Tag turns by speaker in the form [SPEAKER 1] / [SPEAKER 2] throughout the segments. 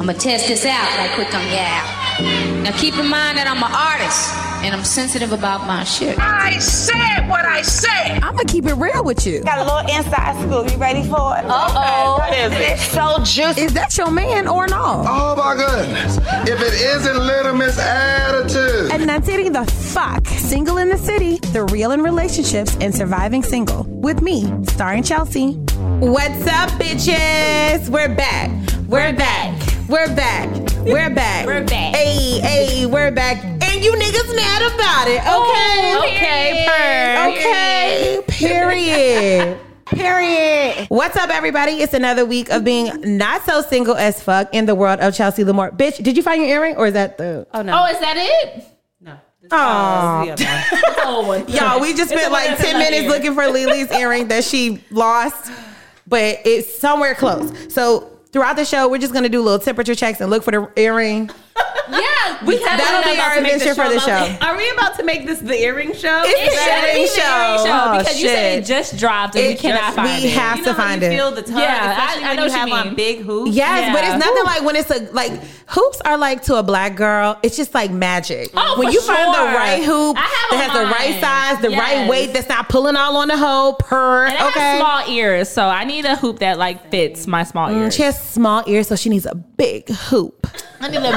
[SPEAKER 1] I'ma test this out right quick on yeah. Now keep in mind that I'm an artist and I'm sensitive about my shit.
[SPEAKER 2] I said what I said.
[SPEAKER 3] I'm gonna keep it real with you.
[SPEAKER 4] Got a little inside scoop. You ready for it?
[SPEAKER 2] Uh oh. What is it?
[SPEAKER 4] So juicy.
[SPEAKER 3] Is that your man or not?
[SPEAKER 5] Oh my goodness. If it isn't Little Miss Attitude.
[SPEAKER 3] And that's hitting the fuck. Single in the City, The Real in Relationships and Surviving Single. With me, starring Chelsea.
[SPEAKER 6] What's up, bitches? We're back. We're back. We're back. We're back.
[SPEAKER 2] We're back.
[SPEAKER 6] Hey, hey, we're back. And you niggas mad about it, okay?
[SPEAKER 2] Oh, okay,
[SPEAKER 6] Okay,
[SPEAKER 2] period.
[SPEAKER 6] period. Period. What's up, everybody? It's another week of being not so single as fuck in the world of Chelsea Lamore. Bitch, did you find your earring or is that the?
[SPEAKER 2] Oh no. Oh, is that it?
[SPEAKER 6] Oh,
[SPEAKER 2] Oh,
[SPEAKER 6] y'all, we just spent like ten minutes looking for Lily's earring that she lost, but it's somewhere close. So throughout the show, we're just gonna do little temperature checks and look for the earring.
[SPEAKER 2] Yeah, we have
[SPEAKER 6] That'll be our adventure for the show.
[SPEAKER 7] Are we about to make this the earring show?
[SPEAKER 6] It's the
[SPEAKER 2] should
[SPEAKER 6] earring
[SPEAKER 2] be the earring show
[SPEAKER 6] show. Oh,
[SPEAKER 2] because you said it
[SPEAKER 6] shit.
[SPEAKER 2] just dropped and we
[SPEAKER 6] It
[SPEAKER 2] cannot
[SPEAKER 6] just-
[SPEAKER 2] find
[SPEAKER 6] we
[SPEAKER 2] it.
[SPEAKER 6] have
[SPEAKER 7] You
[SPEAKER 6] to
[SPEAKER 7] know how
[SPEAKER 6] find
[SPEAKER 7] you
[SPEAKER 6] it.
[SPEAKER 7] feel the tongue,
[SPEAKER 2] Yeah, I-
[SPEAKER 7] especially when
[SPEAKER 2] I know
[SPEAKER 7] you
[SPEAKER 2] what you
[SPEAKER 7] have
[SPEAKER 2] mean.
[SPEAKER 7] on big hoops.
[SPEAKER 6] Yes, but
[SPEAKER 2] Yeah.
[SPEAKER 6] it's nothing like when it's a like hoops are like to a black girl. It's just like magic.
[SPEAKER 2] Oh,
[SPEAKER 6] when
[SPEAKER 2] for
[SPEAKER 6] you find
[SPEAKER 2] sure.
[SPEAKER 6] the right hoop
[SPEAKER 2] I have
[SPEAKER 6] that has
[SPEAKER 2] on
[SPEAKER 6] the right
[SPEAKER 2] mine.
[SPEAKER 6] size, the right
[SPEAKER 2] Yes.
[SPEAKER 6] weight that's not pulling all on the hoe per.
[SPEAKER 2] And I
[SPEAKER 6] okay.
[SPEAKER 2] have small ears, so I need a hoop that like fits my small ears.
[SPEAKER 6] Mm, She has small ears, so she needs a big hoop.
[SPEAKER 2] I need a big, I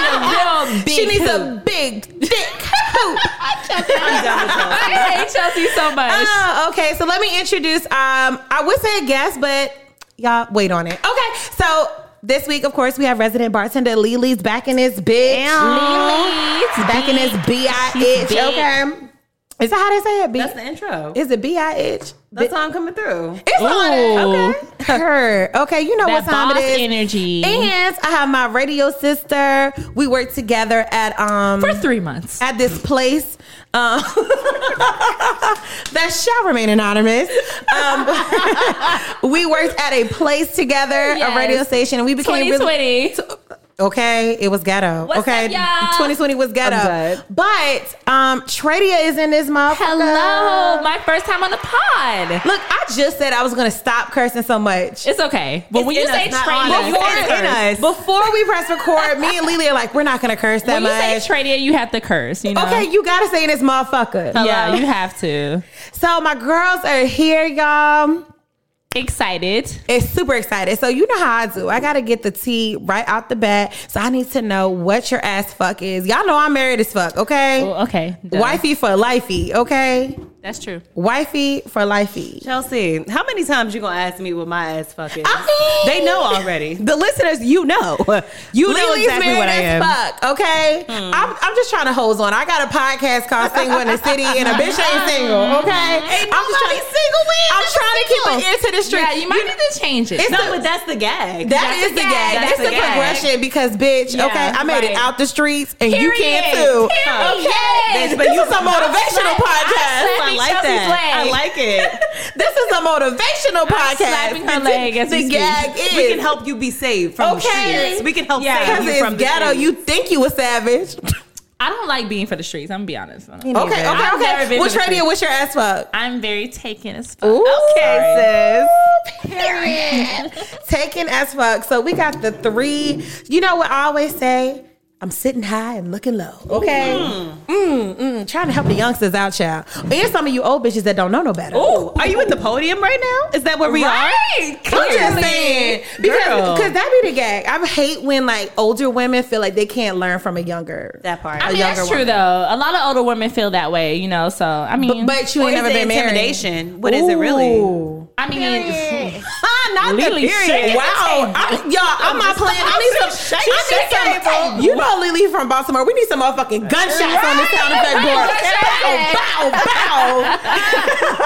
[SPEAKER 2] need a real big.
[SPEAKER 6] she needs
[SPEAKER 2] hoop.
[SPEAKER 6] a big, thick hoop.
[SPEAKER 2] I hate Chelsea so much.
[SPEAKER 6] Oh, okay, so let me introduce. Um, I would say a guest, but y'all wait on it. Okay, so this week, of course, we have resident bartender Lily's back in this bitch.
[SPEAKER 2] Lily's
[SPEAKER 6] Um, back in this bitch.
[SPEAKER 2] bitch.
[SPEAKER 6] Okay, is that how they say it? B-
[SPEAKER 7] that's the intro.
[SPEAKER 6] is it bitch?
[SPEAKER 7] the song coming through.
[SPEAKER 6] It's on it.
[SPEAKER 2] Ooh.
[SPEAKER 6] Okay. Her. Okay, you know what
[SPEAKER 2] that
[SPEAKER 6] time
[SPEAKER 2] boss
[SPEAKER 6] it is.
[SPEAKER 2] energy
[SPEAKER 6] And I have my radio sister. We work together at um
[SPEAKER 2] for three months.
[SPEAKER 6] at this place um, that shall remain anonymous. Um, we worked at a place together,
[SPEAKER 2] Yes.
[SPEAKER 6] a radio station, and we became really
[SPEAKER 2] 2020.
[SPEAKER 6] okay. It was ghetto.
[SPEAKER 2] What's
[SPEAKER 6] okay,
[SPEAKER 2] up, y'all?
[SPEAKER 6] 2020 was
[SPEAKER 7] I'm
[SPEAKER 6] ghetto. But um, Tradia is in this motherfucker.
[SPEAKER 2] Hello, my first time on the pod.
[SPEAKER 6] Look, I just said I was gonna stop cursing so much.
[SPEAKER 2] It's okay, but
[SPEAKER 7] It's
[SPEAKER 2] when you
[SPEAKER 7] in
[SPEAKER 2] say
[SPEAKER 7] us, not
[SPEAKER 2] train,
[SPEAKER 7] on us.
[SPEAKER 2] before,
[SPEAKER 7] It's in us.
[SPEAKER 6] Before we press record, me and Lily are like, we're not gonna curse that
[SPEAKER 2] when you say
[SPEAKER 6] much.
[SPEAKER 2] tradia, you have to curse. You know,
[SPEAKER 6] okay, you gotta say in this motherfucker.
[SPEAKER 2] yeah, you have to.
[SPEAKER 6] So my girls are here, y'all.
[SPEAKER 2] Excited.
[SPEAKER 6] It's super excited. So you know how I do. I gotta get the tea right out the bat. So I need to know what your ass fuck is. Y'all know I'm married as fuck, okay?
[SPEAKER 2] Well, okay, duh.
[SPEAKER 6] Wifey for lifey, okay?
[SPEAKER 2] That's true.
[SPEAKER 6] Wifey for lifey.
[SPEAKER 7] Chelsea, how many times you gonna ask me what my ass fucking?
[SPEAKER 6] I mean-
[SPEAKER 7] they know already. The listeners, you know, you know
[SPEAKER 6] Lily's
[SPEAKER 7] exactly
[SPEAKER 6] married
[SPEAKER 7] what I
[SPEAKER 6] as
[SPEAKER 7] am.
[SPEAKER 6] fuck, okay? Hmm. I'm, I'm just trying to hose on. I got a podcast called Single in the City and a bitch ain't single, okay?
[SPEAKER 7] Ain't
[SPEAKER 6] I'm just
[SPEAKER 7] nobody
[SPEAKER 6] tryna-
[SPEAKER 7] single, we ain't
[SPEAKER 6] I'm
[SPEAKER 7] just
[SPEAKER 6] trying to
[SPEAKER 7] single.
[SPEAKER 6] keep an ear to the street.
[SPEAKER 2] Yeah, you might need to change it.
[SPEAKER 6] It's
[SPEAKER 7] No,
[SPEAKER 6] the-
[SPEAKER 7] but that's the gag.
[SPEAKER 6] That
[SPEAKER 2] That's
[SPEAKER 6] is
[SPEAKER 2] a
[SPEAKER 6] the
[SPEAKER 2] gag.
[SPEAKER 6] gag.
[SPEAKER 2] That's
[SPEAKER 6] That's,
[SPEAKER 2] a
[SPEAKER 6] the
[SPEAKER 2] gag.
[SPEAKER 6] progression because, bitch,
[SPEAKER 2] Yeah,
[SPEAKER 6] okay, I made it
[SPEAKER 2] right.
[SPEAKER 6] out the streets and you can
[SPEAKER 2] Period.
[SPEAKER 6] too.
[SPEAKER 2] Period.
[SPEAKER 6] Okay.
[SPEAKER 2] Yes.
[SPEAKER 6] This is a motivational
[SPEAKER 2] slap- I
[SPEAKER 6] podcast.
[SPEAKER 2] slap
[SPEAKER 7] I
[SPEAKER 2] Slapping
[SPEAKER 7] like
[SPEAKER 2] Chelsea's
[SPEAKER 7] that.
[SPEAKER 2] leg.
[SPEAKER 7] I like it.
[SPEAKER 6] This is a motivational podcast.
[SPEAKER 2] slapping her
[SPEAKER 6] The-
[SPEAKER 2] leg as
[SPEAKER 6] the
[SPEAKER 2] we speak.
[SPEAKER 6] gag is
[SPEAKER 7] We can help you be saved from
[SPEAKER 6] Okay.
[SPEAKER 7] the streets. We can help
[SPEAKER 2] Yeah.
[SPEAKER 7] save
[SPEAKER 6] because
[SPEAKER 7] you
[SPEAKER 6] it's
[SPEAKER 7] from the
[SPEAKER 6] ghetto.
[SPEAKER 7] streets.
[SPEAKER 6] You think you a savage? okay,
[SPEAKER 2] I don't like being for the streets. I'm gonna be honest. I don't.
[SPEAKER 6] okay,
[SPEAKER 2] I've never
[SPEAKER 6] okay.
[SPEAKER 2] been
[SPEAKER 6] What's
[SPEAKER 2] to the
[SPEAKER 6] radio? What's your ass fuck?
[SPEAKER 2] I'm very taken as fuck.
[SPEAKER 6] Okay, sis. Period. Taken as fuck. So we got the three. You know what I always say? I'm sitting high and looking low. Okay. Mm, mm, Trying to help the youngsters out, child. And some of you old bitches that don't know no better.
[SPEAKER 7] Ooh, are you at the podium right now? Is that where we
[SPEAKER 2] Right.
[SPEAKER 6] I'm
[SPEAKER 2] Clearly.
[SPEAKER 6] just saying because
[SPEAKER 7] Girl.
[SPEAKER 6] because that be the gag. I hate when like older women feel like they can't learn from a younger.
[SPEAKER 7] are? That part.
[SPEAKER 2] I mean, that's true though. A lot of older women feel that way, you know. So I mean,
[SPEAKER 6] But you
[SPEAKER 7] Or
[SPEAKER 6] ain't
[SPEAKER 7] is
[SPEAKER 6] never
[SPEAKER 7] it
[SPEAKER 6] been married.
[SPEAKER 7] intimidation? What is it really?
[SPEAKER 6] Ooh.
[SPEAKER 2] I mean,
[SPEAKER 6] Ah, not
[SPEAKER 2] Lily
[SPEAKER 6] the
[SPEAKER 2] shaking
[SPEAKER 6] period.
[SPEAKER 2] the
[SPEAKER 6] Wow, I'm, y'all, I'm not playing. I need some.
[SPEAKER 7] shaking the
[SPEAKER 6] I need some. You know, Lily from Baltimore. We need some motherfucking gunshots on the sound effect board. Bow, bow, bow.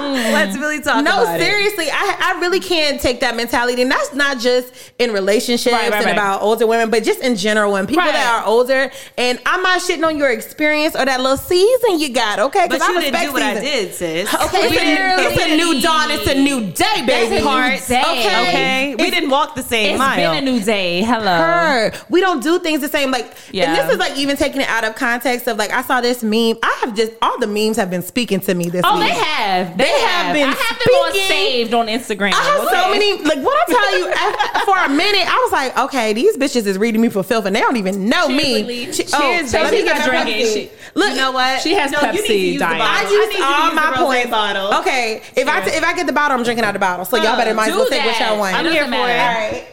[SPEAKER 7] Let's really talk
[SPEAKER 6] No,
[SPEAKER 7] about it.
[SPEAKER 6] seriously, I, I really can't take that mentality, and that's not just in relationships
[SPEAKER 2] Right, right,
[SPEAKER 6] and
[SPEAKER 2] right.
[SPEAKER 6] about older women, but just in general, when people
[SPEAKER 2] Right.
[SPEAKER 6] that are older. And I'm not shitting on your experience or that little season you got, okay?
[SPEAKER 7] But
[SPEAKER 6] I
[SPEAKER 7] you didn't
[SPEAKER 6] respect
[SPEAKER 7] do what I
[SPEAKER 6] seasons.
[SPEAKER 7] did, sis.
[SPEAKER 6] Okay, it's,
[SPEAKER 2] Literally.
[SPEAKER 6] a, it's a new dawn. It's a new day, baby.
[SPEAKER 2] new
[SPEAKER 6] Parts,
[SPEAKER 2] day.
[SPEAKER 6] Okay.
[SPEAKER 7] Okay, we didn't walk the same
[SPEAKER 2] it's
[SPEAKER 7] mile.
[SPEAKER 2] been a new day. Hello.
[SPEAKER 6] Her. We don't do things the same. Like,
[SPEAKER 2] Yeah.
[SPEAKER 6] and this is like even taking it out of context of like I saw this meme. I have just all the memes have been speaking to me this
[SPEAKER 2] Oh,
[SPEAKER 6] week.
[SPEAKER 2] they have. They,
[SPEAKER 6] They have
[SPEAKER 2] have.
[SPEAKER 6] been
[SPEAKER 2] I have them all
[SPEAKER 6] speaking.
[SPEAKER 2] saved on Instagram.
[SPEAKER 6] I have so
[SPEAKER 2] Okay.
[SPEAKER 6] many. Like, what I tell you, I for a minute, I was like, okay, these bitches is reading me for filth, and they don't even know me.
[SPEAKER 2] Cheers,
[SPEAKER 6] Che-
[SPEAKER 2] Lee.
[SPEAKER 6] oh,
[SPEAKER 2] Cheers,
[SPEAKER 6] let
[SPEAKER 2] baby.
[SPEAKER 6] me
[SPEAKER 2] She's
[SPEAKER 6] get
[SPEAKER 2] not
[SPEAKER 6] my
[SPEAKER 2] drinking.
[SPEAKER 6] Pepsi.
[SPEAKER 2] She-
[SPEAKER 6] Look,
[SPEAKER 7] You know what?
[SPEAKER 2] She has
[SPEAKER 7] you need to
[SPEAKER 2] Pepsi,
[SPEAKER 7] use the
[SPEAKER 2] Diane.
[SPEAKER 7] bottle.
[SPEAKER 6] I
[SPEAKER 7] need you
[SPEAKER 6] used
[SPEAKER 7] to
[SPEAKER 6] all
[SPEAKER 7] use
[SPEAKER 6] my
[SPEAKER 7] the rosé
[SPEAKER 6] points.
[SPEAKER 7] Bottle.
[SPEAKER 6] Okay, if I t- if I get the bottle, I'm drinking out the bottle. So y'all better mind
[SPEAKER 2] do
[SPEAKER 6] as well take what
[SPEAKER 2] that.
[SPEAKER 6] y'all want.
[SPEAKER 2] I'm
[SPEAKER 6] All
[SPEAKER 2] here for it.
[SPEAKER 6] right,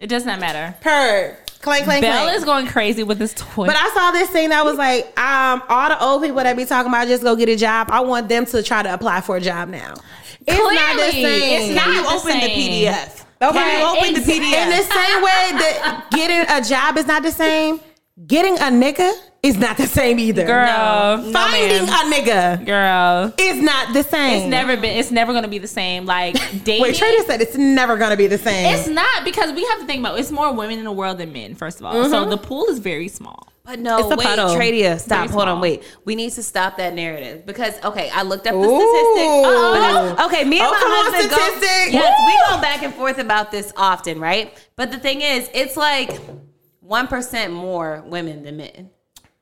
[SPEAKER 2] It does not matter.
[SPEAKER 6] purr, clang, clang,
[SPEAKER 2] Belle
[SPEAKER 6] clang.
[SPEAKER 2] is going crazy with this toy.
[SPEAKER 6] But I saw this thing that was like, um, all the old people that be talking about just go get a job. I want them to try to apply for a job now. It's not the
[SPEAKER 2] Clearly,
[SPEAKER 6] same.
[SPEAKER 2] it's not
[SPEAKER 7] you
[SPEAKER 2] the
[SPEAKER 7] open the
[SPEAKER 2] same.
[SPEAKER 7] PDF.
[SPEAKER 6] Okay.
[SPEAKER 7] You open the
[SPEAKER 2] Exa-
[SPEAKER 6] In the
[SPEAKER 7] PDF.
[SPEAKER 6] same way that getting a job is not the same, getting a nigga is not the same either.
[SPEAKER 2] girl, no,
[SPEAKER 6] finding
[SPEAKER 2] ma'am.
[SPEAKER 6] a nigga
[SPEAKER 2] girl.
[SPEAKER 6] is not the same.
[SPEAKER 2] It's never been. It's never gonna be the same. Like dating.
[SPEAKER 6] Wait, Trader said it's never gonna be the same.
[SPEAKER 2] It's not because we have to think about. It's more women in the world than men. First of all,
[SPEAKER 7] Mm-hmm.
[SPEAKER 2] so the pool is very small.
[SPEAKER 7] But no,
[SPEAKER 6] It's a
[SPEAKER 7] wait,
[SPEAKER 6] puddle.
[SPEAKER 7] Tradia, stop.
[SPEAKER 2] Very
[SPEAKER 7] Hold
[SPEAKER 2] small.
[SPEAKER 7] on, wait. We need to stop that narrative because okay, I looked up the
[SPEAKER 6] Ooh.
[SPEAKER 7] statistic. Because- okay, me and
[SPEAKER 6] Oh,
[SPEAKER 7] my
[SPEAKER 6] come on,
[SPEAKER 7] husband go-
[SPEAKER 6] statistic.
[SPEAKER 7] yes,
[SPEAKER 6] Woo.
[SPEAKER 7] we go back and forth about this often, right? But the thing is, it's like one percent more women than men.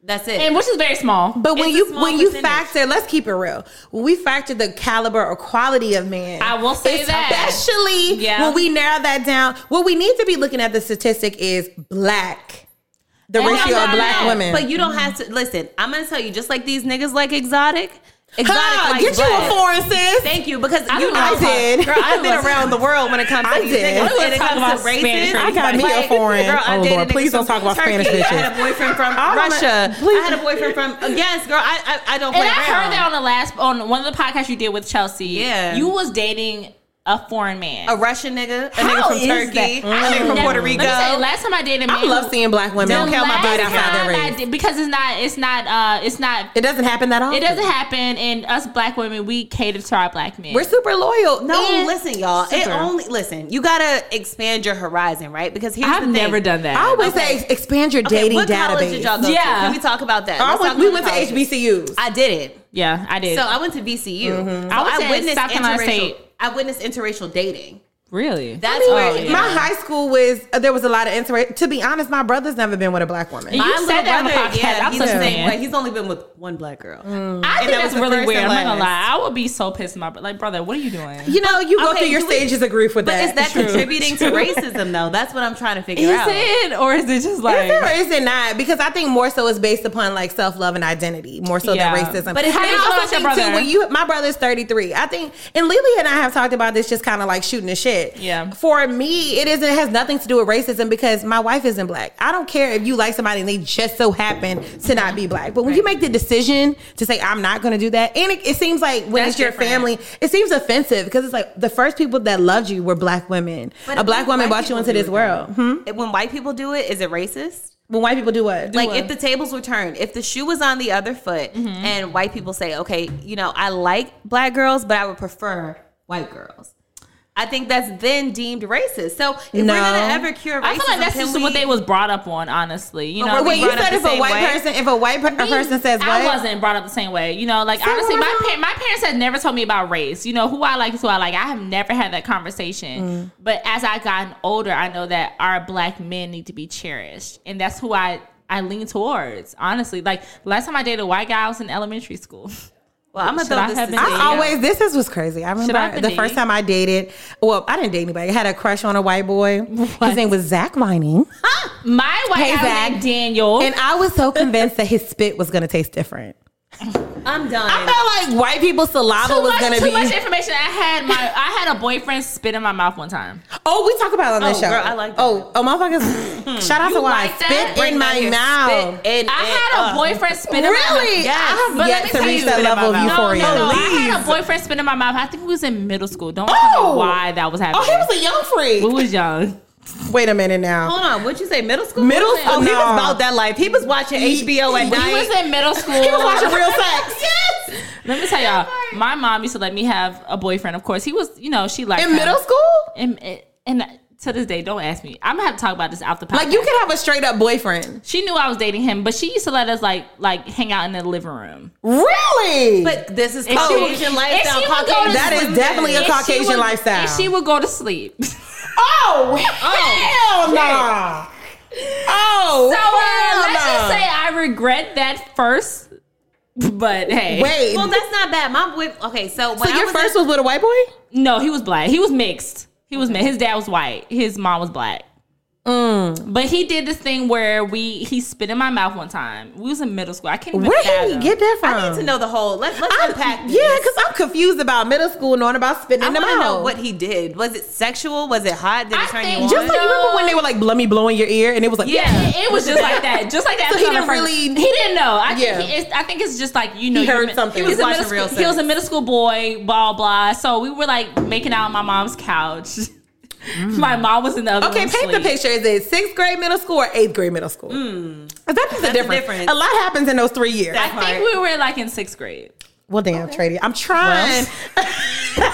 [SPEAKER 7] That's it.
[SPEAKER 2] and which is very small.
[SPEAKER 6] but when
[SPEAKER 7] it's a
[SPEAKER 6] you
[SPEAKER 7] small
[SPEAKER 6] when you
[SPEAKER 7] percentage.
[SPEAKER 6] factor, let's keep it real. When we factor the caliber or quality of man,
[SPEAKER 2] I will say that.
[SPEAKER 6] especially
[SPEAKER 2] Yeah.
[SPEAKER 6] when we narrow that down, what we need to be looking at the statistic is black, the
[SPEAKER 2] And
[SPEAKER 6] ratio
[SPEAKER 2] that's
[SPEAKER 6] of
[SPEAKER 2] not
[SPEAKER 6] black
[SPEAKER 2] bad,
[SPEAKER 6] women.
[SPEAKER 7] But you don't have to listen. I'm gonna tell you, just like these niggas like exotic, exotic
[SPEAKER 6] Ha,
[SPEAKER 7] like
[SPEAKER 6] get you a
[SPEAKER 7] black.
[SPEAKER 6] foreign sis.
[SPEAKER 7] Thank you, because
[SPEAKER 2] I
[SPEAKER 7] you
[SPEAKER 2] don't
[SPEAKER 7] know,
[SPEAKER 2] know. I
[SPEAKER 6] did.
[SPEAKER 7] Girl, I've been
[SPEAKER 2] I was-
[SPEAKER 7] around the world when it comes
[SPEAKER 6] I
[SPEAKER 7] to these
[SPEAKER 6] did.
[SPEAKER 7] niggas,
[SPEAKER 6] I was
[SPEAKER 7] and it
[SPEAKER 2] talking
[SPEAKER 7] comes to
[SPEAKER 2] about Spanish
[SPEAKER 7] races.
[SPEAKER 2] I
[SPEAKER 6] got me a foreign-
[SPEAKER 7] Girl, I
[SPEAKER 6] oh,
[SPEAKER 7] dated
[SPEAKER 6] Lord,
[SPEAKER 7] niggas
[SPEAKER 6] please don't
[SPEAKER 7] from
[SPEAKER 6] talk about
[SPEAKER 7] Turkey.
[SPEAKER 6] Spanish
[SPEAKER 7] I
[SPEAKER 6] bitches.
[SPEAKER 7] had a boyfriend from
[SPEAKER 6] I don't
[SPEAKER 7] Russia.
[SPEAKER 6] know. Please.
[SPEAKER 7] I had a boyfriend from yes, girl. I I, I don't play
[SPEAKER 2] And I
[SPEAKER 7] around.
[SPEAKER 2] heard that on the last on one of the podcasts you did with Chelsea.
[SPEAKER 7] Yeah.
[SPEAKER 2] you was dating a foreign man.
[SPEAKER 7] a Russian nigga, a
[SPEAKER 2] How
[SPEAKER 7] nigga
[SPEAKER 2] is
[SPEAKER 7] from Turkey,
[SPEAKER 2] that? I
[SPEAKER 7] a nigga from
[SPEAKER 2] never-
[SPEAKER 7] Puerto
[SPEAKER 2] Mm. let me
[SPEAKER 7] Rico.
[SPEAKER 2] tell you, last time I dated, a man
[SPEAKER 6] I love
[SPEAKER 2] who-
[SPEAKER 6] seeing black women.
[SPEAKER 2] the
[SPEAKER 6] Don't count my
[SPEAKER 2] last
[SPEAKER 6] body outside
[SPEAKER 2] time
[SPEAKER 6] their
[SPEAKER 2] I
[SPEAKER 6] race.
[SPEAKER 2] did- because it's not. It's not. Uh, it's not.
[SPEAKER 6] It doesn't happen that often.
[SPEAKER 2] It doesn't happen. And us black women, we cater to our black men.
[SPEAKER 6] We're super loyal.
[SPEAKER 7] No,
[SPEAKER 6] And
[SPEAKER 7] listen, y'all. It
[SPEAKER 2] Super.
[SPEAKER 7] only listen. You gotta expand your horizon, right? Because here's
[SPEAKER 2] I've
[SPEAKER 7] the thing.
[SPEAKER 2] never done that.
[SPEAKER 6] I always say expand your dating
[SPEAKER 7] what college
[SPEAKER 6] database.
[SPEAKER 7] did y'all go to?
[SPEAKER 2] Yeah.
[SPEAKER 7] Can we talk about that?
[SPEAKER 6] I
[SPEAKER 7] Let's
[SPEAKER 6] went-
[SPEAKER 7] talk
[SPEAKER 6] we
[SPEAKER 7] about
[SPEAKER 6] went to
[SPEAKER 7] colleges.
[SPEAKER 6] HBCUs.
[SPEAKER 7] I did it. Mm-hmm.
[SPEAKER 2] yeah, I did.
[SPEAKER 7] So I went to VCU. So
[SPEAKER 2] I was
[SPEAKER 7] I,
[SPEAKER 2] in
[SPEAKER 7] witnessed
[SPEAKER 2] South Carolina
[SPEAKER 7] interracial.
[SPEAKER 2] State.
[SPEAKER 7] I witnessed interracial dating.
[SPEAKER 2] really?
[SPEAKER 7] That's where
[SPEAKER 2] Oh, yeah.
[SPEAKER 6] My high school was uh, there was a lot of inter. To be honest, my brother's never been with a black woman.
[SPEAKER 2] You said that on the podcast. I'm
[SPEAKER 7] he's
[SPEAKER 2] so
[SPEAKER 7] the
[SPEAKER 2] mad.
[SPEAKER 7] same way. He's only been with one black girl.
[SPEAKER 2] I
[SPEAKER 7] And
[SPEAKER 2] think
[SPEAKER 7] that
[SPEAKER 2] that's
[SPEAKER 7] was the
[SPEAKER 2] really
[SPEAKER 7] first
[SPEAKER 2] weird. I'm
[SPEAKER 7] and
[SPEAKER 2] not gonna
[SPEAKER 7] last.
[SPEAKER 2] lie. I would be so pissed. My like, brother, what are you doing?
[SPEAKER 6] You know, you go
[SPEAKER 7] Okay,
[SPEAKER 6] through your
[SPEAKER 7] do we-
[SPEAKER 6] stages of grief with
[SPEAKER 7] But
[SPEAKER 6] that.
[SPEAKER 7] is that
[SPEAKER 2] true.
[SPEAKER 7] contributing to racism though? That's what I'm trying to figure out.
[SPEAKER 2] it or is it just
[SPEAKER 6] Is it or is it not? Because I think more so it's based upon like self love and identity, more so
[SPEAKER 2] Yeah.
[SPEAKER 6] than racism.
[SPEAKER 2] But it's
[SPEAKER 6] And I
[SPEAKER 2] based on
[SPEAKER 6] also
[SPEAKER 2] your
[SPEAKER 6] think
[SPEAKER 2] brother.
[SPEAKER 6] too when you my brother's thirty three. I think and Lily and I have talked about this, just kind of like shooting the shit.
[SPEAKER 2] Yeah.
[SPEAKER 6] For me, it isn't. It has nothing to do with racism because my wife isn't black. I don't care if you like somebody and they just so happen to not be black. But when you make the decision to say I'm not going to do that, and it, it seems like when
[SPEAKER 2] That's
[SPEAKER 6] it's your
[SPEAKER 2] different.
[SPEAKER 6] family, it seems offensive because it's like the first people that loved you were black women.
[SPEAKER 7] But
[SPEAKER 6] a black
[SPEAKER 7] when
[SPEAKER 6] woman
[SPEAKER 7] white
[SPEAKER 6] brought you
[SPEAKER 7] people
[SPEAKER 6] into
[SPEAKER 7] do
[SPEAKER 6] this
[SPEAKER 7] it,
[SPEAKER 6] world. Hmm?
[SPEAKER 7] It- When white people do it, is it racist?
[SPEAKER 6] When white people do what?
[SPEAKER 7] like if the tables were turned, if the shoe was on the other foot,
[SPEAKER 2] Mm-hmm.
[SPEAKER 7] and white people say, okay, you know, I like black girls, but I would prefer white girls. I think that's then deemed racist. So if
[SPEAKER 6] No.
[SPEAKER 7] we're gonna ever cure racism,
[SPEAKER 2] I feel like that's
[SPEAKER 7] can
[SPEAKER 2] just
[SPEAKER 7] we-
[SPEAKER 2] what they was brought up on. Honestly, you know.
[SPEAKER 7] But
[SPEAKER 6] Wait,
[SPEAKER 7] we
[SPEAKER 6] you
[SPEAKER 7] brought up
[SPEAKER 6] said
[SPEAKER 7] the
[SPEAKER 6] if a
[SPEAKER 7] same
[SPEAKER 6] white
[SPEAKER 7] way?
[SPEAKER 6] person, if a white per- a person says what?
[SPEAKER 2] I wasn't brought up the same way. You know, like
[SPEAKER 6] what
[SPEAKER 2] honestly, my
[SPEAKER 6] I'm
[SPEAKER 2] pa- my parents had never told me about race. You know, who I like is who I like. I have never had that
[SPEAKER 6] Mm.
[SPEAKER 2] conversation. But as I gotten older, I know that our black men need to be cherished, and that's who I I lean towards. Honestly, like last time I dated a white guy, I was in elementary school.
[SPEAKER 7] Well, I'm gonna
[SPEAKER 2] Should
[SPEAKER 7] throw
[SPEAKER 2] I
[SPEAKER 7] this.
[SPEAKER 2] have been
[SPEAKER 7] to
[SPEAKER 2] dating?
[SPEAKER 7] you.
[SPEAKER 6] I always this is what's crazy. I remember
[SPEAKER 2] I've been
[SPEAKER 6] the first
[SPEAKER 2] dating.
[SPEAKER 6] time I dated. Well, I didn't date anybody. I had a crush on a white boy. His name was Zach Vining,
[SPEAKER 2] My white
[SPEAKER 6] Hey, Zach.
[SPEAKER 2] guy was named Daniel.
[SPEAKER 6] and I was so convinced that his spit was going to taste different.
[SPEAKER 7] I'm done.
[SPEAKER 6] I felt like white people's saliva
[SPEAKER 2] too
[SPEAKER 6] was
[SPEAKER 2] much,
[SPEAKER 6] going to
[SPEAKER 2] too
[SPEAKER 6] be.
[SPEAKER 2] much information. I had my I had a boyfriend spit in my mouth one time.
[SPEAKER 6] oh, we talk about it on this
[SPEAKER 7] Oh,
[SPEAKER 6] show.
[SPEAKER 7] girl, I like that. Hmm.
[SPEAKER 6] Oh, oh, motherfuckers! shout out to why
[SPEAKER 2] like that?
[SPEAKER 6] spit in my
[SPEAKER 7] Spit
[SPEAKER 6] mouth.
[SPEAKER 7] in it
[SPEAKER 2] I had
[SPEAKER 7] up.
[SPEAKER 2] a boyfriend spit in my mouth.
[SPEAKER 6] Really? I have
[SPEAKER 2] But let
[SPEAKER 6] yet
[SPEAKER 2] me
[SPEAKER 6] to
[SPEAKER 2] tell
[SPEAKER 6] reach
[SPEAKER 2] you-
[SPEAKER 6] that level of
[SPEAKER 2] No, no,
[SPEAKER 6] euphoria.
[SPEAKER 2] no. I had a boyfriend spit in my mouth. I think we was in middle school. Don't tell
[SPEAKER 6] Oh!
[SPEAKER 2] me why that was happening.
[SPEAKER 6] Oh, he was a young
[SPEAKER 2] we
[SPEAKER 6] freak.
[SPEAKER 2] was young.
[SPEAKER 6] Wait a minute now.
[SPEAKER 7] Hold on, what'd you say? Middle school?
[SPEAKER 6] Middle
[SPEAKER 7] Oh,
[SPEAKER 6] school.
[SPEAKER 7] he was
[SPEAKER 6] No.
[SPEAKER 7] about that life. He was watching HBO
[SPEAKER 6] He
[SPEAKER 7] at
[SPEAKER 2] He was
[SPEAKER 7] night.
[SPEAKER 2] in middle school.
[SPEAKER 6] He was watching real sex.
[SPEAKER 7] Yes.
[SPEAKER 2] Let me tell y'all. My mom used to let me have a boyfriend. Of course, he was. You know, she liked
[SPEAKER 6] In
[SPEAKER 2] him.
[SPEAKER 6] middle school?
[SPEAKER 2] And, and to this day, don't ask me. I'm gonna have to talk about this after.
[SPEAKER 6] Like you could have a straight up boyfriend.
[SPEAKER 2] She knew I was dating him, but she used to let us like like hang out in the living room.
[SPEAKER 6] Oh. Really?
[SPEAKER 7] But this is
[SPEAKER 2] And she would-
[SPEAKER 7] Caucasian
[SPEAKER 2] and
[SPEAKER 7] lifestyle.
[SPEAKER 2] she would go
[SPEAKER 7] Caucasian
[SPEAKER 2] to
[SPEAKER 6] That is
[SPEAKER 2] sleep.
[SPEAKER 6] definitely a
[SPEAKER 2] And she
[SPEAKER 6] Caucasian
[SPEAKER 2] would-
[SPEAKER 6] lifestyle.
[SPEAKER 2] And she would go to sleep.
[SPEAKER 6] oh, hell nah. Oh,
[SPEAKER 2] So uh,
[SPEAKER 6] hell
[SPEAKER 2] let's just
[SPEAKER 6] nah.
[SPEAKER 2] say I regret that first, but hey,
[SPEAKER 6] Wait.
[SPEAKER 7] Well, that's not bad. My boy. Okay, so when
[SPEAKER 6] so
[SPEAKER 7] I
[SPEAKER 6] your
[SPEAKER 7] was
[SPEAKER 6] first
[SPEAKER 7] in,
[SPEAKER 6] was with a white boy?
[SPEAKER 2] no, he was black. He was mixed. He He was mad. His dad was white. His mom was black.
[SPEAKER 6] Mm.
[SPEAKER 2] But he did this thing where we he spit in my mouth one time. We was in middle school. I can't even
[SPEAKER 6] Where did
[SPEAKER 2] fathom.
[SPEAKER 6] he get that from?
[SPEAKER 7] I need to know the whole. Let's let's unpack. This.
[SPEAKER 6] Yeah, because I'm confused about middle school knowing about spitting
[SPEAKER 7] I
[SPEAKER 6] in the
[SPEAKER 7] want to
[SPEAKER 6] mouth.
[SPEAKER 7] know what he did. Was it sexual? Was it hot? Did it
[SPEAKER 2] I
[SPEAKER 7] turn
[SPEAKER 2] think
[SPEAKER 7] you on?
[SPEAKER 6] Just like you remember when they were like, "Let me blow in your ear," and it was like,
[SPEAKER 2] Yeah, it- it was just like that, just like that.
[SPEAKER 6] So he
[SPEAKER 2] episode
[SPEAKER 6] didn't
[SPEAKER 2] of Friends.
[SPEAKER 6] really-
[SPEAKER 2] he didn't know. I
[SPEAKER 6] Yeah.
[SPEAKER 2] think he, it's, I think it's just like you know,
[SPEAKER 6] He
[SPEAKER 2] you're
[SPEAKER 6] heard
[SPEAKER 2] mi-
[SPEAKER 6] something.
[SPEAKER 2] He was, a
[SPEAKER 7] Watching
[SPEAKER 2] middle
[SPEAKER 7] Real
[SPEAKER 2] school, he was a
[SPEAKER 7] Sex.
[SPEAKER 2] middle school boy, blah blah. So we were like making out on my mom's couch. my mom was in the other
[SPEAKER 6] Mm. Okay,
[SPEAKER 2] room
[SPEAKER 6] paint the
[SPEAKER 2] asleep.
[SPEAKER 6] picture. Is it sixth grade middle school or eighth grade middle school?
[SPEAKER 2] Hmm.
[SPEAKER 6] Is that the difference?
[SPEAKER 7] difference.
[SPEAKER 6] A lot happens in those three years.
[SPEAKER 2] I think we were like in sixth grade.
[SPEAKER 6] well, damn, Trady, I'm trying. I'm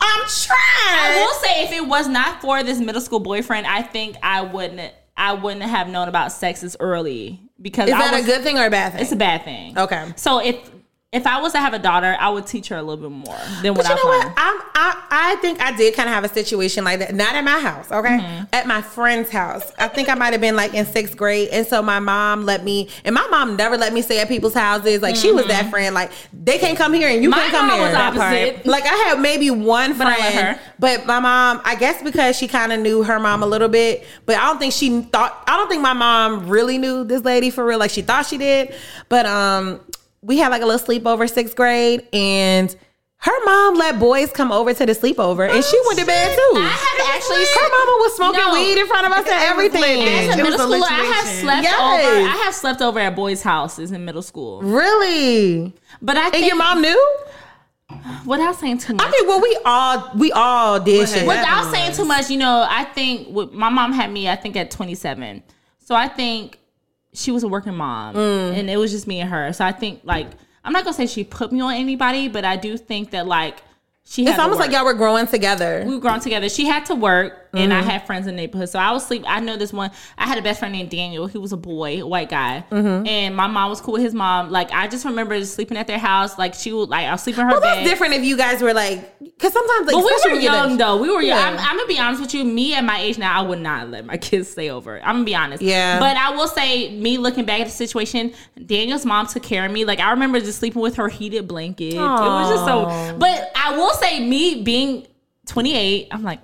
[SPEAKER 2] I
[SPEAKER 6] trying.
[SPEAKER 2] will say, if it was not for this middle school boyfriend, I think I wouldn't. I wouldn't have known about sex as early because
[SPEAKER 6] Is
[SPEAKER 2] I
[SPEAKER 6] that
[SPEAKER 2] was,
[SPEAKER 6] a good thing or a bad thing?
[SPEAKER 2] It's a bad thing.
[SPEAKER 6] Okay.
[SPEAKER 2] So if if I was to have a daughter, I would teach her a little bit more than what
[SPEAKER 6] But you
[SPEAKER 2] I
[SPEAKER 6] know what?
[SPEAKER 2] planned.
[SPEAKER 6] I'm, I I think I did kind of have a situation like that. Not at my house, okay?
[SPEAKER 2] Mm-hmm.
[SPEAKER 6] At my friend's house. I think I might have been like in sixth grade, and so my mom let me. And my mom never let me stay at people's houses. Like she was that friend. Like they can't come here and you
[SPEAKER 2] Mm-hmm. My
[SPEAKER 6] can't come
[SPEAKER 2] mom
[SPEAKER 6] there.
[SPEAKER 2] was
[SPEAKER 6] That part.
[SPEAKER 2] opposite.
[SPEAKER 6] Like I had maybe one friend,
[SPEAKER 2] I let her.
[SPEAKER 6] but my mom. I guess because she kind of knew her mom a little bit, but I don't think she thought. I don't think my mom really knew this lady for real. Like she thought she did, but um, we had like a little sleepover sixth grade and. Her mom let boys come over to the sleepover, and she went to bed too.
[SPEAKER 2] Oh, I have actually-
[SPEAKER 6] Her mama was smoking
[SPEAKER 2] No.
[SPEAKER 6] weed in front of us and
[SPEAKER 2] As a
[SPEAKER 6] everything.
[SPEAKER 2] middle schooler, I have slept
[SPEAKER 6] Yes.
[SPEAKER 2] over. I have slept over at boys' houses in middle school.
[SPEAKER 6] Really?
[SPEAKER 2] But I
[SPEAKER 6] And
[SPEAKER 2] think
[SPEAKER 6] your mom knew?
[SPEAKER 2] without saying too much.
[SPEAKER 6] I mean, well, we all we all did shit.
[SPEAKER 2] without saying too much, you know, I think with, my mom had me. I think at 27. So I think she was a working mom,
[SPEAKER 6] Mm.
[SPEAKER 2] and it was just me and her. So I think like I'm not gonna say she put me on anybody, but I do think that like she. had
[SPEAKER 6] It's
[SPEAKER 2] to
[SPEAKER 6] almost like
[SPEAKER 2] work.
[SPEAKER 6] y'all were growing together.
[SPEAKER 2] we were grown together. She had to work, and
[SPEAKER 6] Mm-hmm.
[SPEAKER 2] I had friends in the neighborhood. So I was sleep. I know this one. I had a best friend named Daniel. He was a boy, a white guy,
[SPEAKER 6] Mm-hmm.
[SPEAKER 2] and my mom was cool with his mom. Like I just remember sleeping at their house. Like she would like I'll sleep in her
[SPEAKER 6] Well,
[SPEAKER 2] bed.
[SPEAKER 6] that's different if you guys were like, because sometimes like,
[SPEAKER 2] But we
[SPEAKER 6] especially
[SPEAKER 2] were
[SPEAKER 6] when you're
[SPEAKER 2] young
[SPEAKER 6] that-
[SPEAKER 2] though. We were
[SPEAKER 6] Yeah.
[SPEAKER 2] young. I'm, I'm gonna be honest with you. Me at my age now, I would not let my kids stay over. I'm gonna be honest.
[SPEAKER 6] Yeah.
[SPEAKER 2] But I will say, me looking back at the situation, Daniel's mom took care of me. Like I remember just sleeping with her heated blanket. It was just so. But I will say, me being 28, I'm like,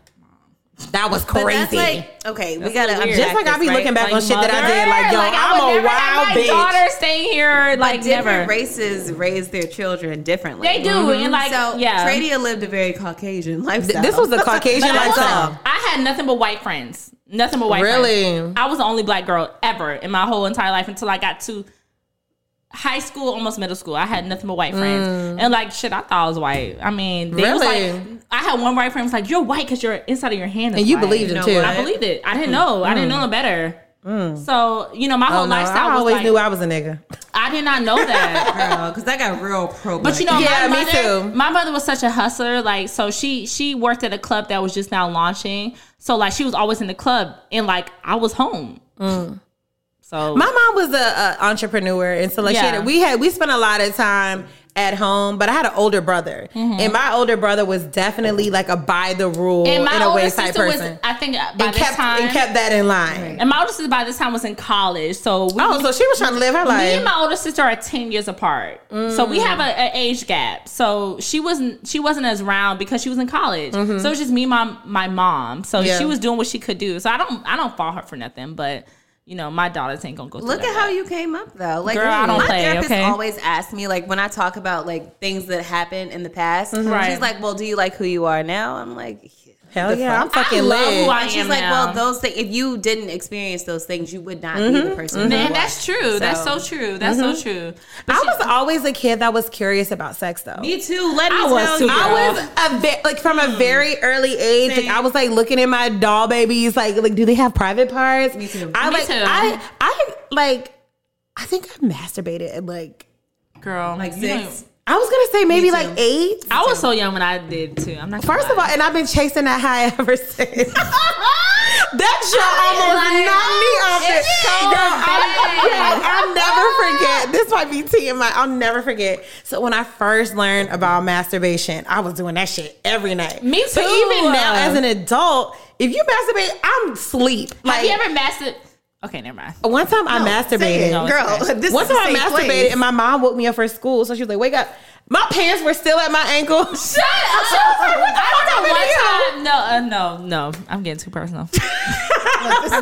[SPEAKER 6] That was
[SPEAKER 7] But
[SPEAKER 6] crazy.
[SPEAKER 7] that's like okay, we gotta
[SPEAKER 2] weird.
[SPEAKER 7] unpack
[SPEAKER 6] Just like I
[SPEAKER 7] this,
[SPEAKER 6] be
[SPEAKER 7] right?
[SPEAKER 6] looking back
[SPEAKER 2] like,
[SPEAKER 6] on shit that I did, like yo,
[SPEAKER 2] mother, I
[SPEAKER 6] I'm
[SPEAKER 2] would
[SPEAKER 6] a
[SPEAKER 2] never have
[SPEAKER 6] wild
[SPEAKER 2] my
[SPEAKER 6] bitch.
[SPEAKER 2] daughter staying here,
[SPEAKER 7] Like
[SPEAKER 2] like
[SPEAKER 7] different
[SPEAKER 2] never.
[SPEAKER 7] races raise their children differently.
[SPEAKER 2] They do, and like
[SPEAKER 7] so
[SPEAKER 2] yeah.
[SPEAKER 7] Tradia lived a very Caucasian lifestyle.
[SPEAKER 6] Th- This was a Caucasian
[SPEAKER 2] But I was
[SPEAKER 6] lifestyle.
[SPEAKER 2] like, I had nothing but white friends. Nothing but white
[SPEAKER 6] Really?
[SPEAKER 2] friends. I was the only black girl ever in my whole entire life until I got to high school, almost middle school. I had nothing but white friends. And like shit, I thought I was white. I mean, they was
[SPEAKER 6] Mm. Really?
[SPEAKER 2] like I had one white friend was like, You're white because your inside of your hand is
[SPEAKER 6] And you
[SPEAKER 2] white."
[SPEAKER 6] believed it
[SPEAKER 7] know
[SPEAKER 6] too. Mm.
[SPEAKER 7] what?
[SPEAKER 2] I believed it. I didn't know. I didn't know no better. So, you know, my whole
[SPEAKER 6] Oh, no,
[SPEAKER 2] lifestyle
[SPEAKER 6] I
[SPEAKER 2] was
[SPEAKER 6] always
[SPEAKER 2] like,
[SPEAKER 6] knew I was a nigga.
[SPEAKER 2] I did not know that.
[SPEAKER 7] because I got real pro.
[SPEAKER 2] But you know,
[SPEAKER 6] Yeah,
[SPEAKER 2] my
[SPEAKER 6] me
[SPEAKER 2] mother,
[SPEAKER 6] too.
[SPEAKER 2] My mother was such a hustler. Like, so she she worked at a club that was just now launching. So like, she was always in the club, and like, I was home. So
[SPEAKER 6] Mm. My mom was a, a entrepreneur, and so like she had-
[SPEAKER 2] Yeah.
[SPEAKER 6] we had we spent a lot of time at home. But I had an older brother,
[SPEAKER 2] Mm-hmm.
[SPEAKER 6] and my older brother was definitely like a by the rule
[SPEAKER 2] and my
[SPEAKER 6] in a
[SPEAKER 2] older
[SPEAKER 6] way type
[SPEAKER 2] sister was,
[SPEAKER 6] person,
[SPEAKER 2] I think, by
[SPEAKER 6] and
[SPEAKER 2] this
[SPEAKER 6] kept
[SPEAKER 2] time,
[SPEAKER 6] and kept that in line.
[SPEAKER 2] and my older sister by this time was in college. So we,
[SPEAKER 6] Oh, so she was trying to live her
[SPEAKER 2] me
[SPEAKER 6] life.
[SPEAKER 2] and my older sister are ten years apart. So we have an age gap. So she wasn't she wasn't as round because she was in college. So it was just me, and my my mom. So
[SPEAKER 6] Mm-hmm. Yeah.
[SPEAKER 2] she was doing what she could do. So I don't I don't fault her for nothing, but. You know, my daughters ain't gonna go. through
[SPEAKER 7] Look
[SPEAKER 2] that
[SPEAKER 7] at how you came up though. Like
[SPEAKER 2] Girl, I don't
[SPEAKER 7] my
[SPEAKER 2] play,
[SPEAKER 7] therapist
[SPEAKER 2] okay?
[SPEAKER 7] always asks me like when I talk about like things that happened in the past.
[SPEAKER 2] Right.
[SPEAKER 7] She's like, "Well, do you like who you are now?" I'm like, yeah.
[SPEAKER 6] Hell yeah, I'm fucking
[SPEAKER 2] love who
[SPEAKER 6] lit.
[SPEAKER 2] I
[SPEAKER 7] And she's
[SPEAKER 2] am
[SPEAKER 7] like,
[SPEAKER 2] now.
[SPEAKER 7] "Well, those things. If you didn't experience those things, you would not be the person." you
[SPEAKER 2] Man,
[SPEAKER 7] are."
[SPEAKER 2] that's true. That's so true. That's
[SPEAKER 6] Mm-hmm.
[SPEAKER 2] so true. But
[SPEAKER 6] I
[SPEAKER 2] she-
[SPEAKER 6] was always a kid that was curious about sex though.
[SPEAKER 7] Me too. Let me
[SPEAKER 2] I was
[SPEAKER 7] tell
[SPEAKER 2] too,
[SPEAKER 7] you.
[SPEAKER 2] girl.
[SPEAKER 6] I was a ve- like from a very early age. Like I was like looking at my doll babies. Like like do they have private parts? Me
[SPEAKER 7] too.
[SPEAKER 6] I
[SPEAKER 2] Me
[SPEAKER 6] like
[SPEAKER 2] too.
[SPEAKER 6] I I like I think I masturbated at like
[SPEAKER 2] girl.
[SPEAKER 7] like
[SPEAKER 2] you don't
[SPEAKER 7] six.
[SPEAKER 2] even-
[SPEAKER 6] I was gonna say maybe like eight.
[SPEAKER 2] I was so young when I did too. I'm not. gonna
[SPEAKER 6] First of all,
[SPEAKER 2] lie.
[SPEAKER 6] and I've been chasing that high ever since. that show almost knocked me off
[SPEAKER 2] it's
[SPEAKER 6] it.
[SPEAKER 2] so
[SPEAKER 6] I'll,
[SPEAKER 2] bad.
[SPEAKER 6] I'll never forget. This might be TMI. I'll never forget. So when I first learned about masturbation, I was doing that shit every night.
[SPEAKER 2] Me
[SPEAKER 6] But
[SPEAKER 2] too.
[SPEAKER 6] even now, as an adult, if you masturbate, I'm sleep. Like
[SPEAKER 2] have you ever mastered? Okay, never mind.
[SPEAKER 6] one time I masturbated.
[SPEAKER 2] No, it's
[SPEAKER 7] girl.
[SPEAKER 2] okay.
[SPEAKER 7] This
[SPEAKER 6] One
[SPEAKER 7] is the
[SPEAKER 6] time I
[SPEAKER 7] same
[SPEAKER 6] masturbated
[SPEAKER 7] place.
[SPEAKER 6] and my mom woke me up for school. So she was like, wake up. My pants were still at my ankle. Shut up. Oh,
[SPEAKER 2] I don't know one time. No, uh, no, no. I'm getting too personal.
[SPEAKER 8] This,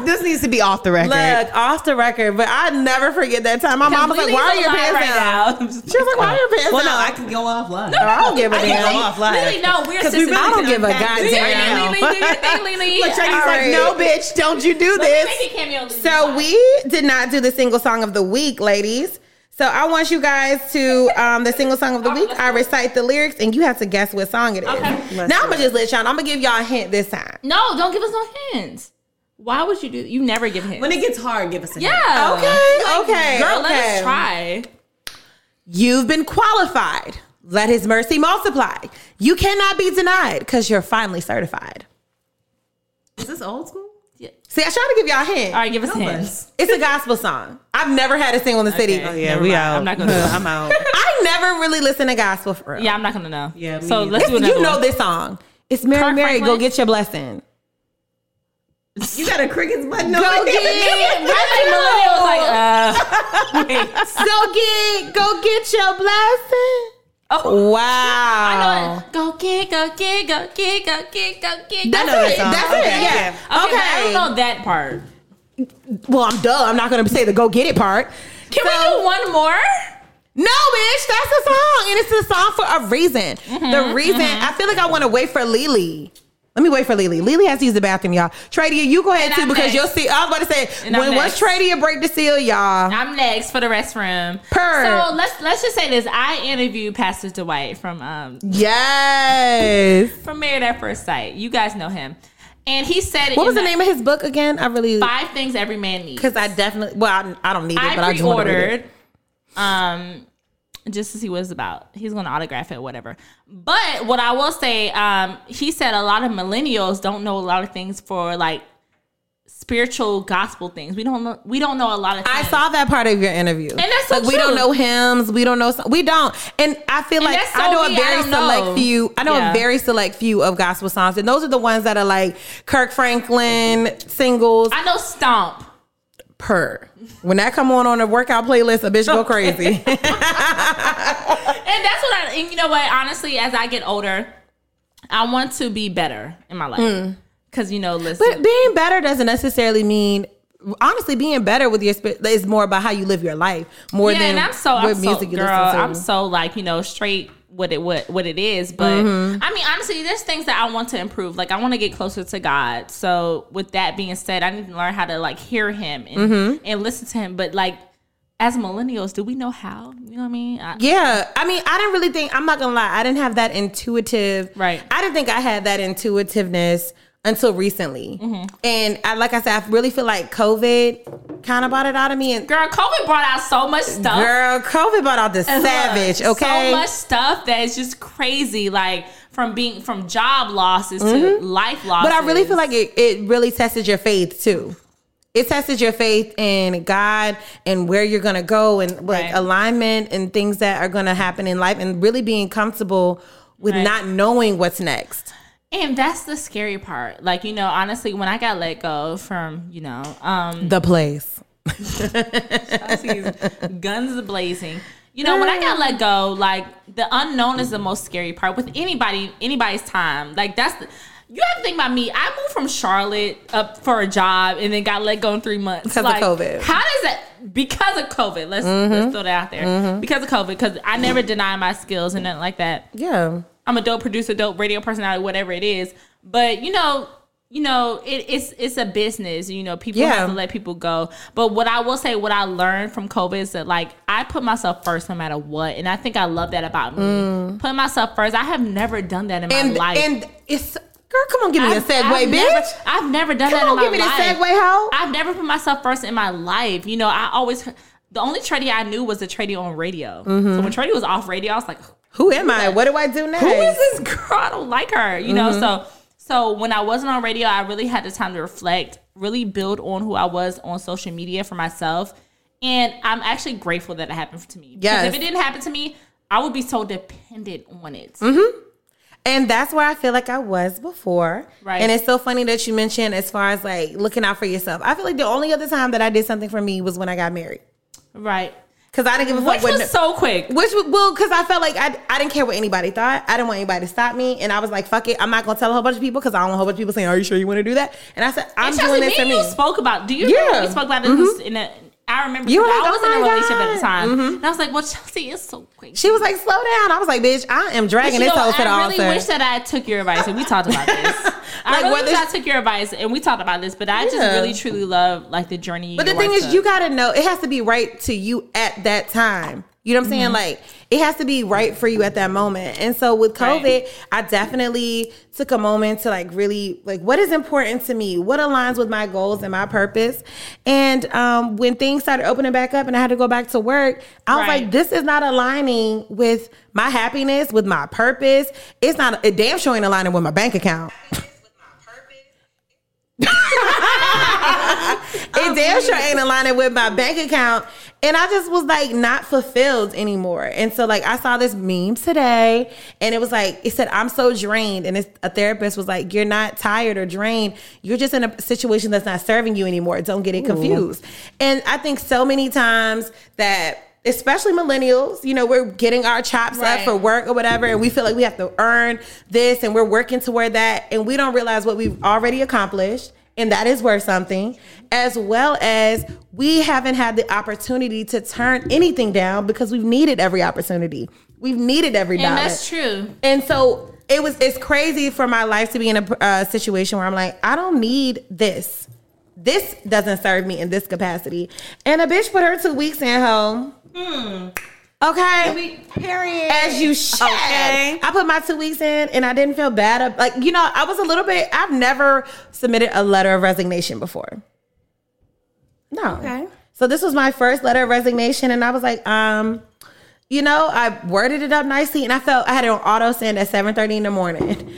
[SPEAKER 8] this needs to be off the record.
[SPEAKER 6] Look, off the record, but I never forget that time. My mom was like,
[SPEAKER 2] Leave
[SPEAKER 6] "Why are
[SPEAKER 2] me
[SPEAKER 6] your
[SPEAKER 2] alone
[SPEAKER 6] pants
[SPEAKER 2] right
[SPEAKER 6] down?"
[SPEAKER 2] now?
[SPEAKER 6] She was like, "Why are your pants
[SPEAKER 8] well, no,
[SPEAKER 6] down?"
[SPEAKER 8] I can go offline.
[SPEAKER 6] I don't give a
[SPEAKER 8] I can
[SPEAKER 6] damn.
[SPEAKER 8] go offline.
[SPEAKER 2] Lily, no, we're
[SPEAKER 8] Because we
[SPEAKER 2] sisters.
[SPEAKER 8] really
[SPEAKER 6] I don't
[SPEAKER 8] can
[SPEAKER 6] give a
[SPEAKER 8] unpack this
[SPEAKER 6] goddamn.
[SPEAKER 8] right now.
[SPEAKER 2] Lily, do your thing, Lily.
[SPEAKER 8] Look, Chinese
[SPEAKER 6] All right.
[SPEAKER 8] like, no, bitch, don't you do
[SPEAKER 2] Let's
[SPEAKER 8] this.
[SPEAKER 2] make a cameo. Lily.
[SPEAKER 6] So we did not do the single song of the week, ladies. So I want you guys to um, the single song of the week. I recite the lyrics, and you have to guess what song it is.
[SPEAKER 2] Okay.
[SPEAKER 6] Now I'm gonna just let y'all. I'm gonna give y'all a hint this time.
[SPEAKER 2] No, don't give us no hints. Why would you do? You never give hints.
[SPEAKER 8] When it gets hard, give us a hint.
[SPEAKER 2] yeah.
[SPEAKER 6] Okay, okay,
[SPEAKER 2] Girl, let
[SPEAKER 6] okay.
[SPEAKER 2] us
[SPEAKER 8] Oh,
[SPEAKER 2] try.
[SPEAKER 6] You've been qualified. Let His mercy multiply. You cannot be denied because you're finally certified.
[SPEAKER 8] Is this old school?
[SPEAKER 6] See, I tried to give y'all a hint.
[SPEAKER 2] All right, give us
[SPEAKER 8] Help
[SPEAKER 2] hints.
[SPEAKER 8] us.
[SPEAKER 6] It's a gospel song. I've never had a single in the city.
[SPEAKER 2] Okay.
[SPEAKER 8] Oh, Yeah,
[SPEAKER 2] Never
[SPEAKER 8] we
[SPEAKER 2] mind.
[SPEAKER 8] out.
[SPEAKER 2] I'm not gonna do it.
[SPEAKER 8] I'm out.
[SPEAKER 6] I never really listen to gospel for real.
[SPEAKER 2] Yeah, I'm not gonna know.
[SPEAKER 8] Yeah, me
[SPEAKER 2] So
[SPEAKER 8] neither.
[SPEAKER 2] let's
[SPEAKER 6] It's-
[SPEAKER 2] do another
[SPEAKER 6] you know
[SPEAKER 2] one.
[SPEAKER 6] this song. It's Mary,
[SPEAKER 2] Kirk
[SPEAKER 6] Mary, go
[SPEAKER 2] Franklin?
[SPEAKER 6] get your blessing.
[SPEAKER 8] You got a cricket's button
[SPEAKER 6] Go
[SPEAKER 8] over there.
[SPEAKER 6] get,
[SPEAKER 2] Like, millennials, like, uh,
[SPEAKER 6] go get, go get your blessing.
[SPEAKER 2] oh,
[SPEAKER 6] Wow.
[SPEAKER 2] I know it. Go get, go get, go get, go get, go get.
[SPEAKER 6] That's
[SPEAKER 8] know that
[SPEAKER 6] it.
[SPEAKER 8] song.
[SPEAKER 6] That's
[SPEAKER 8] Okay,
[SPEAKER 6] it. Yeah.
[SPEAKER 2] Okay,
[SPEAKER 6] Okay.
[SPEAKER 2] but I don't know that part.
[SPEAKER 6] Well, I'm dumb. I'm not gonna say the go get it part.
[SPEAKER 2] Can
[SPEAKER 6] So-
[SPEAKER 2] we do one more?
[SPEAKER 6] No, bitch, that's a song, and it's a song for a reason.
[SPEAKER 2] Mm-hmm,
[SPEAKER 6] the reason I feel like I want to wait for Lily. Let me wait for Lily. Lily has to use the bathroom, y'all. Tradia, you go ahead
[SPEAKER 2] And
[SPEAKER 6] too
[SPEAKER 2] I'm
[SPEAKER 6] because
[SPEAKER 2] next.
[SPEAKER 6] you'll see. I was about to say
[SPEAKER 2] And I'm
[SPEAKER 6] when once
[SPEAKER 2] next.
[SPEAKER 6] Tradia break the seal, y'all.
[SPEAKER 2] I'm next for the restroom.
[SPEAKER 6] Purr.
[SPEAKER 2] So let's let's just say this. I interviewed Pastor Dwight from um
[SPEAKER 6] Yes.
[SPEAKER 2] from Married at First Sight. You guys know him, and he said
[SPEAKER 6] What was the name of his book again? I really
[SPEAKER 2] Five things every man needs.
[SPEAKER 6] because I definitely well I, I don't need it,
[SPEAKER 2] I
[SPEAKER 6] but I just want to read it.
[SPEAKER 2] pre-ordered, um, just to see what it's about. He's gonna autograph it, whatever. But what I will say, um, he said a lot of millennials don't know a lot of things for like spiritual gospel things. We don't know. We don't know a lot of. Things.
[SPEAKER 6] I saw that part of your interview. And
[SPEAKER 2] that's so
[SPEAKER 6] like we don't
[SPEAKER 2] true.
[SPEAKER 6] know hymns, we don't know some, we don't. And I feel
[SPEAKER 2] And
[SPEAKER 6] like
[SPEAKER 2] that's
[SPEAKER 6] I
[SPEAKER 2] so
[SPEAKER 6] know a
[SPEAKER 2] me, I
[SPEAKER 6] very
[SPEAKER 2] don't know.
[SPEAKER 6] select few. I know a
[SPEAKER 2] Yeah.
[SPEAKER 6] very select few of gospel songs, and those are the ones that are like Kirk Franklin singles
[SPEAKER 2] I know stomp.
[SPEAKER 6] per. When that come on on a workout playlist, a bitch go crazy.
[SPEAKER 2] and that's what I. And you know what? Honestly, as I get older, I want to be better in my life. Cause you know, listen.
[SPEAKER 6] Mm. but being better doesn't necessarily mean. Honestly, being better with your spirit is more about how you live your life more
[SPEAKER 2] yeah,
[SPEAKER 6] than
[SPEAKER 2] and I'm so
[SPEAKER 6] what
[SPEAKER 2] I'm
[SPEAKER 6] music
[SPEAKER 2] so,
[SPEAKER 6] you
[SPEAKER 2] girl,
[SPEAKER 6] listen to.
[SPEAKER 2] I'm so like you know straight what it what what it is. But
[SPEAKER 6] Mm-hmm.
[SPEAKER 2] I mean, honestly, there's things that I want to improve. Like I want to get closer to God. So with that being said, I need to learn how to like hear Him and
[SPEAKER 6] Mm-hmm.
[SPEAKER 2] and listen to Him. But like as millennials, do we know how? You know what I mean? I,
[SPEAKER 6] Yeah, I mean, I didn't really think. I'm not gonna lie, I didn't have that intuitive.
[SPEAKER 2] Right.
[SPEAKER 6] I didn't think I had that intuitiveness until recently,
[SPEAKER 2] Mm-hmm.
[SPEAKER 6] and I, like I said, I really feel like COVID kind of brought it out of me. And
[SPEAKER 2] Girl, COVID brought out so much stuff.
[SPEAKER 6] girl, COVID brought out the
[SPEAKER 2] Look,
[SPEAKER 6] savage. Okay,
[SPEAKER 2] So much stuff that is just crazy. Like from being from job losses to life losses.
[SPEAKER 6] Mm-hmm. but I really feel like it, it really tested your faith too. It tested your faith in God and where you're gonna go and like
[SPEAKER 2] Right.
[SPEAKER 6] alignment and things that are gonna happen in life and really being comfortable with
[SPEAKER 2] Right.
[SPEAKER 6] not knowing what's next.
[SPEAKER 2] And that's the scary part. Like, you know, honestly, when I got let go from, you know, um
[SPEAKER 6] The place.
[SPEAKER 2] guns blazing. You know, when I got let go, like the unknown is the most scary part with anybody, anybody's time. Like that's the, you have to think about me. I moved from Charlotte up for a job and then got let go in three months
[SPEAKER 6] 'Cause of
[SPEAKER 2] Like,
[SPEAKER 6] COVID. Mm-hmm.
[SPEAKER 2] How does that? Because of COVID. Let's let's throw that out there. Because of COVID. Because I never deny my skills and nothing like that.
[SPEAKER 6] Yeah.
[SPEAKER 2] I'm a dope producer, dope radio personality, whatever it is. But you know, you know, it, it's it's a business. You know, people
[SPEAKER 6] Yeah.
[SPEAKER 2] have to let people go. But what I will say, what I learned from COVID is that like I put myself first no matter what, and I think I love that about me. Put myself first. I have never done that in my
[SPEAKER 6] Mm. and
[SPEAKER 2] life.
[SPEAKER 6] and it's girl, come on, give me a
[SPEAKER 2] I've-
[SPEAKER 6] segue,
[SPEAKER 2] I've
[SPEAKER 6] bitch.
[SPEAKER 2] never- I've never done
[SPEAKER 6] Come
[SPEAKER 2] that
[SPEAKER 6] on,
[SPEAKER 2] in my
[SPEAKER 6] give me the
[SPEAKER 2] life.
[SPEAKER 6] segue, hoe.
[SPEAKER 2] I've never put myself first in my life. You know, I always the only tradie I knew was the tradie on radio.
[SPEAKER 6] Mm-hmm.
[SPEAKER 2] So when tradie was off radio, I was like,
[SPEAKER 6] Who am I? What do I do next?
[SPEAKER 2] who is this girl? I don't like her. You
[SPEAKER 6] Mm-hmm.
[SPEAKER 2] know, so so when I wasn't on radio, I really had the time to reflect, really build on who I was on social media for myself. And I'm actually grateful that it happened to me. Because
[SPEAKER 6] Yes.
[SPEAKER 2] if it didn't happen to me, I would be so dependent on it.
[SPEAKER 6] Mm-hmm. And that's where I feel like I was before.
[SPEAKER 2] Right.
[SPEAKER 6] And it's so funny that you mentioned as far as like looking out for yourself. I feel like the only other time that I did something for me was when I got married.
[SPEAKER 2] Right.
[SPEAKER 6] because I didn't give a fuck.
[SPEAKER 2] Which
[SPEAKER 6] what no-
[SPEAKER 2] was so quick.
[SPEAKER 6] which was- well, because I felt like I, I didn't care what anybody thought. I didn't want anybody to stop me, and I was like, "Fuck it, I'm not gonna tell a whole bunch of people because I don't want a whole bunch of people saying, "Are you sure you want to do that?" And I said, "I'm
[SPEAKER 2] And
[SPEAKER 6] doing
[SPEAKER 2] Chelsea,
[SPEAKER 6] this for
[SPEAKER 2] me and
[SPEAKER 6] me."
[SPEAKER 2] you spoke about. Do you
[SPEAKER 6] Yeah. Mm-hmm.
[SPEAKER 2] remember we spoke about this in a? I remember
[SPEAKER 6] You were
[SPEAKER 2] because
[SPEAKER 6] like,
[SPEAKER 2] I was
[SPEAKER 6] "Oh
[SPEAKER 2] in a
[SPEAKER 6] my
[SPEAKER 2] relationship at
[SPEAKER 6] God." Mm-hmm.
[SPEAKER 2] the time, and I was like, "Well, Chelsea is so quick."
[SPEAKER 6] she was like, "Slow down." I was like, "Bitch, I am
[SPEAKER 2] But
[SPEAKER 6] dragging
[SPEAKER 2] you
[SPEAKER 6] this
[SPEAKER 2] know,
[SPEAKER 6] hoe to the
[SPEAKER 2] I really
[SPEAKER 6] altar."
[SPEAKER 2] wish that I took your advice, and we talked about this. I
[SPEAKER 6] Like,
[SPEAKER 2] really
[SPEAKER 6] whether-
[SPEAKER 2] wish I took your advice, and we talked about this. But I just
[SPEAKER 6] Yeah.
[SPEAKER 2] really truly love like the journey.
[SPEAKER 6] But the
[SPEAKER 2] your
[SPEAKER 6] thing
[SPEAKER 2] wife
[SPEAKER 6] is, you
[SPEAKER 2] took.
[SPEAKER 6] gotta know it has to be right to you at that time. You know what I'm
[SPEAKER 2] Mm-hmm.
[SPEAKER 6] saying? Like it has to be right for you at that moment. And so with COVID,
[SPEAKER 2] Right.
[SPEAKER 6] I definitely took a moment to like really like what is important to me, what aligns with my goals and my purpose. And um, when things started opening back up and I had to go back to work, I was
[SPEAKER 2] Right.
[SPEAKER 6] like, this is not aligning with my happiness, with my purpose. It's not it damn sure ain't aligning with my bank account. it damn sure ain't aligning with my bank account. And I just was like not fulfilled anymore. And so like I saw this meme today and it was like it said I'm so drained and it's, a therapist was like you're not tired or drained. You're just in a situation that's not serving you anymore. Don't get it confused. And I think so many times that especially millennials, you know, we're getting our chops up
[SPEAKER 2] Right.
[SPEAKER 6] for work or whatever, and we feel like we have to earn this and we're working toward that, and we don't realize what we've already accomplished. And that is worth something, as well as we haven't had the opportunity to turn anything down because we've needed every opportunity. We've needed every dollar.
[SPEAKER 2] and that's true.
[SPEAKER 6] And so it was. It's crazy for my life to be in a uh, situation where I'm like, I don't need this. This doesn't serve me in this capacity. And a bitch put her two weeks in home. Okay.
[SPEAKER 8] Period.
[SPEAKER 6] As you should.
[SPEAKER 7] Okay.
[SPEAKER 6] I put my two weeks in and I didn't feel bad. ab- Like, you know, I was a little bit, I've never submitted a letter of resignation before. No. Okay. So this was my first letter of resignation and I was like, um, you know, I worded it up nicely and I felt I had it on auto send at 7.30 in the morning.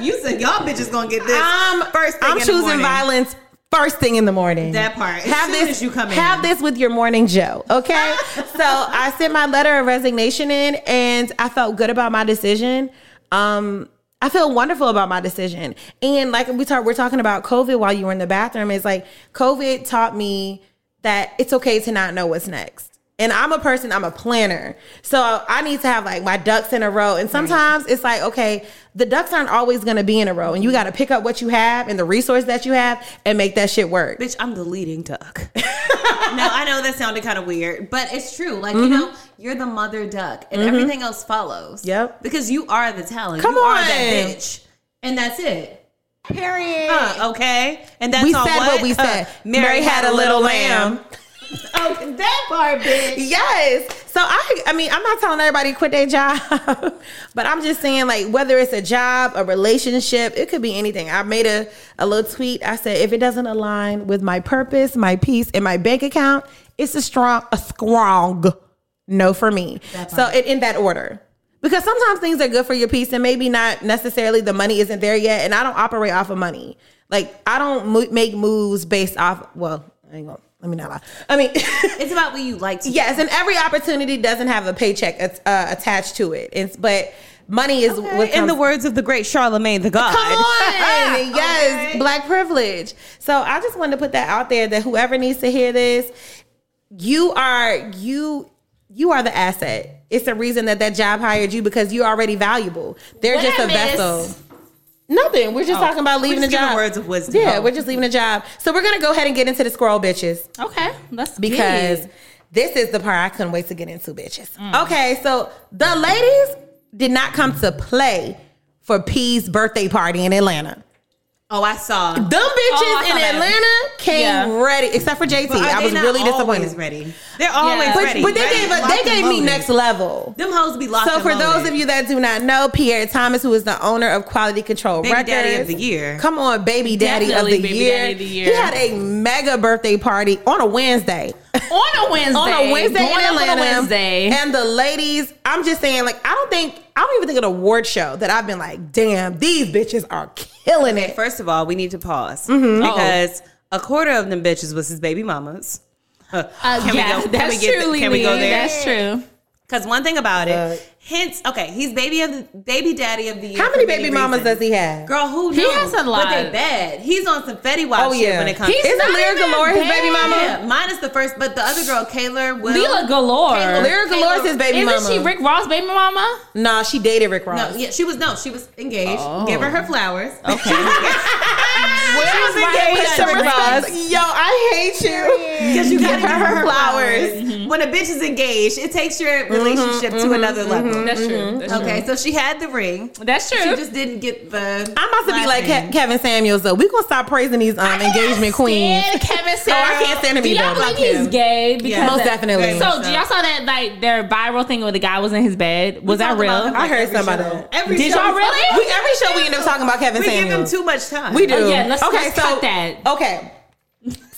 [SPEAKER 8] you said y'all bitches gonna get this.
[SPEAKER 6] I'm,
[SPEAKER 8] first thing in
[SPEAKER 6] I'm
[SPEAKER 8] the
[SPEAKER 6] choosing
[SPEAKER 8] morning.
[SPEAKER 6] violence first thing in the morning.
[SPEAKER 8] That part. As
[SPEAKER 6] have
[SPEAKER 8] soon
[SPEAKER 6] this
[SPEAKER 8] as you come in.
[SPEAKER 6] have this with your morning joe okay so i sent my letter of resignation in and i felt good about my decision um i feel wonderful about my decision and like we talk we're talking about covid while you were in the bathroom it's like covid taught me that it's okay to not know what's next and I'm a person, I'm a planner. So I need to have like my ducks in a row. And sometimes it's like, okay, the ducks aren't always gonna be in a row. And you gotta pick up what you have and the resource that you have and make that shit work.
[SPEAKER 8] Bitch, I'm the leading duck. no, I know that sounded kind of weird, but it's true. Like, you
[SPEAKER 6] Mm-hmm.
[SPEAKER 8] know, you're the mother duck and everything else follows.
[SPEAKER 6] Yep.
[SPEAKER 8] Because you are the talent.
[SPEAKER 6] Come
[SPEAKER 8] you are that
[SPEAKER 6] on.
[SPEAKER 8] bitch. And that's it. Period. okay. And that's
[SPEAKER 6] we
[SPEAKER 8] all
[SPEAKER 6] said what, we
[SPEAKER 8] Uh,
[SPEAKER 6] said. Mary, had, a little lamb.
[SPEAKER 8] Oh, that part, bitch.
[SPEAKER 6] Yes. So I I mean, I'm not telling everybody quit their job, but I'm just saying like whether it's a job, a relationship, it could be anything. I made a, a little tweet. I said if it doesn't align with my purpose, my peace, and my bank account, it's a strong a strong no for me. So it in that order. Because sometimes things are good for your peace and maybe not necessarily the money isn't there yet. And I don't operate off of money. Like I don't mo- make moves based off, well, I ain't gonna, let me not lie. I mean,
[SPEAKER 8] It's about what you like to
[SPEAKER 6] Yes, and every opportunity doesn't have a paycheck at- uh, attached to it. It's but money is
[SPEAKER 8] do.
[SPEAKER 6] what
[SPEAKER 8] In the
[SPEAKER 6] comes-
[SPEAKER 8] words of the great Charlemagne the God.
[SPEAKER 6] Come on, yes, black privilege. So I just wanted to put that out there that whoever needs to hear this, you are you you are the asset. It's the reason that that job hired you because you're already valuable. They're
[SPEAKER 2] What
[SPEAKER 6] just
[SPEAKER 2] I
[SPEAKER 6] a
[SPEAKER 2] miss?
[SPEAKER 6] vessel. Nothing. We're just talking about leaving
[SPEAKER 8] Oh, just
[SPEAKER 6] the
[SPEAKER 8] giving
[SPEAKER 6] job.
[SPEAKER 8] words of wisdom.
[SPEAKER 6] Yeah,
[SPEAKER 8] Oh.
[SPEAKER 6] we're just leaving the job. So we're gonna go ahead and get into the scroll, bitches
[SPEAKER 2] Okay, let's get
[SPEAKER 6] because
[SPEAKER 2] it.
[SPEAKER 6] this is the part I couldn't wait to get into, bitches. Okay, so the ladies did not come to play for P's birthday party in Atlanta.
[SPEAKER 8] Oh, I saw.
[SPEAKER 6] Them bitches
[SPEAKER 2] Oh, I saw
[SPEAKER 6] in
[SPEAKER 2] that.
[SPEAKER 6] Atlanta came
[SPEAKER 2] Yeah.
[SPEAKER 6] ready, except for JT.
[SPEAKER 8] But are
[SPEAKER 6] I
[SPEAKER 8] they
[SPEAKER 6] was
[SPEAKER 8] not
[SPEAKER 6] really
[SPEAKER 8] always
[SPEAKER 6] disappointed.
[SPEAKER 8] Ready. They're always
[SPEAKER 2] Yeah.
[SPEAKER 6] But,
[SPEAKER 8] ready.
[SPEAKER 6] but they
[SPEAKER 8] Ready,
[SPEAKER 6] gave a,
[SPEAKER 8] locked
[SPEAKER 6] they
[SPEAKER 8] and
[SPEAKER 6] gave me
[SPEAKER 8] loaded.
[SPEAKER 6] next level.
[SPEAKER 8] Them hoes be locked.
[SPEAKER 6] So
[SPEAKER 8] and
[SPEAKER 6] for those
[SPEAKER 8] loaded.
[SPEAKER 6] of you that do not know, Pierre Thomas, who is the owner of Quality Control
[SPEAKER 8] Baby
[SPEAKER 6] Records,
[SPEAKER 8] daddy of the year.
[SPEAKER 6] Come on, baby daddy
[SPEAKER 2] Definitely
[SPEAKER 6] of the
[SPEAKER 2] baby
[SPEAKER 6] year.
[SPEAKER 2] daddy of the year.
[SPEAKER 6] He had a mega birthday party on a Wednesday.
[SPEAKER 2] on a Wednesday,
[SPEAKER 6] on a Wednesday
[SPEAKER 2] going
[SPEAKER 6] in
[SPEAKER 2] up on a
[SPEAKER 6] Atlanta.
[SPEAKER 2] Wednesday.
[SPEAKER 6] And the ladies, I'm just saying, like, I don't think, I don't even think of an award show that I've been like, damn, these bitches are killing it.
[SPEAKER 8] First of all, we need to pause
[SPEAKER 6] Mm-hmm.
[SPEAKER 8] because a quarter of them bitches was his baby mamas.
[SPEAKER 2] Uh,
[SPEAKER 8] Can we
[SPEAKER 2] yeah,
[SPEAKER 8] go- can
[SPEAKER 2] that's
[SPEAKER 8] we get-
[SPEAKER 2] true,
[SPEAKER 8] can we go
[SPEAKER 2] Lily.
[SPEAKER 8] there?
[SPEAKER 2] That's true.
[SPEAKER 7] Because one thing about
[SPEAKER 6] Fuck.
[SPEAKER 7] it, hence, okay, he's baby of the, baby daddy of the year.
[SPEAKER 6] How
[SPEAKER 7] for
[SPEAKER 6] many baby mamas
[SPEAKER 7] reasons.
[SPEAKER 6] does he have?
[SPEAKER 7] Girl, who knows?
[SPEAKER 2] He has a lot.
[SPEAKER 7] But they bad. He's on some Fetty Wap
[SPEAKER 6] Oh,
[SPEAKER 7] shit
[SPEAKER 6] yeah.
[SPEAKER 7] when it comes.
[SPEAKER 2] He's
[SPEAKER 7] to
[SPEAKER 6] Isn't
[SPEAKER 2] not
[SPEAKER 6] Lyra
[SPEAKER 2] even
[SPEAKER 6] Galore his
[SPEAKER 2] bad.
[SPEAKER 6] baby mama?
[SPEAKER 7] yeah, mine is the first, but the other girl, Kayla Will.
[SPEAKER 2] Leela Galore.
[SPEAKER 6] Lyra Galore's his baby
[SPEAKER 2] Isn't
[SPEAKER 6] mama.
[SPEAKER 2] she Rick Ross' baby mama?
[SPEAKER 6] Nah, she dated Rick Ross.
[SPEAKER 7] No, yeah, she was no, she was engaged. Give
[SPEAKER 6] Oh.
[SPEAKER 7] her her flowers.
[SPEAKER 6] She was engaged to Rick Ross. Yo, I hate you.
[SPEAKER 7] Because you
[SPEAKER 6] Give
[SPEAKER 7] gotta give
[SPEAKER 6] her her flowers. Mm-hmm,
[SPEAKER 7] When a bitch is engaged, it takes your relationship to another level.
[SPEAKER 2] That's true.
[SPEAKER 8] Mm-hmm.
[SPEAKER 2] That's true.
[SPEAKER 7] Okay, so she had the ring.
[SPEAKER 2] That's
[SPEAKER 7] She
[SPEAKER 2] true.
[SPEAKER 7] just didn't get the.
[SPEAKER 6] I'm about to be
[SPEAKER 7] last
[SPEAKER 6] like
[SPEAKER 7] name.
[SPEAKER 6] Ke- Kevin Samuels though. We gonna stop praising these um, engagement queens.
[SPEAKER 2] Stand Kevin
[SPEAKER 6] Oh,
[SPEAKER 2] Samuels.
[SPEAKER 6] I can't stand him
[SPEAKER 2] Do y'all
[SPEAKER 6] either.
[SPEAKER 2] believe
[SPEAKER 6] Fuck
[SPEAKER 2] he's
[SPEAKER 6] him.
[SPEAKER 2] gay? Because
[SPEAKER 7] Yeah.
[SPEAKER 6] Most
[SPEAKER 2] that-
[SPEAKER 6] definitely.
[SPEAKER 2] So, do y'all saw that like their viral thing where the guy was in his bed? Was that
[SPEAKER 7] talk
[SPEAKER 2] real?
[SPEAKER 7] about him
[SPEAKER 6] I heard
[SPEAKER 7] Every
[SPEAKER 6] somebody.
[SPEAKER 7] show. Every
[SPEAKER 2] Did
[SPEAKER 7] show
[SPEAKER 2] y'all
[SPEAKER 7] we-
[SPEAKER 2] really?
[SPEAKER 6] We, every show we end up talking about Kevin
[SPEAKER 7] We give him
[SPEAKER 6] Samuels.
[SPEAKER 7] too much time.
[SPEAKER 6] We do.
[SPEAKER 2] Oh, yeah, let's- let's cut that.
[SPEAKER 6] Okay.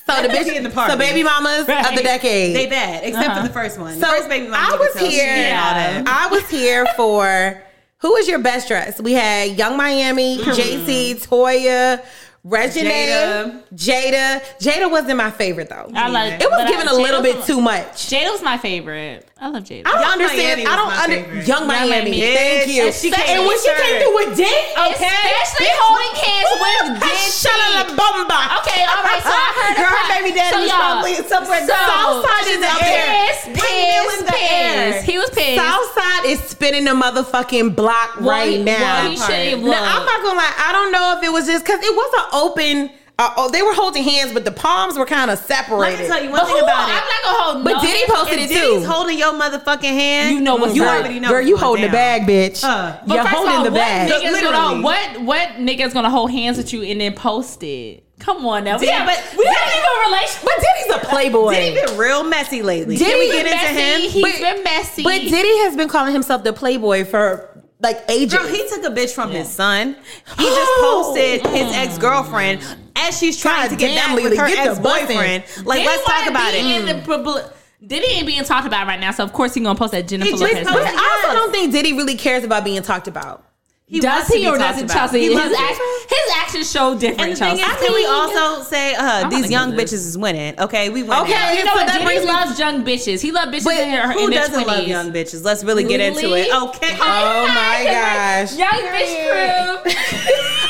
[SPEAKER 6] So the bitch
[SPEAKER 7] in the party.
[SPEAKER 6] So baby mamas of the
[SPEAKER 2] Right.
[SPEAKER 6] decade.
[SPEAKER 7] They bad, except for the first one.
[SPEAKER 6] Uh-huh. so
[SPEAKER 7] first baby mama.
[SPEAKER 6] I
[SPEAKER 7] you
[SPEAKER 6] was
[SPEAKER 7] could tell she
[SPEAKER 6] here.
[SPEAKER 7] did all that.
[SPEAKER 6] I was here for who was your best dress? We had Young Miami,
[SPEAKER 2] Mm-hmm.
[SPEAKER 6] JC, Toya, Regina, Jada. Jada. wasn't my favorite though.
[SPEAKER 2] I like
[SPEAKER 6] it was
[SPEAKER 2] but
[SPEAKER 6] given
[SPEAKER 2] I-
[SPEAKER 6] a little
[SPEAKER 2] Jada
[SPEAKER 6] bit
[SPEAKER 2] was-
[SPEAKER 6] too much.
[SPEAKER 2] Jada was my favorite. I love Jada.
[SPEAKER 6] I don't
[SPEAKER 7] Young
[SPEAKER 6] understand.
[SPEAKER 7] Miami
[SPEAKER 6] I
[SPEAKER 7] was
[SPEAKER 6] don't
[SPEAKER 7] my
[SPEAKER 6] under
[SPEAKER 7] favorite.
[SPEAKER 6] Young Miami.
[SPEAKER 2] Miami.
[SPEAKER 6] Thank
[SPEAKER 7] Bitch,
[SPEAKER 6] you.
[SPEAKER 7] and she came
[SPEAKER 6] and when
[SPEAKER 7] in
[SPEAKER 6] she
[SPEAKER 7] third.
[SPEAKER 6] came through with dick, okay.
[SPEAKER 2] Especially holding hands with
[SPEAKER 6] Ooh,
[SPEAKER 2] dead
[SPEAKER 6] shala la bomba.
[SPEAKER 2] Okay, all right. So I heard
[SPEAKER 6] Girl,
[SPEAKER 2] about-
[SPEAKER 6] her baby daddy
[SPEAKER 2] so
[SPEAKER 6] was
[SPEAKER 2] y'all-
[SPEAKER 6] probably somewhere
[SPEAKER 2] so
[SPEAKER 6] Southside is out there.
[SPEAKER 2] Pissed,
[SPEAKER 6] Windmill
[SPEAKER 2] pissed,
[SPEAKER 6] in the air.
[SPEAKER 2] pissed. He was pissed.
[SPEAKER 6] Southside is spinning the motherfucking block
[SPEAKER 2] Well,
[SPEAKER 6] right
[SPEAKER 2] he-
[SPEAKER 6] now.
[SPEAKER 2] well, he should've
[SPEAKER 6] Now, I'm
[SPEAKER 2] looked.
[SPEAKER 6] not gonna lie. I don't know if it was just because it was an open. Uh, oh, they were holding hands, but the palms were kind of separated.
[SPEAKER 7] Let me tell you
[SPEAKER 2] But
[SPEAKER 7] one
[SPEAKER 2] who?
[SPEAKER 7] thing about
[SPEAKER 2] I'm
[SPEAKER 7] it.
[SPEAKER 2] not gonna hold.
[SPEAKER 6] but
[SPEAKER 2] no
[SPEAKER 6] Diddy
[SPEAKER 2] hands.
[SPEAKER 6] posted
[SPEAKER 7] If
[SPEAKER 6] it
[SPEAKER 7] Diddy's
[SPEAKER 6] too.
[SPEAKER 7] holding your motherfucking hand,
[SPEAKER 2] You know what's
[SPEAKER 7] you
[SPEAKER 2] up.
[SPEAKER 7] already know.
[SPEAKER 6] Mm. Girl,
[SPEAKER 7] what's
[SPEAKER 6] you
[SPEAKER 7] going
[SPEAKER 6] holding the bag,
[SPEAKER 7] down.
[SPEAKER 6] bitch.
[SPEAKER 7] Uh,
[SPEAKER 2] But
[SPEAKER 6] You're
[SPEAKER 2] first of
[SPEAKER 6] holding
[SPEAKER 2] all,
[SPEAKER 6] the
[SPEAKER 2] what
[SPEAKER 6] bag.
[SPEAKER 2] nigga's
[SPEAKER 7] Literally.
[SPEAKER 2] Gonna, what what niggas gonna hold hands with you and then post it? Come on now. We
[SPEAKER 7] Diddy-
[SPEAKER 2] have,
[SPEAKER 7] but-
[SPEAKER 2] we haven't even a relationship.
[SPEAKER 6] But Diddy's a playboy.
[SPEAKER 7] Diddy been real messy lately.
[SPEAKER 6] Diddy
[SPEAKER 7] Can we
[SPEAKER 6] been
[SPEAKER 7] get into
[SPEAKER 2] messy.
[SPEAKER 7] him?
[SPEAKER 2] He's
[SPEAKER 6] But-
[SPEAKER 2] been messy.
[SPEAKER 6] But Diddy has been calling himself the Playboy for like ages.
[SPEAKER 7] Girl, he took a bitch from his son. He just posted his ex girlfriend as she's trying to get
[SPEAKER 6] damn,
[SPEAKER 7] back with
[SPEAKER 6] Lily,
[SPEAKER 7] her
[SPEAKER 6] get the
[SPEAKER 7] ex boyfriend. Like,
[SPEAKER 2] Diddy
[SPEAKER 7] let's talk
[SPEAKER 2] wanna
[SPEAKER 7] about
[SPEAKER 2] be
[SPEAKER 7] it.
[SPEAKER 2] in the publi- Diddy ain't being talked about right now, so of course he gonna post that Jennifer
[SPEAKER 7] just
[SPEAKER 2] Lopez.
[SPEAKER 7] posted-
[SPEAKER 2] thing.
[SPEAKER 6] I also don't think Diddy really cares about being talked about.
[SPEAKER 7] He
[SPEAKER 2] does
[SPEAKER 7] wants to
[SPEAKER 2] he
[SPEAKER 7] be
[SPEAKER 2] or
[SPEAKER 7] talked
[SPEAKER 2] doesn't
[SPEAKER 7] about.
[SPEAKER 2] Chelsea?
[SPEAKER 7] He
[SPEAKER 2] His,
[SPEAKER 7] loves
[SPEAKER 2] act, his actions show different.
[SPEAKER 7] And the thing is,
[SPEAKER 2] Chelsea.
[SPEAKER 7] can we also say uh,
[SPEAKER 2] gonna
[SPEAKER 7] these young
[SPEAKER 2] do this.
[SPEAKER 7] bitches is winning? Okay, we winning.
[SPEAKER 6] Okay,
[SPEAKER 2] You know
[SPEAKER 6] so
[SPEAKER 2] what?
[SPEAKER 6] that brings
[SPEAKER 2] Diddy
[SPEAKER 6] me-
[SPEAKER 2] loves young bitches. He loves bitches
[SPEAKER 6] But
[SPEAKER 2] in her
[SPEAKER 7] Who
[SPEAKER 2] in their
[SPEAKER 7] doesn't love
[SPEAKER 2] 20s.
[SPEAKER 7] young bitches? Let's really get into
[SPEAKER 2] Really?
[SPEAKER 7] it. Okay.
[SPEAKER 2] Oh
[SPEAKER 6] my gosh.
[SPEAKER 2] Young bitch crew.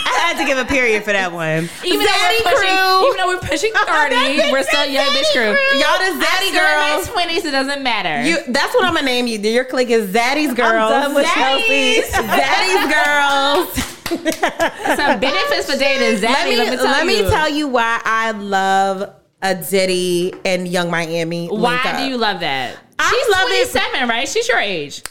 [SPEAKER 7] I had to give a period for that one.
[SPEAKER 2] Even though,
[SPEAKER 6] Zaddy
[SPEAKER 2] we're pushing,
[SPEAKER 6] crew.
[SPEAKER 2] even though we're pushing 30,
[SPEAKER 6] That's
[SPEAKER 2] we're still
[SPEAKER 6] the
[SPEAKER 2] young bitch
[SPEAKER 6] Zaddy
[SPEAKER 2] crew.
[SPEAKER 6] crew. Y'all the Zaddy girls.
[SPEAKER 2] You're in your 20s, it doesn't matter.
[SPEAKER 6] You, that's what I'm gonna name you. Your clique is Zaddy's girls.
[SPEAKER 7] done with
[SPEAKER 6] Zaddy's, Zaddy's girls.
[SPEAKER 2] Some benefits for dating Zaddy, let me,
[SPEAKER 6] let me,
[SPEAKER 2] tell you.
[SPEAKER 6] why I love a Diddy and Young Miami. link
[SPEAKER 2] Why
[SPEAKER 6] up.
[SPEAKER 2] do you love that?
[SPEAKER 6] I
[SPEAKER 2] She's
[SPEAKER 6] love it.
[SPEAKER 2] 27, right? She's your age.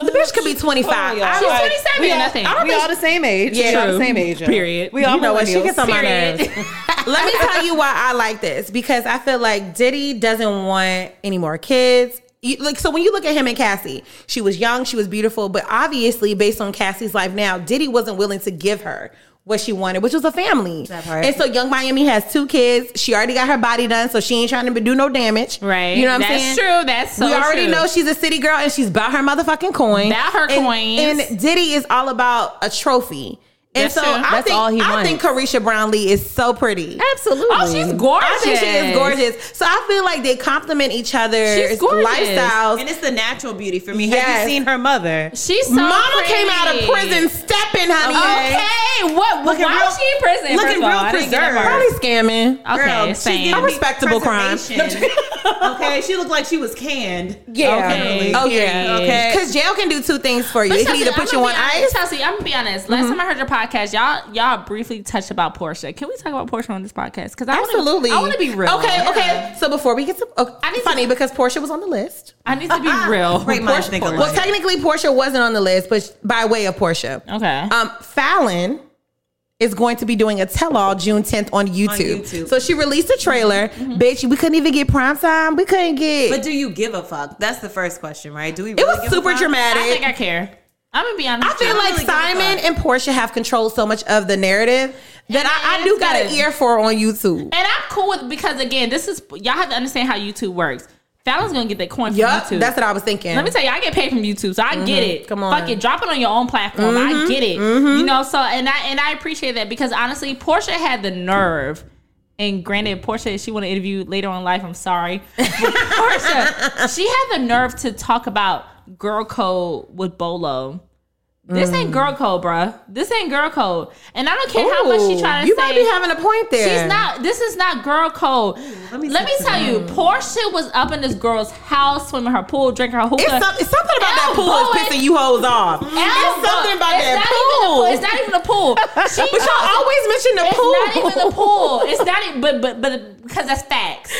[SPEAKER 6] The bitch could be 25.
[SPEAKER 9] Oh, y'all.
[SPEAKER 6] I
[SPEAKER 2] She's
[SPEAKER 6] don't-
[SPEAKER 2] 27,
[SPEAKER 9] We all,
[SPEAKER 2] nothing.
[SPEAKER 9] I don't we
[SPEAKER 2] think-
[SPEAKER 9] all the same age.
[SPEAKER 6] Yeah.
[SPEAKER 9] Yeah, we all the
[SPEAKER 2] True.
[SPEAKER 9] same age. y'all.
[SPEAKER 2] Period.
[SPEAKER 9] We all
[SPEAKER 6] You know what? She
[SPEAKER 9] millennials.
[SPEAKER 6] gets on my
[SPEAKER 2] Period.
[SPEAKER 6] nerves. Let me tell you why I like this because I feel like Diddy doesn't want any more kids. You- like so, when you look at him and Cassie, she was young, she was beautiful, but obviously, based on Cassie's life now, Diddy wasn't willing to give her what she wanted, which was a family.
[SPEAKER 7] part.
[SPEAKER 6] And so, Young Miami has two kids. She already got her body done, so she ain't trying to do no damage.
[SPEAKER 2] Right.
[SPEAKER 6] You know what I'm
[SPEAKER 2] That's
[SPEAKER 6] saying?
[SPEAKER 2] true. That's so
[SPEAKER 6] we already
[SPEAKER 2] true.
[SPEAKER 6] know she's a city girl and she's about her motherfucking coin.
[SPEAKER 2] About her
[SPEAKER 6] and,
[SPEAKER 2] coins.
[SPEAKER 6] And Diddy is all about a trophy. And
[SPEAKER 2] That's
[SPEAKER 6] so
[SPEAKER 2] true.
[SPEAKER 6] I
[SPEAKER 2] That's
[SPEAKER 6] think
[SPEAKER 9] all he
[SPEAKER 6] I
[SPEAKER 9] wants.
[SPEAKER 6] think Carisha Brownlee is so pretty.
[SPEAKER 2] Absolutely. Oh, she's gorgeous.
[SPEAKER 6] I think she is gorgeous. So I feel like they complement each other's
[SPEAKER 2] She's gorgeous.
[SPEAKER 6] lifestyles.
[SPEAKER 7] And it's the natural beauty for me.
[SPEAKER 6] Yes.
[SPEAKER 7] Have you seen her mother?
[SPEAKER 2] She's so
[SPEAKER 6] Mama
[SPEAKER 2] pretty.
[SPEAKER 6] came out of prison stepping, honey.
[SPEAKER 2] Okay. What?
[SPEAKER 7] Looking
[SPEAKER 2] why
[SPEAKER 7] real-
[SPEAKER 2] was she in prison?
[SPEAKER 7] looking
[SPEAKER 2] first of all?
[SPEAKER 7] real
[SPEAKER 2] I didn't get that
[SPEAKER 7] preserved.
[SPEAKER 2] part.
[SPEAKER 6] Probably scamming.
[SPEAKER 2] Okay,
[SPEAKER 7] she's
[SPEAKER 2] same.
[SPEAKER 7] giving
[SPEAKER 6] A
[SPEAKER 7] me
[SPEAKER 6] respectable crime.
[SPEAKER 7] preservation. okay, she looked like she was canned.
[SPEAKER 6] Yeah.
[SPEAKER 2] Okay.
[SPEAKER 6] Oh yeah.
[SPEAKER 2] Okay.
[SPEAKER 6] Because jail can do two things for you.
[SPEAKER 2] But
[SPEAKER 6] It can
[SPEAKER 2] Chelsea,
[SPEAKER 6] either put you
[SPEAKER 2] I'ma
[SPEAKER 6] on
[SPEAKER 2] be honest-
[SPEAKER 6] ice. Mm-hmm.
[SPEAKER 2] Chelsea, I'm gonna be honest. Last time I heard your podcast, y'all y'all briefly touched about Portia. Can we talk about Portia on this podcast? Because
[SPEAKER 6] Absolutely.
[SPEAKER 2] I want to be real.
[SPEAKER 6] Okay. Okay. So before we get to,
[SPEAKER 2] I need
[SPEAKER 6] okay,
[SPEAKER 2] to-
[SPEAKER 6] funny because Portia was on the list.
[SPEAKER 2] I need to be real.
[SPEAKER 7] Great minds think alike.
[SPEAKER 6] Well, technically, Portia wasn't on the list, but by way of Portia.
[SPEAKER 2] Okay.
[SPEAKER 6] Um, Fallon is going to be doing a tell-all June 10th on YouTube.
[SPEAKER 7] YouTube.
[SPEAKER 6] So she released a trailer.
[SPEAKER 2] Mm-hmm,
[SPEAKER 6] Bitch, we couldn't even get prime time. We couldn't get.
[SPEAKER 7] But do you give a fuck? That's the first question, right? Do we? Really
[SPEAKER 6] it was
[SPEAKER 7] give a
[SPEAKER 6] super
[SPEAKER 7] fuck?
[SPEAKER 6] dramatic.
[SPEAKER 2] I think I care. I'm gonna be honest.
[SPEAKER 6] I feel like
[SPEAKER 7] really give a
[SPEAKER 6] Simon
[SPEAKER 7] fuck.
[SPEAKER 6] and Portia have controlled so much of the narrative that I, I do
[SPEAKER 2] it's
[SPEAKER 6] got an
[SPEAKER 2] good.
[SPEAKER 6] ear for on YouTube.
[SPEAKER 2] and I'm cool with because again, this is y'all have to understand how YouTube works. Fallon's gonna get that coin from
[SPEAKER 6] Yup,
[SPEAKER 2] YouTube.
[SPEAKER 6] that's what I was thinking.
[SPEAKER 2] Let me tell you, I get paid from YouTube, so I get it.
[SPEAKER 6] Mm-hmm. Come on. Mm-hmm.
[SPEAKER 2] fuck it, drop it on your own platform. I get it. You know, so and I and I appreciate that because honestly, Portia had the nerve. And granted, Portia, if she want to interview later on in life. I'm sorry, But Portia. She had the nerve to talk about girl code with Bolo. This
[SPEAKER 6] Mm.
[SPEAKER 2] ain't girl code, bruh. This ain't girl code. And I don't care how much she trying to
[SPEAKER 6] you
[SPEAKER 2] say.
[SPEAKER 6] might be having a point there.
[SPEAKER 2] She's not. This is not girl code. Let me, tell you, Portia was up in this girl's house, swimming her pool, drinking her hookah.
[SPEAKER 6] It's, some, it's something about that pool
[SPEAKER 2] Elbow
[SPEAKER 6] that's
[SPEAKER 2] it.
[SPEAKER 6] pissing you hoes off.
[SPEAKER 2] Elba.
[SPEAKER 6] It's something about
[SPEAKER 2] It's
[SPEAKER 6] that
[SPEAKER 2] not even the
[SPEAKER 6] pool.
[SPEAKER 2] pool. It's not even a pool. She
[SPEAKER 6] but y'all always mention the
[SPEAKER 2] It's
[SPEAKER 6] pool.
[SPEAKER 2] not even the pool. It's not. e- But but but because that's facts.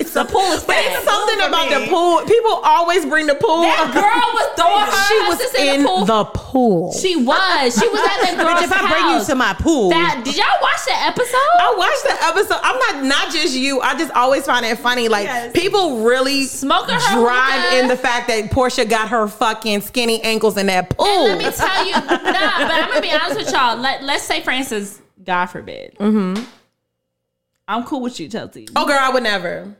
[SPEAKER 6] It's
[SPEAKER 2] The pool is
[SPEAKER 6] But
[SPEAKER 2] fat.
[SPEAKER 6] it's something
[SPEAKER 2] Pool for
[SPEAKER 6] about
[SPEAKER 2] me.
[SPEAKER 6] the pool. People always bring the pool.
[SPEAKER 2] That girl was throwing her.
[SPEAKER 6] she
[SPEAKER 2] her
[SPEAKER 6] was
[SPEAKER 2] sister
[SPEAKER 6] in
[SPEAKER 2] the pool.
[SPEAKER 6] pool.
[SPEAKER 2] She was. She was at that girl's
[SPEAKER 6] Bitch, if I
[SPEAKER 2] house.
[SPEAKER 6] bring you to my pool.
[SPEAKER 2] that, did y'all watch that episode?
[SPEAKER 6] I watched the episode. I'm not not just you. I just always find it funny. Like people really
[SPEAKER 2] Smoking her
[SPEAKER 6] drive
[SPEAKER 2] hookah.
[SPEAKER 6] in the fact that Portia got her fucking skinny ankles in that pool.
[SPEAKER 2] And let me tell you, nah, but I'm gonna be honest with y'all. Let let's say, for instance, God forbid. Mm-hmm. I'm cool with you, Chelsea.
[SPEAKER 6] oh girl, I would never.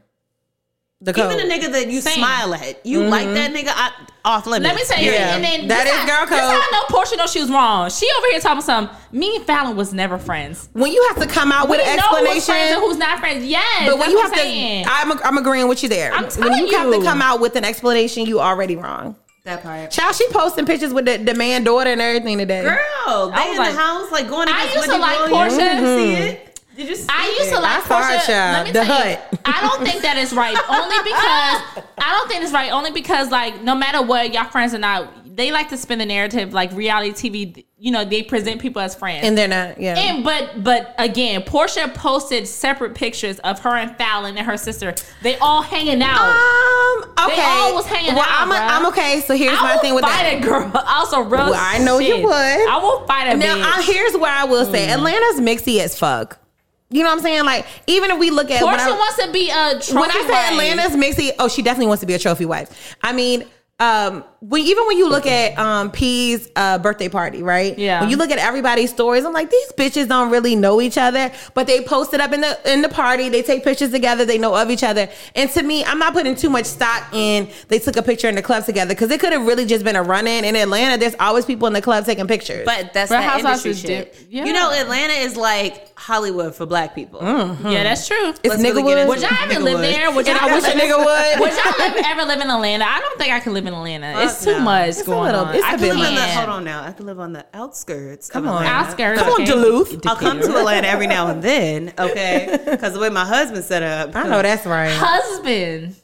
[SPEAKER 6] The code.
[SPEAKER 8] Even a nigga that you
[SPEAKER 2] Same.
[SPEAKER 8] smile at, you like that nigga I, off limits.
[SPEAKER 2] Let me tell you,
[SPEAKER 6] Yeah.
[SPEAKER 2] and then
[SPEAKER 6] That
[SPEAKER 2] this
[SPEAKER 6] is
[SPEAKER 2] how-
[SPEAKER 6] girl
[SPEAKER 2] This
[SPEAKER 6] code.
[SPEAKER 2] how I know Portia knows she was wrong. She over here talking some. Me and Fallon was never friends.
[SPEAKER 6] when you have to come out with
[SPEAKER 2] We
[SPEAKER 6] an
[SPEAKER 2] know who's friends and
[SPEAKER 6] explanation.
[SPEAKER 2] who's not friends. Yes,
[SPEAKER 6] But when you have
[SPEAKER 2] saying.
[SPEAKER 6] to, I'm, I'm agreeing with you there.
[SPEAKER 2] I'm
[SPEAKER 6] when you,
[SPEAKER 2] telling
[SPEAKER 6] have to
[SPEAKER 2] you.
[SPEAKER 6] come out with an explanation, you already wrong.
[SPEAKER 8] that part.
[SPEAKER 6] Child, she posting pictures with the, the man daughter and everything today.
[SPEAKER 8] Girl,
[SPEAKER 2] I
[SPEAKER 8] they
[SPEAKER 2] was
[SPEAKER 8] in
[SPEAKER 2] like-
[SPEAKER 8] the house like going
[SPEAKER 2] I
[SPEAKER 8] against
[SPEAKER 2] used to
[SPEAKER 8] Wendy
[SPEAKER 2] like
[SPEAKER 8] Williams.
[SPEAKER 2] Portia. Mm-hmm.
[SPEAKER 8] Did you see it? Did you see
[SPEAKER 2] I used to
[SPEAKER 8] it?
[SPEAKER 2] like
[SPEAKER 6] I saw her,
[SPEAKER 2] Portia. Let
[SPEAKER 6] child.
[SPEAKER 2] me
[SPEAKER 6] The
[SPEAKER 2] tell you,
[SPEAKER 6] hut.
[SPEAKER 2] I don't think that is right. Only because I don't think it's right. Only because like no matter what, y'all friends or not, they like to spin the narrative like reality TV. You know, they present people as friends.
[SPEAKER 6] And they're not, yeah.
[SPEAKER 2] And but but again, Portia posted separate pictures of her and Fallon and her sister. They all hanging out.
[SPEAKER 6] um, okay.
[SPEAKER 2] all was hanging
[SPEAKER 6] well,
[SPEAKER 2] out,
[SPEAKER 6] I'm, a,
[SPEAKER 2] bruh.
[SPEAKER 6] I'm okay. So here's
[SPEAKER 2] I
[SPEAKER 6] my
[SPEAKER 2] will
[SPEAKER 6] thing with that.
[SPEAKER 2] fight a girl. Also, real
[SPEAKER 6] Well, I know you
[SPEAKER 2] shit.
[SPEAKER 6] would.
[SPEAKER 2] I will fight a
[SPEAKER 6] Now,
[SPEAKER 2] bitch. Hmm.
[SPEAKER 6] I, here's where I will say Atlanta's mixy as fuck. You know what I'm saying? Like, even if we look at when
[SPEAKER 2] Portia
[SPEAKER 6] I-
[SPEAKER 2] wants to be a trophy
[SPEAKER 6] when I say
[SPEAKER 2] wife.
[SPEAKER 6] Atlanta's mixy, oh, she definitely wants to be a trophy wife. I mean, um, when even when you look at um P's uh, birthday party, right?
[SPEAKER 2] Yeah.
[SPEAKER 6] When you look at everybody's stories, I'm like, these bitches don't really know each other, but they post it up in the in the party. They take pictures together. They know of each other. And to me, I'm not putting too much stock in. They took a picture in the club together because it could have really just been a run in. In Atlanta, there's always people in the club taking pictures.
[SPEAKER 8] But that's
[SPEAKER 2] Real
[SPEAKER 8] that
[SPEAKER 2] Housewives
[SPEAKER 8] industry
[SPEAKER 2] is
[SPEAKER 8] shit.
[SPEAKER 2] dip- yeah.
[SPEAKER 8] You know, Atlanta is like Hollywood for black people.
[SPEAKER 2] Yeah, that's true.
[SPEAKER 8] really
[SPEAKER 6] it's Hmm. nigga
[SPEAKER 8] get
[SPEAKER 6] wood.
[SPEAKER 8] into
[SPEAKER 2] Would y'all ever live there? Would y'all,
[SPEAKER 6] I wish a nigga would.
[SPEAKER 2] would y'all live, ever live in Atlanta? I don't think I could live in Atlanta. it's too much going
[SPEAKER 6] little-
[SPEAKER 2] on.
[SPEAKER 6] it's
[SPEAKER 2] I
[SPEAKER 6] a bit
[SPEAKER 8] I live on the-
[SPEAKER 2] can't.
[SPEAKER 8] hold on now. I could live on the outskirts. Come
[SPEAKER 6] on.
[SPEAKER 2] Oscar.
[SPEAKER 6] Come on, Duluth.
[SPEAKER 8] I'll come to Atlanta every now and then, okay? Because the way my husband set up,
[SPEAKER 6] I know that's right.
[SPEAKER 2] Husband.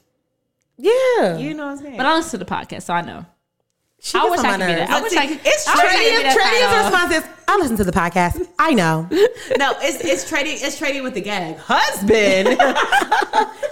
[SPEAKER 6] Yeah.
[SPEAKER 8] You know what I'm saying?
[SPEAKER 2] But I listen to the podcast, so I know.
[SPEAKER 6] She
[SPEAKER 2] I
[SPEAKER 6] gets
[SPEAKER 2] wish
[SPEAKER 6] on
[SPEAKER 2] I
[SPEAKER 6] my
[SPEAKER 2] could be
[SPEAKER 6] nerves.
[SPEAKER 2] that. I wish I could.
[SPEAKER 8] It's
[SPEAKER 2] I wish I could be
[SPEAKER 8] trendy-
[SPEAKER 2] that
[SPEAKER 6] Trinity's
[SPEAKER 2] title.
[SPEAKER 6] response is, I listen to the podcast. I know.
[SPEAKER 8] no, it's it's trading. It's trading with the gag.
[SPEAKER 6] Husband.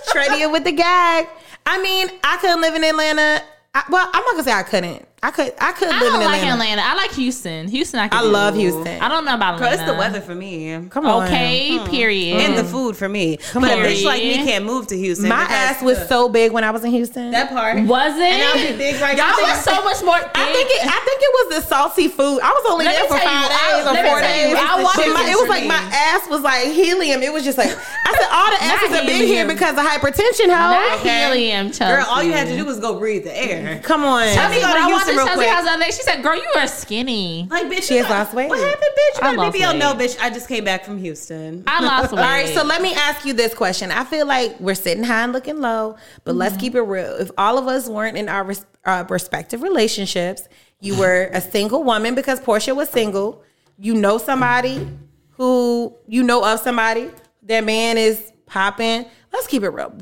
[SPEAKER 6] Trinia with the gag. I mean, I couldn't live in Atlanta. I, well, I'm not gonna say I couldn't. I could I could
[SPEAKER 2] I
[SPEAKER 6] live
[SPEAKER 2] don't
[SPEAKER 6] in
[SPEAKER 2] like
[SPEAKER 6] Atlanta.
[SPEAKER 2] Atlanta. I like Houston. Houston, I, can
[SPEAKER 6] I
[SPEAKER 2] do.
[SPEAKER 6] love Houston.
[SPEAKER 2] I don't know about
[SPEAKER 8] Girl,
[SPEAKER 2] Atlanta.
[SPEAKER 8] it's the weather for me.
[SPEAKER 6] Come on.
[SPEAKER 2] Okay, period.
[SPEAKER 8] And the food for me. but a bitch like me
[SPEAKER 2] Period.
[SPEAKER 8] can't move to Houston.
[SPEAKER 6] My
[SPEAKER 8] because-
[SPEAKER 6] ass was so big when I was in Houston.
[SPEAKER 8] that part.
[SPEAKER 2] was it?
[SPEAKER 8] I'll be big like
[SPEAKER 2] Y'all
[SPEAKER 8] you.
[SPEAKER 2] was so much more.
[SPEAKER 6] I think it I think it was the salty food. I was only
[SPEAKER 2] Let
[SPEAKER 6] there
[SPEAKER 2] me
[SPEAKER 6] for
[SPEAKER 2] tell you,
[SPEAKER 6] five
[SPEAKER 2] I-
[SPEAKER 6] days or
[SPEAKER 2] let me
[SPEAKER 6] four
[SPEAKER 2] tell
[SPEAKER 6] days.
[SPEAKER 2] you, I walked
[SPEAKER 6] But my-
[SPEAKER 2] in
[SPEAKER 6] it was
[SPEAKER 2] for
[SPEAKER 6] like my
[SPEAKER 2] me.
[SPEAKER 6] ass was like helium. It was just like I said, all the asses have been here
[SPEAKER 2] helium.
[SPEAKER 6] because of hypertension, ho.
[SPEAKER 2] Not helium, Chelsea.
[SPEAKER 8] Girl, all you
[SPEAKER 2] Mm-hmm.
[SPEAKER 8] had to do was go breathe the air.
[SPEAKER 6] Come on.
[SPEAKER 2] Chelsea,
[SPEAKER 8] go to
[SPEAKER 2] when I walked
[SPEAKER 8] Houston
[SPEAKER 2] in
[SPEAKER 8] real
[SPEAKER 2] Chelsea's
[SPEAKER 8] quick.
[SPEAKER 2] house the other day, she said, "Girl, you are skinny."
[SPEAKER 8] Like, bitch,
[SPEAKER 6] She
[SPEAKER 8] you
[SPEAKER 6] has
[SPEAKER 8] got-
[SPEAKER 6] lost weight.
[SPEAKER 8] What happened, bitch? You
[SPEAKER 2] I
[SPEAKER 8] got
[SPEAKER 2] lost
[SPEAKER 8] BBL? No,
[SPEAKER 2] weight.
[SPEAKER 8] bitch. I just came back from Houston.
[SPEAKER 2] I lost weight.
[SPEAKER 6] All right, so let me ask you this question. I feel like we're sitting high and looking low, but
[SPEAKER 8] Mm-hmm.
[SPEAKER 6] let's keep it real. If all of us weren't in our res- uh, respective relationships, you were a single woman because Portia was single. You know somebody who you know of somebody. Their man is popping. Let's keep it real.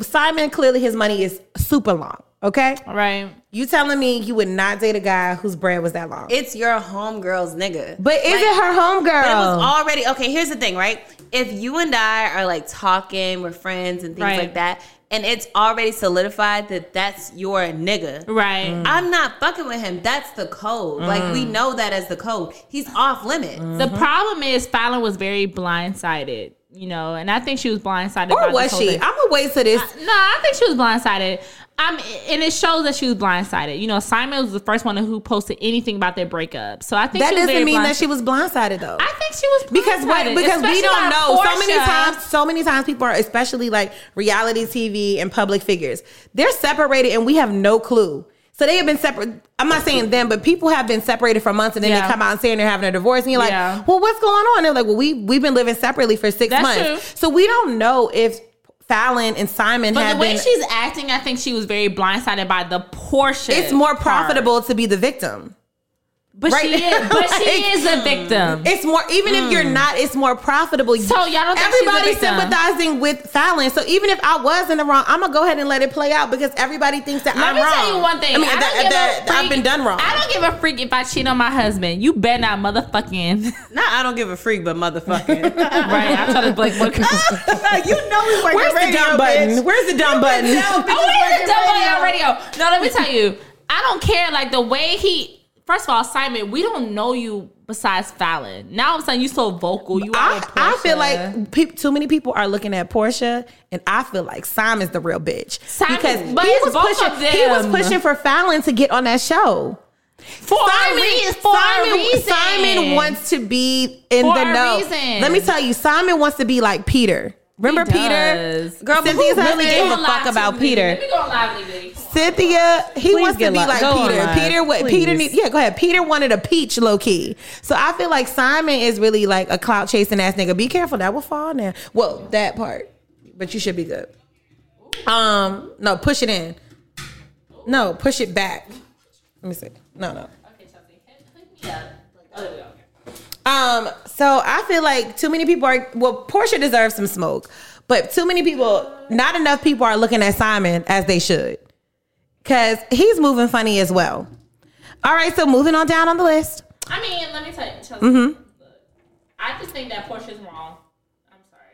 [SPEAKER 6] Simon clearly his money is super long. Okay,
[SPEAKER 2] right.
[SPEAKER 6] you telling me you would not date a guy whose bread was that long?
[SPEAKER 8] It's your homegirl's nigga.
[SPEAKER 6] but is
[SPEAKER 8] Like,
[SPEAKER 6] it her homegirl?
[SPEAKER 8] But it was already okay. Here's the thing, right? If you and I are like talking, we're friends and things
[SPEAKER 2] Right.
[SPEAKER 8] like that, and it's already solidified that that's your nigga.
[SPEAKER 2] Right.
[SPEAKER 8] I'm not fucking with him. That's the code. Like
[SPEAKER 2] Mm.
[SPEAKER 8] we know that as the code. He's off limit.
[SPEAKER 2] The
[SPEAKER 6] Mm-hmm.
[SPEAKER 2] problem is Fallon was very blindsided, you know, and I think she was blindsided. by
[SPEAKER 6] or
[SPEAKER 2] this
[SPEAKER 6] was
[SPEAKER 2] whole
[SPEAKER 6] she?
[SPEAKER 2] thing.
[SPEAKER 6] I'm gonna wait till this.
[SPEAKER 2] No, I think she was blindsided. Um, and it shows that she was blindsided. You know, Simon was the first one who posted anything about their breakup. So I think
[SPEAKER 6] that
[SPEAKER 2] she was
[SPEAKER 6] doesn't
[SPEAKER 2] very
[SPEAKER 6] mean that
[SPEAKER 2] blindsided.
[SPEAKER 6] she was blindsided though.
[SPEAKER 2] I think she was blindsided,
[SPEAKER 6] because what because we
[SPEAKER 2] especially by
[SPEAKER 6] don't know so many
[SPEAKER 2] Portia.
[SPEAKER 6] times so many times people are especially like reality tv and public figures they're separated and we have no clue so they have been separate i'm not saying them but people have been separated for months and then
[SPEAKER 2] Yeah.
[SPEAKER 6] they come out and saying they're having a divorce and you're like
[SPEAKER 2] Yeah.
[SPEAKER 6] well what's going on they're like well we, we've been living separately for six
[SPEAKER 2] That's
[SPEAKER 6] months
[SPEAKER 2] true.
[SPEAKER 6] so we don't know if Fallon and Simon
[SPEAKER 2] But
[SPEAKER 6] have
[SPEAKER 2] the way
[SPEAKER 6] been.
[SPEAKER 2] she's acting, I think she was very blindsided by the portion.
[SPEAKER 6] It's more
[SPEAKER 2] part.
[SPEAKER 6] profitable to be the victim.
[SPEAKER 2] but
[SPEAKER 6] right?
[SPEAKER 2] she is. But she
[SPEAKER 6] Like-
[SPEAKER 2] is a victim.
[SPEAKER 6] It's more even if you're not, it's more profitable.
[SPEAKER 2] Hmm. So y'all don't think she's a
[SPEAKER 6] everybody
[SPEAKER 2] victim?
[SPEAKER 6] sympathizing with Fallon. So even if I was in the wrong, I'm gonna go ahead and let it play out because everybody thinks that
[SPEAKER 2] Let
[SPEAKER 6] I'm
[SPEAKER 2] me
[SPEAKER 6] wrong.
[SPEAKER 2] tell you one thing.
[SPEAKER 6] I mean,
[SPEAKER 2] don't
[SPEAKER 6] that,
[SPEAKER 2] give a
[SPEAKER 6] that- I've
[SPEAKER 2] freak-
[SPEAKER 6] been done wrong.
[SPEAKER 2] I don't give a freak if I cheat on my husband. You bet not, motherfucking.
[SPEAKER 8] Nah, I don't give a freak, but motherfucking.
[SPEAKER 2] right? I'm trying to like what. oh,
[SPEAKER 8] you know we work
[SPEAKER 6] Where's
[SPEAKER 8] the
[SPEAKER 6] the
[SPEAKER 8] radio,
[SPEAKER 6] dumb button?
[SPEAKER 8] bitch.
[SPEAKER 6] Where's the dumb button?
[SPEAKER 2] Oh, wait, it's double radio. No, let me tell you. I don't care. Like the way he. First of all, Simon, we don't know you besides Fallon. Now all of a sudden you so vocal. You are.
[SPEAKER 6] I,
[SPEAKER 2] with
[SPEAKER 6] I feel
[SPEAKER 2] Portia.
[SPEAKER 6] like peop too many people are looking at Portia, and I feel like Simon's the real bitch
[SPEAKER 2] Simon-
[SPEAKER 6] because
[SPEAKER 2] but
[SPEAKER 6] he
[SPEAKER 2] it's
[SPEAKER 6] was
[SPEAKER 2] both
[SPEAKER 6] pushing.
[SPEAKER 2] of
[SPEAKER 6] He was
[SPEAKER 2] them.
[SPEAKER 6] pushing for Fallon to get on that show.
[SPEAKER 2] for a reason. For a
[SPEAKER 6] Simon,
[SPEAKER 2] reason.
[SPEAKER 6] Simon wants to be in
[SPEAKER 2] For
[SPEAKER 6] the
[SPEAKER 2] a
[SPEAKER 6] know.
[SPEAKER 2] reason.
[SPEAKER 6] Let me tell you, Simon wants to be like Peter. Remember
[SPEAKER 2] He
[SPEAKER 6] Peter?
[SPEAKER 2] does.
[SPEAKER 6] Girl, but who really
[SPEAKER 2] Let's
[SPEAKER 6] gave a
[SPEAKER 2] go live
[SPEAKER 6] fuck
[SPEAKER 2] to
[SPEAKER 6] about
[SPEAKER 2] Nene.
[SPEAKER 6] Peter?
[SPEAKER 2] Let me go live, Nene.
[SPEAKER 6] Cynthia, he wants to
[SPEAKER 8] get
[SPEAKER 6] be
[SPEAKER 8] li-
[SPEAKER 6] like
[SPEAKER 8] go on
[SPEAKER 6] Peter.
[SPEAKER 8] live,
[SPEAKER 6] Peter, what Peter
[SPEAKER 8] please.
[SPEAKER 6] need? Yeah, go ahead. Peter wanted a peach, low key. So I feel like Simon is really like a clout chasing ass nigga. Be careful, that will fall now. Well, that part, but you should be good. Um, no, push it in. No, push it back. Let me see. No, no. Um, so I feel like too many people are well, Portia deserves some smoke, but too many people, not enough people are looking at Simon as they should. Cause he's moving funny as well. All right, so moving on down on the list.
[SPEAKER 2] I mean, let me tell you. Chelsea,
[SPEAKER 6] Mm-hmm.
[SPEAKER 2] look, I just think that Portia's wrong. I'm sorry.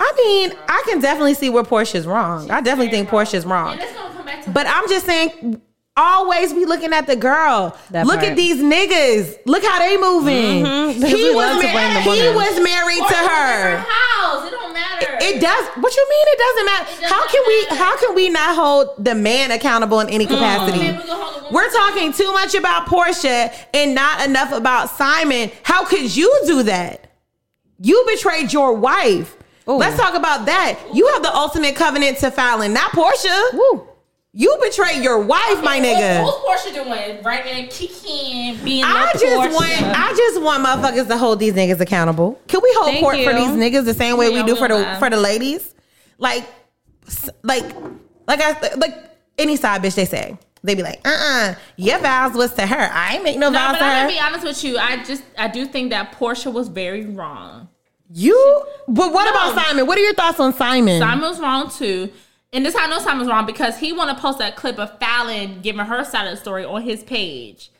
[SPEAKER 6] I mean, I can definitely see where Portia's wrong. I definitely think Portia's wrong.
[SPEAKER 2] And it's gonna come back to
[SPEAKER 6] But I'm just saying, always be looking at the girl. Look at these niggas. Look how they moving. He,
[SPEAKER 8] Mm-hmm. we
[SPEAKER 6] was
[SPEAKER 8] love to
[SPEAKER 6] mar-
[SPEAKER 8] blame the
[SPEAKER 6] he
[SPEAKER 8] woman.
[SPEAKER 6] was married to her.
[SPEAKER 2] house. It don't matter.
[SPEAKER 6] It does. What you mean? It doesn't matter.
[SPEAKER 2] does
[SPEAKER 6] how
[SPEAKER 2] not
[SPEAKER 6] can we?
[SPEAKER 2] matter.
[SPEAKER 6] How can we not hold the man accountable in any capacity?
[SPEAKER 2] Man, we gonna hold the woman
[SPEAKER 6] We're talking too much about Portia and not enough about Simon. How could you do that? You betrayed your wife. Let's talk about that. You have the ultimate covenant to Fallon, not Portia. You betrayed your wife, my nigga.
[SPEAKER 2] Who's Portia doing? Right in kicking, being
[SPEAKER 6] I
[SPEAKER 2] like
[SPEAKER 6] just
[SPEAKER 2] Portia.
[SPEAKER 6] want I just want motherfuckers to hold these niggas accountable. Can we hold
[SPEAKER 7] Thank
[SPEAKER 6] court for
[SPEAKER 7] you.
[SPEAKER 6] these niggas the same way we
[SPEAKER 2] Yeah,
[SPEAKER 6] do for
[SPEAKER 2] we'll
[SPEAKER 6] the
[SPEAKER 2] have.
[SPEAKER 6] for the ladies? Like s- like like I like any side bitch they say. They be like, uh uh your vows was to her. I ain't make no,
[SPEAKER 2] No,
[SPEAKER 6] vows
[SPEAKER 2] but
[SPEAKER 6] to
[SPEAKER 2] I'm
[SPEAKER 6] her.
[SPEAKER 2] gonna be honest with you. I just I do think that Portia was very wrong.
[SPEAKER 6] you but what
[SPEAKER 2] No.
[SPEAKER 6] about Simon? What are your thoughts on Simon?
[SPEAKER 2] Simon was wrong too. And this how I know Simon was wrong because he wanna post that clip of Fallon giving her side of the story on his page.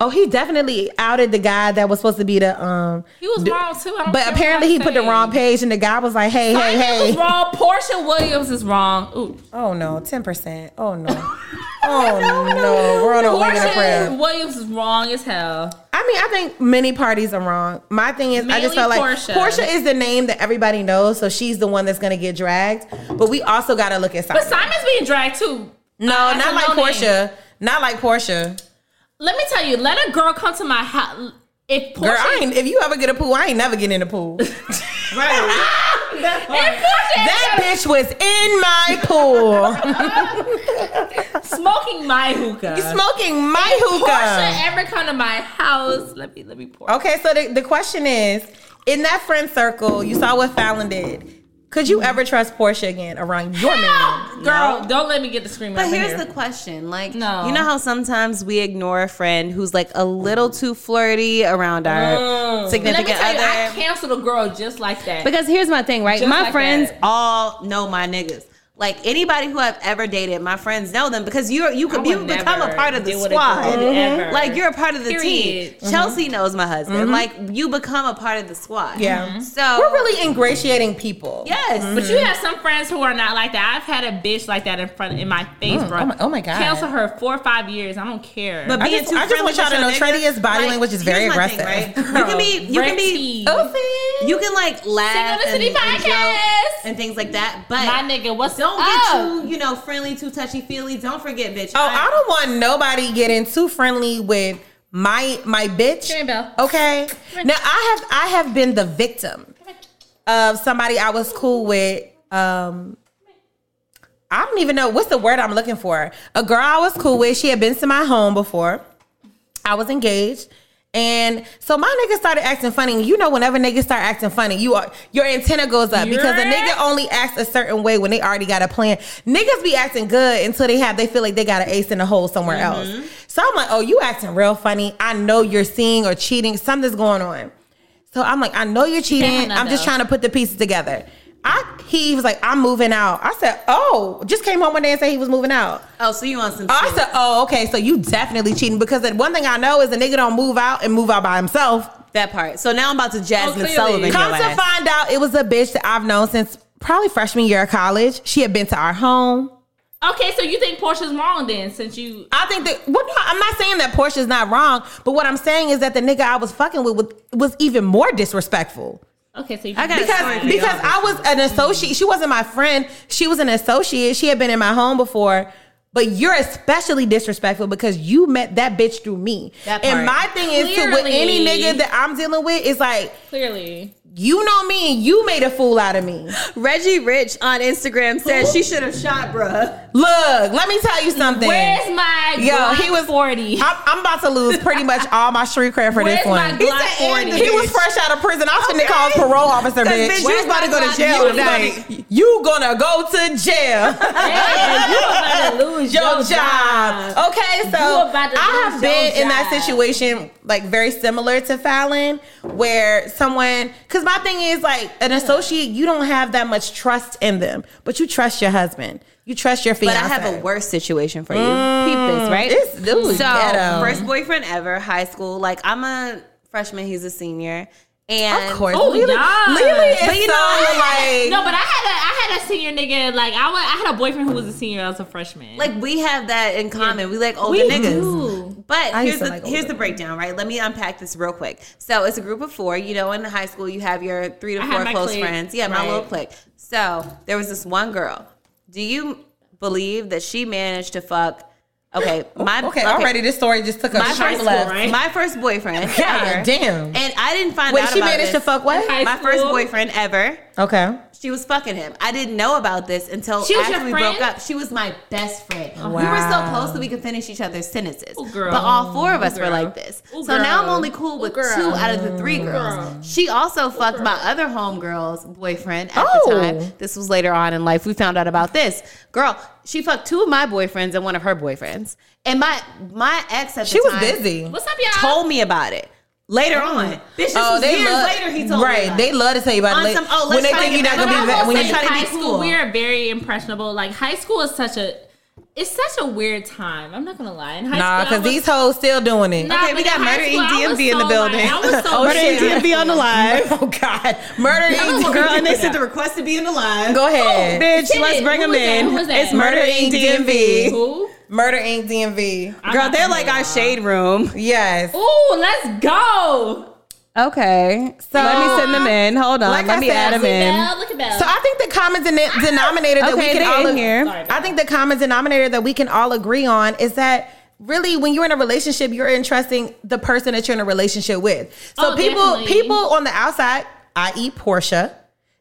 [SPEAKER 6] Oh, he definitely outed the guy that was supposed to be the um
[SPEAKER 2] He was
[SPEAKER 6] d-
[SPEAKER 2] wrong too. I don't care
[SPEAKER 6] But
[SPEAKER 2] what
[SPEAKER 6] apparently he
[SPEAKER 2] I'm
[SPEAKER 6] put the
[SPEAKER 2] saying.
[SPEAKER 6] wrong page and the guy was like, hey,
[SPEAKER 2] Simon
[SPEAKER 6] hey,
[SPEAKER 2] was
[SPEAKER 6] hey.
[SPEAKER 2] wrong. Portia Williams is wrong. Ooh.
[SPEAKER 6] Oh no, ten percent. Oh no. Oh no, we're on a wing and a prayer.
[SPEAKER 2] Portia Williams is wrong as hell.
[SPEAKER 6] I mean, I think many parties are wrong. My thing is, I just
[SPEAKER 2] Mainly
[SPEAKER 6] felt like Portia.
[SPEAKER 2] Portia.
[SPEAKER 6] is the name that everybody knows, so she's the one that's gonna get dragged. But we also gotta look at Simon.
[SPEAKER 2] But Simon's being dragged too.
[SPEAKER 6] no,
[SPEAKER 2] Uh, that's
[SPEAKER 6] not
[SPEAKER 2] a
[SPEAKER 6] like
[SPEAKER 2] no
[SPEAKER 6] Portia. Not like Portia.
[SPEAKER 2] Let me tell you, let a girl come to my house. If
[SPEAKER 6] Girl,
[SPEAKER 2] Portia,
[SPEAKER 6] I ain't, if you ever get a pool, I ain't never getting in the pool.
[SPEAKER 2] if Portia
[SPEAKER 6] that bitch was in my pool,
[SPEAKER 2] is smoking my hookah,
[SPEAKER 6] smoking my
[SPEAKER 2] Portia
[SPEAKER 6] hookah.
[SPEAKER 2] ever come to my house? Let me let me pour.
[SPEAKER 6] Okay, so the, the question is, in that friend circle, you saw what Fallon did. Could you ever trust Portia again around your man?
[SPEAKER 2] Girl, don't let me get the screaming.
[SPEAKER 7] But
[SPEAKER 2] up in
[SPEAKER 7] here's
[SPEAKER 2] here.
[SPEAKER 7] the question: like,
[SPEAKER 2] No.
[SPEAKER 7] you know how sometimes we ignore a friend who's like a little too flirty around our
[SPEAKER 2] Mm. Let me
[SPEAKER 7] significant
[SPEAKER 2] tell you, I
[SPEAKER 7] other?
[SPEAKER 2] canceled a girl just like that.
[SPEAKER 7] because here's my thing, right?
[SPEAKER 2] Just
[SPEAKER 7] my
[SPEAKER 2] like
[SPEAKER 7] friends
[SPEAKER 2] that.
[SPEAKER 7] all know my niggas. Like anybody who I've ever dated, my friends know them because you're you could you
[SPEAKER 2] would
[SPEAKER 7] become a
[SPEAKER 2] never
[SPEAKER 7] part of the
[SPEAKER 2] deal with a
[SPEAKER 7] squad.
[SPEAKER 2] girl
[SPEAKER 6] Mm-hmm.
[SPEAKER 2] ever.
[SPEAKER 7] Like you're a part of the
[SPEAKER 2] Period.
[SPEAKER 7] team. Chelsea knows my husband. Like you become a part of the squad. Mm-hmm.
[SPEAKER 6] Yeah. Mm-hmm.
[SPEAKER 7] So
[SPEAKER 6] We're really Mm-hmm. ingratiating people.
[SPEAKER 7] yes.
[SPEAKER 2] But you have some friends who are not like that. I've had a bitch like that in front in my face, bro.
[SPEAKER 6] oh my- oh my God.
[SPEAKER 2] Cancel her four or five years. I don't care.
[SPEAKER 7] But
[SPEAKER 6] I
[SPEAKER 7] being
[SPEAKER 6] just-
[SPEAKER 7] too
[SPEAKER 6] I just want
[SPEAKER 7] friendly
[SPEAKER 6] y'all to know
[SPEAKER 7] with your nigga,
[SPEAKER 6] Tradia's body language is very
[SPEAKER 7] here's my thing,
[SPEAKER 6] aggressive.
[SPEAKER 7] right? You can be, you can be,
[SPEAKER 2] Girl, Rexy.
[SPEAKER 7] you can like laugh
[SPEAKER 2] Single
[SPEAKER 7] and,
[SPEAKER 2] in the City
[SPEAKER 7] and joke
[SPEAKER 2] podcast.
[SPEAKER 7] and things like that. But
[SPEAKER 2] my nigga, what's
[SPEAKER 7] don't
[SPEAKER 2] up?
[SPEAKER 7] get too, you know, friendly, too touchy feely. Don't forget, bitch.
[SPEAKER 6] Oh, I don't want nobody getting too friendly with my my bitch.
[SPEAKER 2] Come here, Belle.
[SPEAKER 6] Okay. Now I have I have been the victim of somebody I was cool with. Um I don't even know what's the word I'm looking for. A girl I was cool with, she had been to my home before. I was engaged And so my nigga started acting funny. And You know, whenever niggas start acting funny, you are your antenna goes up because a nigga only acts a certain way when they already got a plan. Niggas be acting good until they have they feel like they got an ace in the hole somewhere else. So I'm like, oh, you acting real funny. I know you're seeing or cheating. Something's going on. So I'm like, I know you're cheating. I'm just trying to put the pieces together. I he was like, I'm moving out. I said, oh, just came home one day and said he was moving out.
[SPEAKER 7] Oh, so you want some?
[SPEAKER 6] Oh, I said, oh, okay, so you definitely cheating because the one thing I know is a nigga don't move out and move out by himself.
[SPEAKER 7] that part. So now I'm about to Jasmine Sullivan.
[SPEAKER 6] Come
[SPEAKER 7] your
[SPEAKER 6] to
[SPEAKER 7] ass.
[SPEAKER 6] find out, it was a bitch that I've known since probably freshman year of college. She had been to our home.
[SPEAKER 2] Okay, so you think Portia's wrong then, since you
[SPEAKER 6] I think that well, no, I'm not saying that Portia's not wrong, but what I'm saying is that the nigga I was fucking with was, was even more disrespectful.
[SPEAKER 2] okay, so you
[SPEAKER 6] because because I was an associate. She wasn't my friend. She was an associate. She had been in my home before. But you're especially disrespectful because you met that bitch through me.
[SPEAKER 2] That
[SPEAKER 6] And
[SPEAKER 2] part.
[SPEAKER 6] my thing is to with any
[SPEAKER 2] Clearly.
[SPEAKER 6] nigga that I'm dealing with is like,
[SPEAKER 2] clearly
[SPEAKER 6] you know me and you made a fool out of me.
[SPEAKER 7] Reggie Rich on Instagram says she should have shot, bruh.
[SPEAKER 6] Look, let me tell you something.
[SPEAKER 2] where's my
[SPEAKER 6] Yo,
[SPEAKER 2] Glock
[SPEAKER 6] he was-
[SPEAKER 2] 40
[SPEAKER 6] I'm, I'm about to lose pretty much all my street cred for
[SPEAKER 2] Where's
[SPEAKER 6] this one.
[SPEAKER 2] my Glock
[SPEAKER 6] he
[SPEAKER 2] 40?
[SPEAKER 6] was fresh out of prison. I was finna call his parole officer, bitch.
[SPEAKER 7] bitch, you was about to go to jail
[SPEAKER 6] You
[SPEAKER 7] tonight.
[SPEAKER 6] gonna- You gonna go to jail.
[SPEAKER 2] Hey, you about to lose
[SPEAKER 6] your,
[SPEAKER 2] your,
[SPEAKER 6] job. Okay, so
[SPEAKER 2] You about to
[SPEAKER 6] I
[SPEAKER 2] lose
[SPEAKER 6] have
[SPEAKER 2] your
[SPEAKER 6] been in that
[SPEAKER 2] job.
[SPEAKER 6] situation like very similar to Fallon, where someone because my thing is like an associate, you don't have that much trust in them, but you trust your husband, you trust your
[SPEAKER 7] But
[SPEAKER 6] fiance.
[SPEAKER 7] I have a worse situation for you. Keep this, right?
[SPEAKER 6] It's dude,
[SPEAKER 7] so
[SPEAKER 6] ghetto.
[SPEAKER 7] first boyfriend ever, high school. Like I'm a freshman, he's a senior, and
[SPEAKER 6] of course,
[SPEAKER 2] Oh,
[SPEAKER 6] Lily,
[SPEAKER 2] yeah.
[SPEAKER 6] Lily is
[SPEAKER 7] But you know,
[SPEAKER 6] so
[SPEAKER 7] I-
[SPEAKER 6] like
[SPEAKER 2] no but i had a i had a senior nigga like i, wa- I had a boyfriend who was a senior as a freshman
[SPEAKER 7] Like we have that in common. We like older
[SPEAKER 2] we
[SPEAKER 7] niggas.
[SPEAKER 2] do.
[SPEAKER 7] But
[SPEAKER 6] I used
[SPEAKER 7] here's
[SPEAKER 6] to
[SPEAKER 7] the
[SPEAKER 6] like
[SPEAKER 7] here's
[SPEAKER 6] older
[SPEAKER 7] the breakdown, right? Let me unpack this real quick. So it's a group of four. You know, in high school, you have your three to
[SPEAKER 2] I had
[SPEAKER 7] four
[SPEAKER 2] my
[SPEAKER 7] close
[SPEAKER 2] clique,
[SPEAKER 7] friends. Yeah, my
[SPEAKER 2] right.
[SPEAKER 7] little clique. So there was this one girl. Do you believe that she managed to fuck? Okay, my
[SPEAKER 6] okay, Already, this story just took a
[SPEAKER 7] My
[SPEAKER 6] sharp
[SPEAKER 7] first,
[SPEAKER 6] left.
[SPEAKER 2] right?
[SPEAKER 7] my first boyfriend.
[SPEAKER 6] God
[SPEAKER 7] ever.
[SPEAKER 6] damn.
[SPEAKER 7] And I didn't find
[SPEAKER 6] Wait,
[SPEAKER 7] out
[SPEAKER 6] she
[SPEAKER 7] about
[SPEAKER 6] managed to
[SPEAKER 7] this.
[SPEAKER 6] fuck what?
[SPEAKER 2] High
[SPEAKER 7] My first
[SPEAKER 2] school.
[SPEAKER 7] boyfriend ever
[SPEAKER 6] Okay.
[SPEAKER 7] she was fucking him. I didn't know about this until
[SPEAKER 2] She was
[SPEAKER 7] after
[SPEAKER 2] your
[SPEAKER 7] we
[SPEAKER 2] friend? Oh.
[SPEAKER 7] broke up. She was my best friend. We were so
[SPEAKER 6] Wow.
[SPEAKER 7] close that we could finish each other's sentences.
[SPEAKER 2] Ooh, girl.
[SPEAKER 7] But all four of us
[SPEAKER 2] Ooh,
[SPEAKER 7] were
[SPEAKER 2] girl.
[SPEAKER 7] like this.
[SPEAKER 2] Ooh,
[SPEAKER 7] so now I'm
[SPEAKER 2] girl.
[SPEAKER 7] only cool with
[SPEAKER 2] Ooh, girl.
[SPEAKER 7] two out of the three girls. She also fucked my other homegirl's boyfriend at
[SPEAKER 6] Oh.
[SPEAKER 7] the time. This was later on in life. We found out about this. Girl, she fucked two of my boyfriends and one of her boyfriends. And my my ex at the
[SPEAKER 6] She was
[SPEAKER 7] time
[SPEAKER 6] busy.
[SPEAKER 2] what's up y'all
[SPEAKER 7] told me about it. Later on. Bitch, this
[SPEAKER 2] Oh,
[SPEAKER 7] was years
[SPEAKER 6] Oh, love-
[SPEAKER 7] later he told me.
[SPEAKER 6] right.
[SPEAKER 7] about it.
[SPEAKER 6] They love to tell you about
[SPEAKER 7] On
[SPEAKER 6] it.
[SPEAKER 7] some, oh, let's
[SPEAKER 6] when they
[SPEAKER 7] try to
[SPEAKER 6] think you're
[SPEAKER 7] get
[SPEAKER 6] not
[SPEAKER 7] back
[SPEAKER 6] gonna
[SPEAKER 7] on
[SPEAKER 6] be
[SPEAKER 7] that
[SPEAKER 6] back, when
[SPEAKER 7] whole
[SPEAKER 6] you
[SPEAKER 7] thing. try to
[SPEAKER 2] high
[SPEAKER 7] be
[SPEAKER 2] school,
[SPEAKER 7] cool.
[SPEAKER 2] we are very impressionable. Like high school is such a it's such a weird time. I'm not gonna lie. In high
[SPEAKER 6] nah,
[SPEAKER 2] school, I
[SPEAKER 6] because
[SPEAKER 2] was-
[SPEAKER 6] these hoes still doing it.
[SPEAKER 2] Nah,
[SPEAKER 7] Okay, we
[SPEAKER 2] but
[SPEAKER 7] got
[SPEAKER 2] in high
[SPEAKER 7] Murder, E Inc.
[SPEAKER 2] school, I was
[SPEAKER 7] DMV in the
[SPEAKER 2] so,
[SPEAKER 7] building. Oh, E
[SPEAKER 2] Like, I was so
[SPEAKER 6] Murder,
[SPEAKER 2] mad.
[SPEAKER 6] Inc. DMV
[SPEAKER 7] on the
[SPEAKER 6] live. Oh God, murder E Inc.
[SPEAKER 7] girl, and they sent the request to be in the line.
[SPEAKER 6] Go ahead,
[SPEAKER 7] Bitch,
[SPEAKER 2] Send
[SPEAKER 7] let's
[SPEAKER 2] it.
[SPEAKER 7] bring
[SPEAKER 2] Oh,
[SPEAKER 7] them
[SPEAKER 2] Who was that?
[SPEAKER 7] in.
[SPEAKER 2] Who was that?
[SPEAKER 7] It's Murder E Inc.
[SPEAKER 6] E
[SPEAKER 7] DMV.
[SPEAKER 2] Who?
[SPEAKER 6] Murder E Inc. DMV.
[SPEAKER 7] Girl, they're like our shade room.
[SPEAKER 6] Yes.
[SPEAKER 2] Ooh, let's go.
[SPEAKER 7] Okay. So
[SPEAKER 6] Let
[SPEAKER 7] let
[SPEAKER 6] me
[SPEAKER 7] me
[SPEAKER 6] send
[SPEAKER 7] send them in. Hold on.
[SPEAKER 6] Like
[SPEAKER 7] let
[SPEAKER 6] I
[SPEAKER 7] me
[SPEAKER 6] said,
[SPEAKER 7] add them
[SPEAKER 6] see
[SPEAKER 7] in.
[SPEAKER 2] Belle, look at Belle.
[SPEAKER 6] So I think the common den- denominator that
[SPEAKER 7] Okay,
[SPEAKER 6] we can
[SPEAKER 7] they
[SPEAKER 6] all
[SPEAKER 7] in
[SPEAKER 6] ag-
[SPEAKER 7] here.
[SPEAKER 2] Sorry about
[SPEAKER 6] I think the common denominator that we can all agree on is that really when you're in a relationship, you're entrusting the person that you're in a relationship with. So
[SPEAKER 2] Oh,
[SPEAKER 6] people
[SPEAKER 2] definitely.
[SPEAKER 6] people on the outside, i.e. Portia,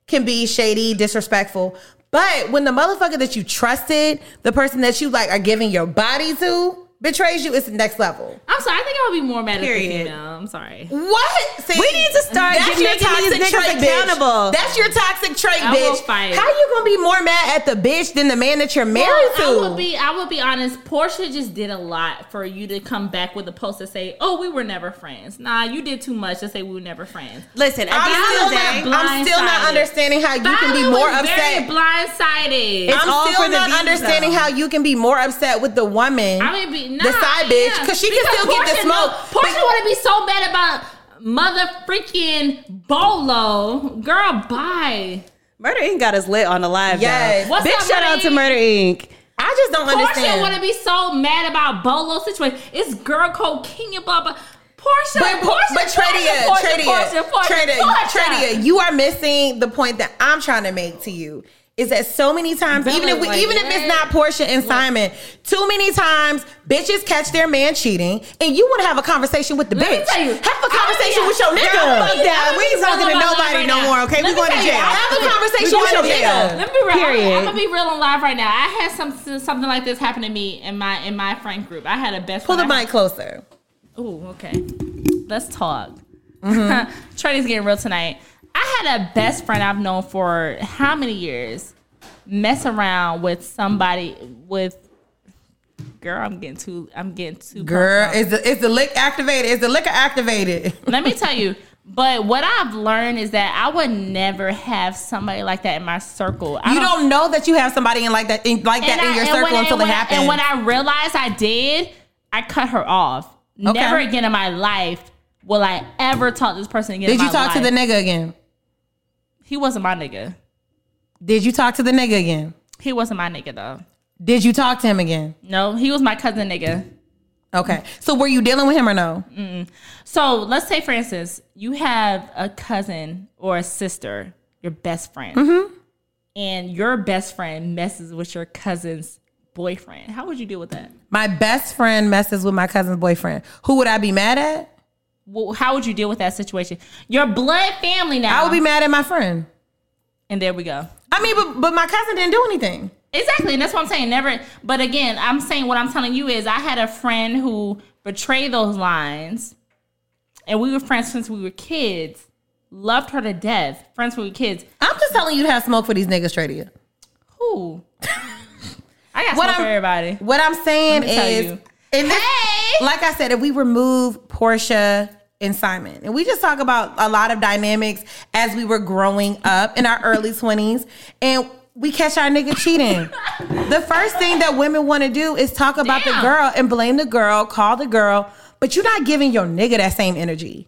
[SPEAKER 6] can be shady, disrespectful. But when the motherfucker that you trusted, the person that you like are giving your body to, betrays you, it's the next level.
[SPEAKER 2] I'm sorry. I think I would be more mad at the
[SPEAKER 7] Period.
[SPEAKER 2] female. I'm sorry.
[SPEAKER 6] What? See,
[SPEAKER 7] We need to start getting- making these niggas accountable.
[SPEAKER 6] Bitch. That's your toxic trait,
[SPEAKER 2] I
[SPEAKER 6] bitch.
[SPEAKER 2] will fight.
[SPEAKER 6] How you gonna be more mad at the bitch than the man that you're married to?
[SPEAKER 2] Well, I would be. I would be honest. Portia just did a lot for you to come back with a post to say, "Oh, we were never friends." Nah, you did too much to say we were never friends.
[SPEAKER 7] Listen, at
[SPEAKER 6] I'm
[SPEAKER 7] the end
[SPEAKER 6] still,
[SPEAKER 7] of the day,
[SPEAKER 6] not, I'm still not
[SPEAKER 2] blindsided.
[SPEAKER 6] understanding how you can be
[SPEAKER 2] Fallon
[SPEAKER 6] more
[SPEAKER 2] was Very
[SPEAKER 6] upset.
[SPEAKER 2] blindsided.
[SPEAKER 6] I'm
[SPEAKER 7] all
[SPEAKER 6] still
[SPEAKER 7] for the
[SPEAKER 6] not
[SPEAKER 7] views,
[SPEAKER 6] understanding
[SPEAKER 7] though.
[SPEAKER 6] how you can be more upset with the woman,
[SPEAKER 2] I would be nah,
[SPEAKER 6] the side bitch,
[SPEAKER 2] yeah.
[SPEAKER 6] because she can still
[SPEAKER 2] Portia,
[SPEAKER 6] get the smoke.
[SPEAKER 2] No, Portia want to be so mad about mother freaking Bolo, girl. Bye.
[SPEAKER 7] Murder Inc. got us lit on the live.
[SPEAKER 6] Yes.
[SPEAKER 7] Yes.
[SPEAKER 2] What's
[SPEAKER 7] Big
[SPEAKER 2] up,
[SPEAKER 7] shout out
[SPEAKER 2] Murder,
[SPEAKER 7] to
[SPEAKER 2] Inc.?
[SPEAKER 7] Murder Inc.
[SPEAKER 6] I just don't
[SPEAKER 2] Portia want
[SPEAKER 6] understand.
[SPEAKER 2] to be so mad about Bolo situation. It's girl code King and blah blah. Portia,
[SPEAKER 6] But,
[SPEAKER 2] Portia,
[SPEAKER 6] but Tradia,
[SPEAKER 2] Portia,
[SPEAKER 6] Tradia,
[SPEAKER 2] Portia, Portia,
[SPEAKER 6] Tradia,
[SPEAKER 2] Portia.
[SPEAKER 6] Tradia, you are missing the point that I'm trying to make to you. Is that so many times, even if we,
[SPEAKER 2] like,
[SPEAKER 6] even if it's not Portia and Simon, too many times bitches catch their man cheating, and you want to have a conversation with the
[SPEAKER 2] Let me
[SPEAKER 6] bitch.
[SPEAKER 2] tell you.
[SPEAKER 6] have a conversation with your nigga.
[SPEAKER 2] Fuck that.
[SPEAKER 7] We ain't talking to nobody no more, okay? We going to jail.
[SPEAKER 6] Have a conversation
[SPEAKER 2] with
[SPEAKER 6] with your nigga.
[SPEAKER 2] Let me be real.
[SPEAKER 7] Period.
[SPEAKER 2] I'm, I'm gonna be real and live right now. I had some something like this happen to me in my in my friend group. I had a best
[SPEAKER 6] Pull the
[SPEAKER 2] friend. I
[SPEAKER 6] mic closer.
[SPEAKER 2] had- Ooh, okay. Let's talk.
[SPEAKER 6] Mm-hmm.
[SPEAKER 2] Trini's getting real tonight. I had a best friend I've known for how many years mess around with somebody with girl. I'm getting too. I'm getting too.
[SPEAKER 6] Girl, is the is the lick activated? Is the liquor activated?
[SPEAKER 2] Let me tell you. But what I've learned is that I would never have somebody like that in my circle. I
[SPEAKER 6] You don't know that you have somebody in like that in, like that in
[SPEAKER 2] I-
[SPEAKER 6] your
[SPEAKER 2] and when
[SPEAKER 6] circle
[SPEAKER 2] I-
[SPEAKER 6] until it
[SPEAKER 2] when I-
[SPEAKER 6] happens.
[SPEAKER 2] And when I realized I did, I cut her off.
[SPEAKER 6] Okay.
[SPEAKER 2] Never again in my life will I ever talk to this person again.
[SPEAKER 6] Did
[SPEAKER 2] in
[SPEAKER 6] you
[SPEAKER 2] my
[SPEAKER 6] talk to
[SPEAKER 2] life.
[SPEAKER 6] the nigga again?
[SPEAKER 2] He wasn't my nigga.
[SPEAKER 6] Did you talk to the nigga again?
[SPEAKER 2] He wasn't my nigga though.
[SPEAKER 6] Did you talk to him again?
[SPEAKER 2] No, he was my cousin nigga.
[SPEAKER 6] Okay. So were you dealing with him or no?
[SPEAKER 2] So let's say, for instance, you have a cousin or a sister, your best friend,
[SPEAKER 6] Mm-hmm.
[SPEAKER 2] and your best friend messes with your cousin's boyfriend. How would you deal with that?
[SPEAKER 6] My best friend messes with my cousin's boyfriend. Who would I be mad at?
[SPEAKER 2] Well, how would you deal with that situation? Your blood family now.
[SPEAKER 6] I would be mad at my friend.
[SPEAKER 2] And there we go.
[SPEAKER 6] I mean, but but my cousin didn't do anything.
[SPEAKER 2] Exactly, and that's what I'm saying. Never, but again, I'm saying what I'm telling you is I had a friend who betrayed those lines, and we were friends since we were kids. Loved her to death. Friends when we were kids.
[SPEAKER 6] I'm just telling you to have smoke for these niggas straight here.
[SPEAKER 2] Who? I got
[SPEAKER 6] What
[SPEAKER 2] smoke for
[SPEAKER 6] I'm-
[SPEAKER 2] everybody.
[SPEAKER 6] What I'm saying
[SPEAKER 2] Let me tell
[SPEAKER 6] is,
[SPEAKER 2] you.
[SPEAKER 6] in this-
[SPEAKER 2] Hey!
[SPEAKER 6] like I said, if we remove Portia and Simon, and we just talk about a lot of dynamics as we were growing up in our early 20s, and we catch our nigga cheating. the first thing that women want to do is talk about
[SPEAKER 2] Damn.
[SPEAKER 6] the girl and blame the girl, call the girl, but you're not giving your nigga that same energy.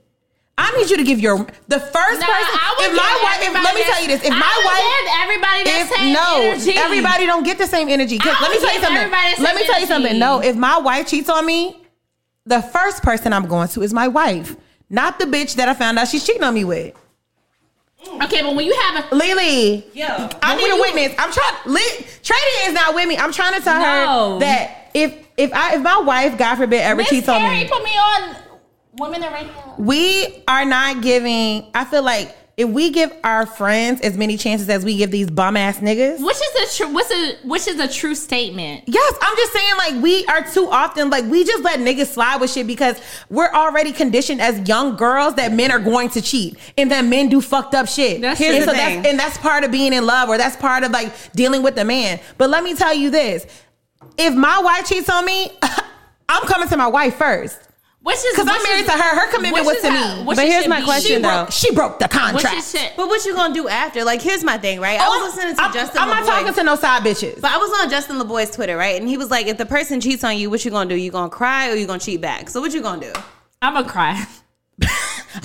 [SPEAKER 6] I need you to give your the first person.
[SPEAKER 2] Nah, I would
[SPEAKER 6] If my
[SPEAKER 2] give
[SPEAKER 6] wife, if,
[SPEAKER 2] everybody
[SPEAKER 6] let me
[SPEAKER 2] that-
[SPEAKER 6] tell you this. If
[SPEAKER 2] I
[SPEAKER 6] my
[SPEAKER 2] would
[SPEAKER 6] wife,
[SPEAKER 2] give everybody that
[SPEAKER 6] if
[SPEAKER 2] same
[SPEAKER 6] no,
[SPEAKER 2] energy.
[SPEAKER 6] everybody don't get the same energy. 'Cause
[SPEAKER 2] I
[SPEAKER 6] Let me
[SPEAKER 2] would
[SPEAKER 6] tell you
[SPEAKER 2] give
[SPEAKER 6] something.
[SPEAKER 2] everybody the
[SPEAKER 6] Let me
[SPEAKER 2] same
[SPEAKER 6] tell you something.
[SPEAKER 2] energy.
[SPEAKER 6] No, if my wife cheats on me, the first person I'm going to is my wife, not the bitch that I found out she's cheating on me with.
[SPEAKER 2] Okay, but when you have a
[SPEAKER 6] Lily,
[SPEAKER 7] Yeah.
[SPEAKER 6] I need a witness. I'm trying. Li- Trady is not with me. I'm trying to tell
[SPEAKER 2] No.
[SPEAKER 6] her that if if I if my wife, God forbid, ever
[SPEAKER 2] Miss
[SPEAKER 6] cheats on
[SPEAKER 2] Carrie
[SPEAKER 6] me,
[SPEAKER 2] put me on women that rank up.
[SPEAKER 6] we are not giving. I feel like if we give our friends as many chances as we give these bum ass niggas.
[SPEAKER 2] Which is a true what's a which is a true statement.
[SPEAKER 6] Yes, I'm just saying like we are too often like we just let niggas slide with shit because we're already conditioned as young girls that men are going to cheat and that men do fucked up shit.
[SPEAKER 2] That's
[SPEAKER 6] and
[SPEAKER 2] the
[SPEAKER 6] so
[SPEAKER 7] thing.
[SPEAKER 6] that's and that's part of being in love or that's part of like dealing with the man. But let me tell you this. If my wife cheats on me, I'm coming to my wife first.
[SPEAKER 2] Which is
[SPEAKER 6] Cause I'm
[SPEAKER 2] which
[SPEAKER 6] married to
[SPEAKER 2] is-
[SPEAKER 6] her. Her commitment
[SPEAKER 2] which
[SPEAKER 6] was
[SPEAKER 2] is
[SPEAKER 6] to
[SPEAKER 2] how-
[SPEAKER 6] me.
[SPEAKER 2] which
[SPEAKER 6] But
[SPEAKER 2] it
[SPEAKER 6] here's
[SPEAKER 2] should
[SPEAKER 6] my
[SPEAKER 2] be.
[SPEAKER 6] question,
[SPEAKER 2] She
[SPEAKER 6] though.
[SPEAKER 2] broke-
[SPEAKER 6] She broke the
[SPEAKER 2] Which
[SPEAKER 6] contract.
[SPEAKER 2] is shit.
[SPEAKER 7] But what you gonna do after? Like, here's my thing, right? I
[SPEAKER 6] Oh,
[SPEAKER 7] was listening to
[SPEAKER 6] I'm,
[SPEAKER 7] Justin.
[SPEAKER 6] I'm not
[SPEAKER 7] LaVoy.
[SPEAKER 6] talking to no side bitches.
[SPEAKER 7] But I was on Justin LaBoy's Twitter, right? And he was like, if the person cheats on you, what you gonna do? You gonna cry or you gonna cheat back? So what you gonna do?
[SPEAKER 2] I'm gonna cry.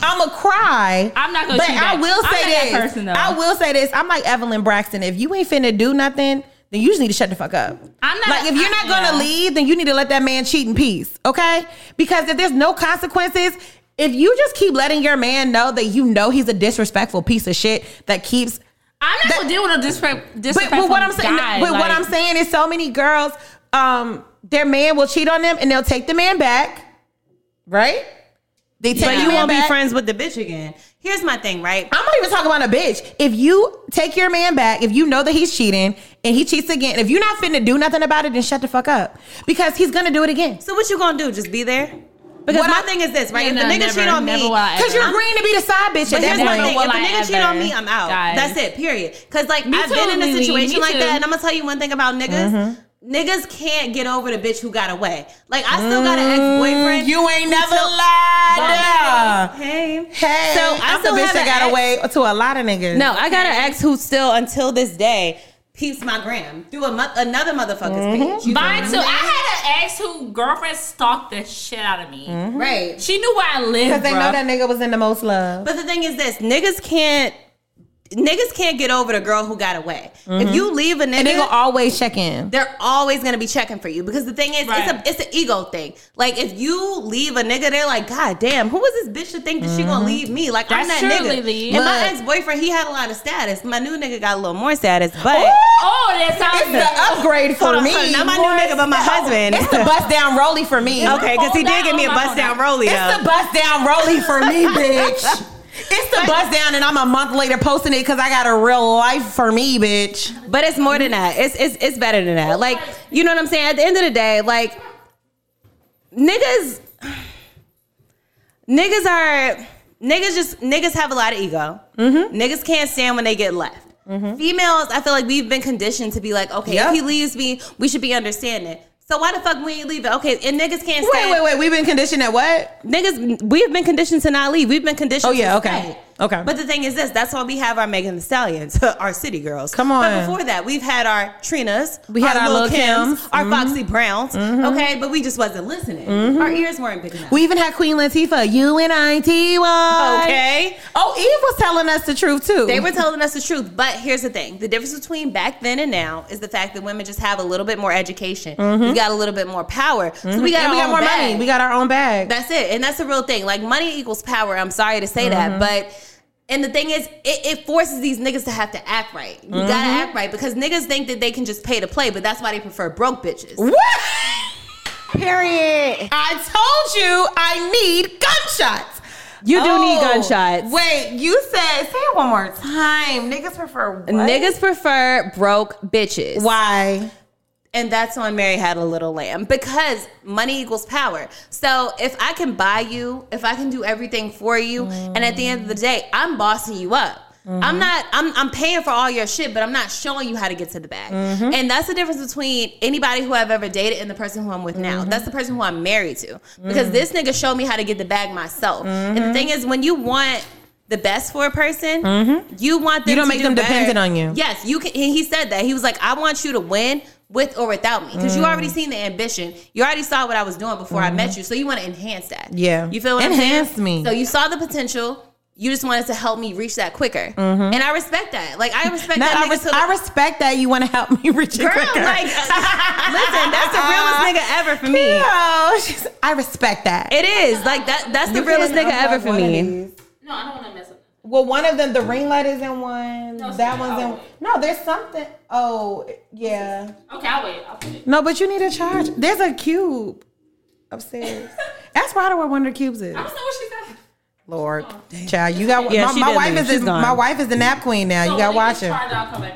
[SPEAKER 6] I'm gonna cry.
[SPEAKER 2] I'm not gonna
[SPEAKER 6] But
[SPEAKER 2] cheat
[SPEAKER 6] I
[SPEAKER 2] back.
[SPEAKER 6] will
[SPEAKER 2] I'm
[SPEAKER 6] say
[SPEAKER 2] not that
[SPEAKER 6] this.
[SPEAKER 2] person, though.
[SPEAKER 6] I will say this. I'm like Evelyn Braxton. If you ain't finna do nothing, then you just need to shut the fuck up.
[SPEAKER 2] I'm not-
[SPEAKER 6] like if you're not
[SPEAKER 2] I-
[SPEAKER 6] gonna
[SPEAKER 2] yeah.
[SPEAKER 6] leave, then you need to let that man cheat in peace, okay? Because if there's no consequences. If you just keep letting your man know that you know he's a disrespectful piece of shit that keeps
[SPEAKER 2] I'm not
[SPEAKER 6] That-
[SPEAKER 2] gonna deal with a disrespect.
[SPEAKER 6] but, but what I'm saying, but what I'm saying is, so many girls, um, their man will cheat on them, and they'll take the man back, right? They take
[SPEAKER 7] But
[SPEAKER 6] the
[SPEAKER 7] you
[SPEAKER 6] man
[SPEAKER 7] won't be
[SPEAKER 6] back.
[SPEAKER 7] friends with the bitch again. Here's my thing, right?
[SPEAKER 6] I'm not even talking about a bitch. If you take your man back, if you know that he's cheating and he cheats again, if you're not finna do nothing about it, then shut the fuck up because he's gonna do it again.
[SPEAKER 7] So what you gonna do? Just be there? Because
[SPEAKER 6] What
[SPEAKER 7] my
[SPEAKER 6] I-
[SPEAKER 7] thing is this, right?
[SPEAKER 2] Yeah,
[SPEAKER 7] if
[SPEAKER 2] no,
[SPEAKER 7] the nigga
[SPEAKER 2] never,
[SPEAKER 7] cheat on
[SPEAKER 2] never
[SPEAKER 7] me,
[SPEAKER 2] will I
[SPEAKER 6] Because you're agreeing to be the side bitch at
[SPEAKER 7] But
[SPEAKER 6] that
[SPEAKER 7] here's my
[SPEAKER 2] Never
[SPEAKER 6] point.
[SPEAKER 7] thing.
[SPEAKER 2] will
[SPEAKER 7] If
[SPEAKER 2] I
[SPEAKER 7] a nigga cheat on
[SPEAKER 2] ever.
[SPEAKER 7] me, I'm out.
[SPEAKER 2] Guys.
[SPEAKER 7] That's it, period. Because, like,
[SPEAKER 2] Me
[SPEAKER 7] I've
[SPEAKER 2] too,
[SPEAKER 7] been in a
[SPEAKER 2] Lily.
[SPEAKER 7] situation
[SPEAKER 2] Me
[SPEAKER 7] like
[SPEAKER 2] too.
[SPEAKER 7] that. And I'm going to tell you one thing about niggas. Niggas can't get over the bitch who got away. Like, I still got an ex-boyfriend.
[SPEAKER 6] You ain't never
[SPEAKER 7] So-
[SPEAKER 6] lied.
[SPEAKER 7] Hey.
[SPEAKER 6] Hey,
[SPEAKER 7] So I
[SPEAKER 6] I'm the
[SPEAKER 7] still
[SPEAKER 6] bitch
[SPEAKER 7] have
[SPEAKER 6] that
[SPEAKER 7] an
[SPEAKER 6] got
[SPEAKER 7] ex-
[SPEAKER 6] away to a lot of niggas.
[SPEAKER 7] No, I got an ex who still, until this day, peeps my gram through a mo- another motherfucker's page. You
[SPEAKER 2] Mine too. I had an ex who girlfriend stalked the shit out of me.
[SPEAKER 7] Right.
[SPEAKER 2] She knew where I lived.
[SPEAKER 6] because Mm-hmm. they know
[SPEAKER 2] bruh.
[SPEAKER 6] that nigga was in the most love.
[SPEAKER 7] But the thing is this, niggas can't niggas can't get over the girl who got away. If you leave a
[SPEAKER 6] And they
[SPEAKER 7] nigga,
[SPEAKER 6] gonna always check in.
[SPEAKER 7] they're always gonna be checking for you because the thing is,
[SPEAKER 2] Right.
[SPEAKER 7] it's a it's an ego thing. Like if you leave a nigga, they're like, God damn, who is this bitch to think that she gonna leave me? Like I'm
[SPEAKER 2] That's
[SPEAKER 7] that
[SPEAKER 2] true,
[SPEAKER 7] nigga.
[SPEAKER 2] Lily.
[SPEAKER 7] And my
[SPEAKER 6] Look.
[SPEAKER 7] ex boyfriend, he had a lot of status. My new nigga got a little more status, but
[SPEAKER 2] Oh, that sounds
[SPEAKER 6] It's the upgrade for
[SPEAKER 7] Hold on,
[SPEAKER 6] me.
[SPEAKER 7] hold on, not my new nigga, but my husband.
[SPEAKER 6] It's the bust down rolly for me.
[SPEAKER 7] okay, because he
[SPEAKER 2] Hold on,
[SPEAKER 7] did give me a
[SPEAKER 2] hold
[SPEAKER 7] bust
[SPEAKER 2] on, hold
[SPEAKER 7] down
[SPEAKER 2] on.
[SPEAKER 7] rollie
[SPEAKER 6] It's
[SPEAKER 7] though.
[SPEAKER 6] the bust down rolly for me, bitch. It's the bust down, and I'm a month later posting it because I got a real life for me, bitch.
[SPEAKER 7] But it's more than that. It's it's it's better than that. Like you know what I'm saying. At the end of the day, like niggas. niggas are niggas just niggas have a lot of ego.
[SPEAKER 6] Mm-hmm.
[SPEAKER 7] Niggas can't stand when they get left. Females, I feel like we've been conditioned to be like, okay,
[SPEAKER 6] Yep.
[SPEAKER 7] if he leaves me, we should be understanding. So why the fuck we ain't leave it? Okay, and niggas can't
[SPEAKER 6] Wait,
[SPEAKER 7] stand.
[SPEAKER 6] wait, wait. We've been conditioned at what?
[SPEAKER 7] Niggas, we've been conditioned to not leave. We've been conditioned.
[SPEAKER 6] Oh, yeah,
[SPEAKER 7] to
[SPEAKER 6] okay.
[SPEAKER 7] stay.
[SPEAKER 6] Okay.
[SPEAKER 7] But the thing is this: that's why we have our Megan the Stallions, our city girls.
[SPEAKER 6] Come on.
[SPEAKER 7] But before that, we've had our Trinas,
[SPEAKER 6] We had our
[SPEAKER 7] Lil'
[SPEAKER 6] Lil' Kims, Mm-hmm.
[SPEAKER 7] our Foxy Browns. Okay, but we just wasn't listening. Our ears weren't big enough.
[SPEAKER 6] We even had Queen Latifah, U N I T Y.
[SPEAKER 7] Okay.
[SPEAKER 6] Oh, Eve was telling us the truth too.
[SPEAKER 7] They were telling us the truth, but here's the thing: the difference between back then and now is the fact that women just have a little bit more education. We got a little bit more power, so we got
[SPEAKER 6] Mm-hmm. And we
[SPEAKER 7] our
[SPEAKER 6] got
[SPEAKER 7] own
[SPEAKER 6] more
[SPEAKER 7] bag.
[SPEAKER 6] money. We got our own bag.
[SPEAKER 7] That's it. And that's the real thing. Like money equals power. I'm sorry to say
[SPEAKER 6] Mm-hmm.
[SPEAKER 7] that, but and the thing is, it, it forces these niggas to have to act right. You
[SPEAKER 6] Mm-hmm.
[SPEAKER 7] gotta act right because niggas think that they can just pay to play, but that's why they prefer broke bitches.
[SPEAKER 6] what?
[SPEAKER 10] Period.
[SPEAKER 6] I told you I need gunshots. Oh,
[SPEAKER 11] You do need gunshots.
[SPEAKER 6] Wait, you said say it one more time. Niggas prefer what?
[SPEAKER 11] Niggas prefer broke bitches.
[SPEAKER 6] Why?
[SPEAKER 7] And that's on Mary Had a Little Lamb because money equals power. So if I can buy you, if I can do everything for you, and at the end of the day, I'm bossing you up. I'm not. I'm. I'm paying for all your shit, but I'm not showing you how to get to the bag. And that's the difference between anybody who I've ever dated and the person who I'm with now. That's the person who I'm married to because this nigga showed me how to get the bag myself. And the thing is, when you want the best for a person, you want them.
[SPEAKER 6] don't
[SPEAKER 7] to
[SPEAKER 6] make
[SPEAKER 7] do
[SPEAKER 6] them
[SPEAKER 7] better.
[SPEAKER 6] dependent on you.
[SPEAKER 7] Yeah, Yes, you can. and He said that. He was like, I want you to win with or without me because you already seen the ambition. You already saw what I was doing before I met you. So you want to enhance that.
[SPEAKER 6] Yeah.
[SPEAKER 7] You feel what I'm
[SPEAKER 6] Enhance
[SPEAKER 7] saying?
[SPEAKER 6] me.
[SPEAKER 7] So you saw the potential. You just wanted to help me reach that quicker. And I respect that. Like, I respect
[SPEAKER 6] Not,
[SPEAKER 7] that.
[SPEAKER 6] I,
[SPEAKER 7] nigga
[SPEAKER 6] res-
[SPEAKER 7] to the-
[SPEAKER 6] I respect that you want to help me reach it
[SPEAKER 7] Girl,
[SPEAKER 6] quicker.
[SPEAKER 7] like, listen, that's the realest nigga ever for me.
[SPEAKER 6] Yo, she's- I respect that.
[SPEAKER 7] It is. Like, that. that's the realest nigga ever for me.
[SPEAKER 2] No, I don't want to mess up.
[SPEAKER 6] Well, one of them, the ring light is in one.
[SPEAKER 2] No,
[SPEAKER 6] that
[SPEAKER 2] so-
[SPEAKER 6] one's in. No, there's something. Oh, yeah.
[SPEAKER 2] Okay, I'll wait. I'll put it.
[SPEAKER 6] No, but you need a charge. There's a cube upstairs. Ask Ryder where one of the cubes is.
[SPEAKER 2] I don't know what she said.
[SPEAKER 6] Lord, child, you got.
[SPEAKER 11] Yeah,
[SPEAKER 6] my
[SPEAKER 11] she
[SPEAKER 6] my
[SPEAKER 11] did
[SPEAKER 6] wife
[SPEAKER 11] leave.
[SPEAKER 6] is
[SPEAKER 11] She's
[SPEAKER 6] the,
[SPEAKER 11] gone.
[SPEAKER 6] my wife is the nap queen now. you
[SPEAKER 2] So
[SPEAKER 6] got to
[SPEAKER 2] leave
[SPEAKER 6] watch
[SPEAKER 2] this
[SPEAKER 6] her.
[SPEAKER 2] card, I'll come back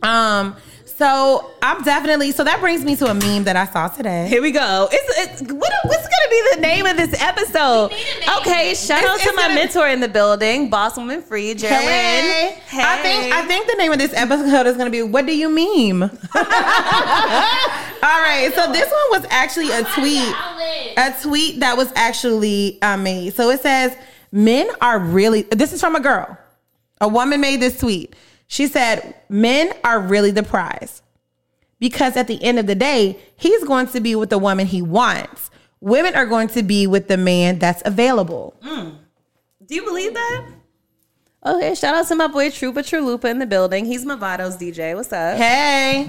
[SPEAKER 2] online.
[SPEAKER 6] Um. So I'm definitely. So that brings me to a meme that I saw today.
[SPEAKER 11] Here we go. It's, it's what, what's gonna be the name of this episode?
[SPEAKER 2] We need a name.
[SPEAKER 11] Okay, shout
[SPEAKER 6] It's-
[SPEAKER 11] out to
[SPEAKER 6] it's
[SPEAKER 11] my
[SPEAKER 6] gonna-
[SPEAKER 11] mentor in the building, Boss Woman Free, Jalen. Hey.
[SPEAKER 6] I think I think the name of this episode is gonna be "What Do You Meme." All right, so this one was actually a tweet. a tweet that was actually uh, made. So it says, Men are really, this is from a girl. A woman made this tweet. She said, Men are really the prize because at the end of the day, he's going to be with the woman he wants. Women are going to be with the man that's available.
[SPEAKER 7] Do you believe that?
[SPEAKER 11] Okay, shout out to my boy Troopa Trulupa in the building. He's Movado's DJ. What's up?
[SPEAKER 6] Hey,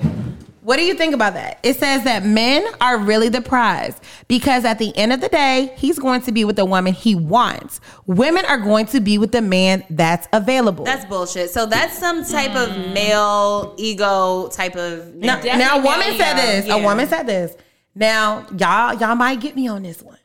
[SPEAKER 6] what do you think about that? It says that men are really the prize because at the end of the day, he's going to be with the woman he wants. Women are going to be with the man that's available.
[SPEAKER 7] That's bullshit. So that's some type
[SPEAKER 2] Mm.
[SPEAKER 7] of male ego type of.
[SPEAKER 6] Now,
[SPEAKER 7] narrative.
[SPEAKER 6] now a woman
[SPEAKER 7] yeah,
[SPEAKER 6] said this. A
[SPEAKER 7] yeah.
[SPEAKER 6] woman said this. Now, y'all, y'all might get me on this one.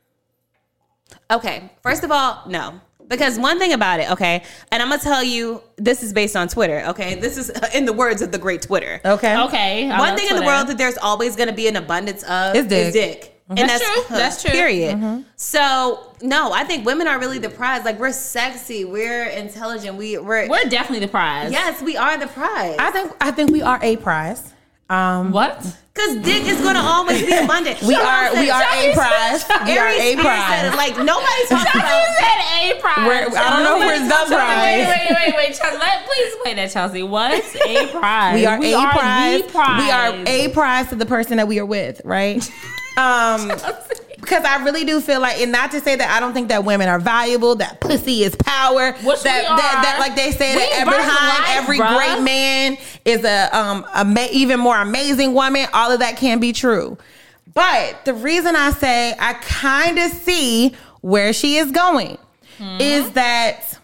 [SPEAKER 7] Okay. First of all, no. Because one thing about it, okay, and I'm gonna tell you, this is based on Twitter, okay? This is in the words of the great Twitter.
[SPEAKER 6] Okay.
[SPEAKER 2] Okay. I
[SPEAKER 7] One
[SPEAKER 2] love
[SPEAKER 7] thing in the
[SPEAKER 2] Twitter.
[SPEAKER 7] world that there's always gonna be an abundance of
[SPEAKER 6] Is dick.
[SPEAKER 7] And
[SPEAKER 2] Mm-hmm. That's
[SPEAKER 7] that's,
[SPEAKER 2] true. That's true. Mm-hmm.
[SPEAKER 7] Period. So no, I think women are really the prize. Like we're sexy, we're intelligent, we we're,
[SPEAKER 2] We're definitely the prize.
[SPEAKER 7] yes, we are the prize.
[SPEAKER 6] I think I think we are a prize. Um,
[SPEAKER 2] What?
[SPEAKER 7] Cause dick is gonna always be abundant.
[SPEAKER 6] we are we are a prize. We are a prize.
[SPEAKER 7] Like nobody's talking about
[SPEAKER 2] Chelsea said a prize.
[SPEAKER 6] We're- I don't know if we're the
[SPEAKER 2] Chelsea,
[SPEAKER 6] prize.
[SPEAKER 2] Wait, wait, wait, wait, Chelsea. Let, please explain that, Chelsea. What's a prize?
[SPEAKER 6] We are a
[SPEAKER 2] the
[SPEAKER 6] prize. We are
[SPEAKER 2] prize.
[SPEAKER 6] a prize to the person that we are with, right? Um, because I really do feel like, and not to say that I don't think that women are valuable, that pussy is power,
[SPEAKER 2] Which
[SPEAKER 6] that,
[SPEAKER 2] we
[SPEAKER 6] that
[SPEAKER 2] are.
[SPEAKER 6] that like they say
[SPEAKER 2] We
[SPEAKER 6] that
[SPEAKER 2] birth
[SPEAKER 6] every
[SPEAKER 2] life,
[SPEAKER 6] time every
[SPEAKER 2] bruh.
[SPEAKER 6] great man is a um a ma- even more amazing woman. All of that can be true, but the reason I say I kind of see where she is going is
[SPEAKER 2] Mm-hmm.
[SPEAKER 6] that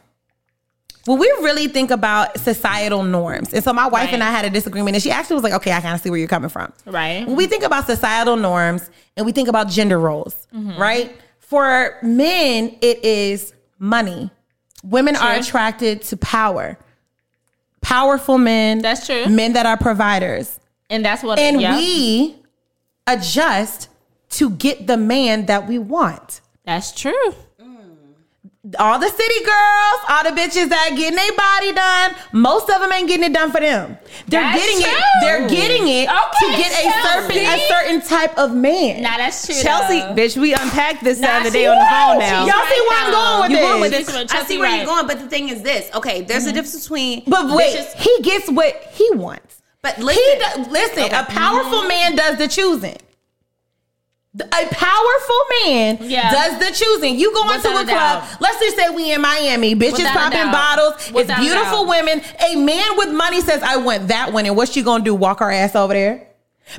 [SPEAKER 6] when we really think about societal norms, and so my wife and I had a disagreement, and she actually was like, "Okay, I kind of see where you're coming from."
[SPEAKER 2] Right.
[SPEAKER 6] When we think about societal norms and we think about gender roles,
[SPEAKER 2] Mm-hmm.
[SPEAKER 6] right? For men, it is money. Women are attracted to power. Powerful men.
[SPEAKER 2] That's true.
[SPEAKER 6] Men that are providers,
[SPEAKER 2] and that's what.
[SPEAKER 6] and
[SPEAKER 2] yeah,
[SPEAKER 6] we adjust to get the man that we want.
[SPEAKER 2] That's true.
[SPEAKER 6] all the city girls, all the bitches that getting their body done, most of them ain't getting it done for them. They're
[SPEAKER 2] That's
[SPEAKER 6] getting it.
[SPEAKER 2] true.
[SPEAKER 6] They're getting it
[SPEAKER 2] Okay,
[SPEAKER 6] to get a certain, a
[SPEAKER 2] Chelsea.
[SPEAKER 6] certain type of man.
[SPEAKER 2] Nah, that's true.
[SPEAKER 12] Chelsea,
[SPEAKER 2] though.
[SPEAKER 12] bitch, we unpacked this
[SPEAKER 2] Nah,
[SPEAKER 12] Saturday
[SPEAKER 2] she
[SPEAKER 12] on the
[SPEAKER 2] right.
[SPEAKER 12] phone
[SPEAKER 2] She's
[SPEAKER 12] now.
[SPEAKER 6] Y'all see where
[SPEAKER 2] right,
[SPEAKER 6] I'm
[SPEAKER 2] though.
[SPEAKER 6] going with
[SPEAKER 2] You
[SPEAKER 6] this?
[SPEAKER 2] going with this?
[SPEAKER 7] I see where you're going, but the thing is this. Okay, there's a difference between.
[SPEAKER 6] Mm-hmm. But wait,
[SPEAKER 7] bitches-
[SPEAKER 6] he gets what he wants.
[SPEAKER 7] but
[SPEAKER 6] He
[SPEAKER 7] listen,
[SPEAKER 6] do- listen,
[SPEAKER 2] Uh-huh.
[SPEAKER 6] a powerful man does the choosing. The- A powerful man
[SPEAKER 2] Yeah.
[SPEAKER 6] does the choosing. You go into a
[SPEAKER 2] Without a
[SPEAKER 6] club.
[SPEAKER 2] doubt.
[SPEAKER 6] Let's just say we in Miami. Bitches
[SPEAKER 2] Without a
[SPEAKER 6] popping
[SPEAKER 2] doubt.
[SPEAKER 6] bottles.
[SPEAKER 2] Without a
[SPEAKER 6] it's beautiful
[SPEAKER 2] doubt.
[SPEAKER 6] women. A man with money says, "I want that one." And what's she gonna do? Walk her ass over there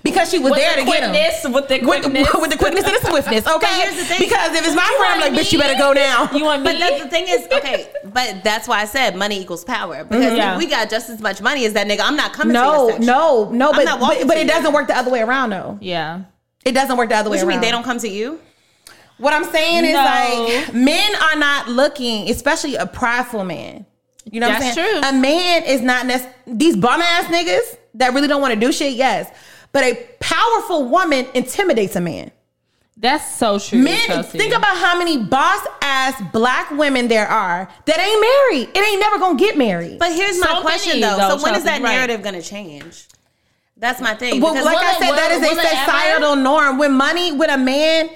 [SPEAKER 6] because she was
[SPEAKER 2] With
[SPEAKER 6] there
[SPEAKER 2] the
[SPEAKER 6] to get him.
[SPEAKER 2] quickness, with the
[SPEAKER 6] With-
[SPEAKER 2] quickness.
[SPEAKER 6] with the quickness and the swiftness. Okay,
[SPEAKER 7] here's the thing.
[SPEAKER 6] because if it's my friend, I'm
[SPEAKER 2] want
[SPEAKER 6] like, bitch, you
[SPEAKER 2] me?
[SPEAKER 6] better go now.
[SPEAKER 2] You want me?
[SPEAKER 7] But that's the thing is, okay, but that's why I said money equals power. Because
[SPEAKER 2] Yeah.
[SPEAKER 7] if we got just as much money as that nigga, I'm not coming to your
[SPEAKER 6] Mm-hmm. no,
[SPEAKER 7] section.
[SPEAKER 6] no, no.
[SPEAKER 7] I'm
[SPEAKER 6] But
[SPEAKER 7] not walking
[SPEAKER 6] but, but
[SPEAKER 7] to
[SPEAKER 6] it
[SPEAKER 7] you.
[SPEAKER 6] doesn't work the other way around though.
[SPEAKER 2] yeah.
[SPEAKER 6] It doesn't work the other
[SPEAKER 7] What
[SPEAKER 6] way
[SPEAKER 7] you
[SPEAKER 6] around.
[SPEAKER 7] mean they don't come to you?
[SPEAKER 6] What I'm saying is
[SPEAKER 2] No.
[SPEAKER 6] like men are not looking, especially a prideful man. You know
[SPEAKER 2] That's
[SPEAKER 6] what I'm saying?
[SPEAKER 2] true.
[SPEAKER 6] A man is not nec- these bum ass niggas that really don't want to do shit. Yes, but a powerful woman intimidates a man.
[SPEAKER 2] That's so true.
[SPEAKER 6] Men,
[SPEAKER 2] Chelsea.
[SPEAKER 6] think about how many boss ass black women there are that ain't married. It ain't never gonna get married.
[SPEAKER 7] But here's my
[SPEAKER 2] So
[SPEAKER 7] question
[SPEAKER 2] many,
[SPEAKER 7] though.
[SPEAKER 2] though,
[SPEAKER 7] So when is
[SPEAKER 2] Chelsea,
[SPEAKER 7] that
[SPEAKER 2] right.
[SPEAKER 7] narrative going to change? That's my thing.
[SPEAKER 6] Well,
[SPEAKER 7] because
[SPEAKER 6] like
[SPEAKER 7] will
[SPEAKER 6] I
[SPEAKER 7] it-
[SPEAKER 6] said,
[SPEAKER 7] will
[SPEAKER 6] that
[SPEAKER 7] it-
[SPEAKER 6] is
[SPEAKER 7] will it
[SPEAKER 6] a
[SPEAKER 7] ever-
[SPEAKER 6] societal norm. When money, when a man,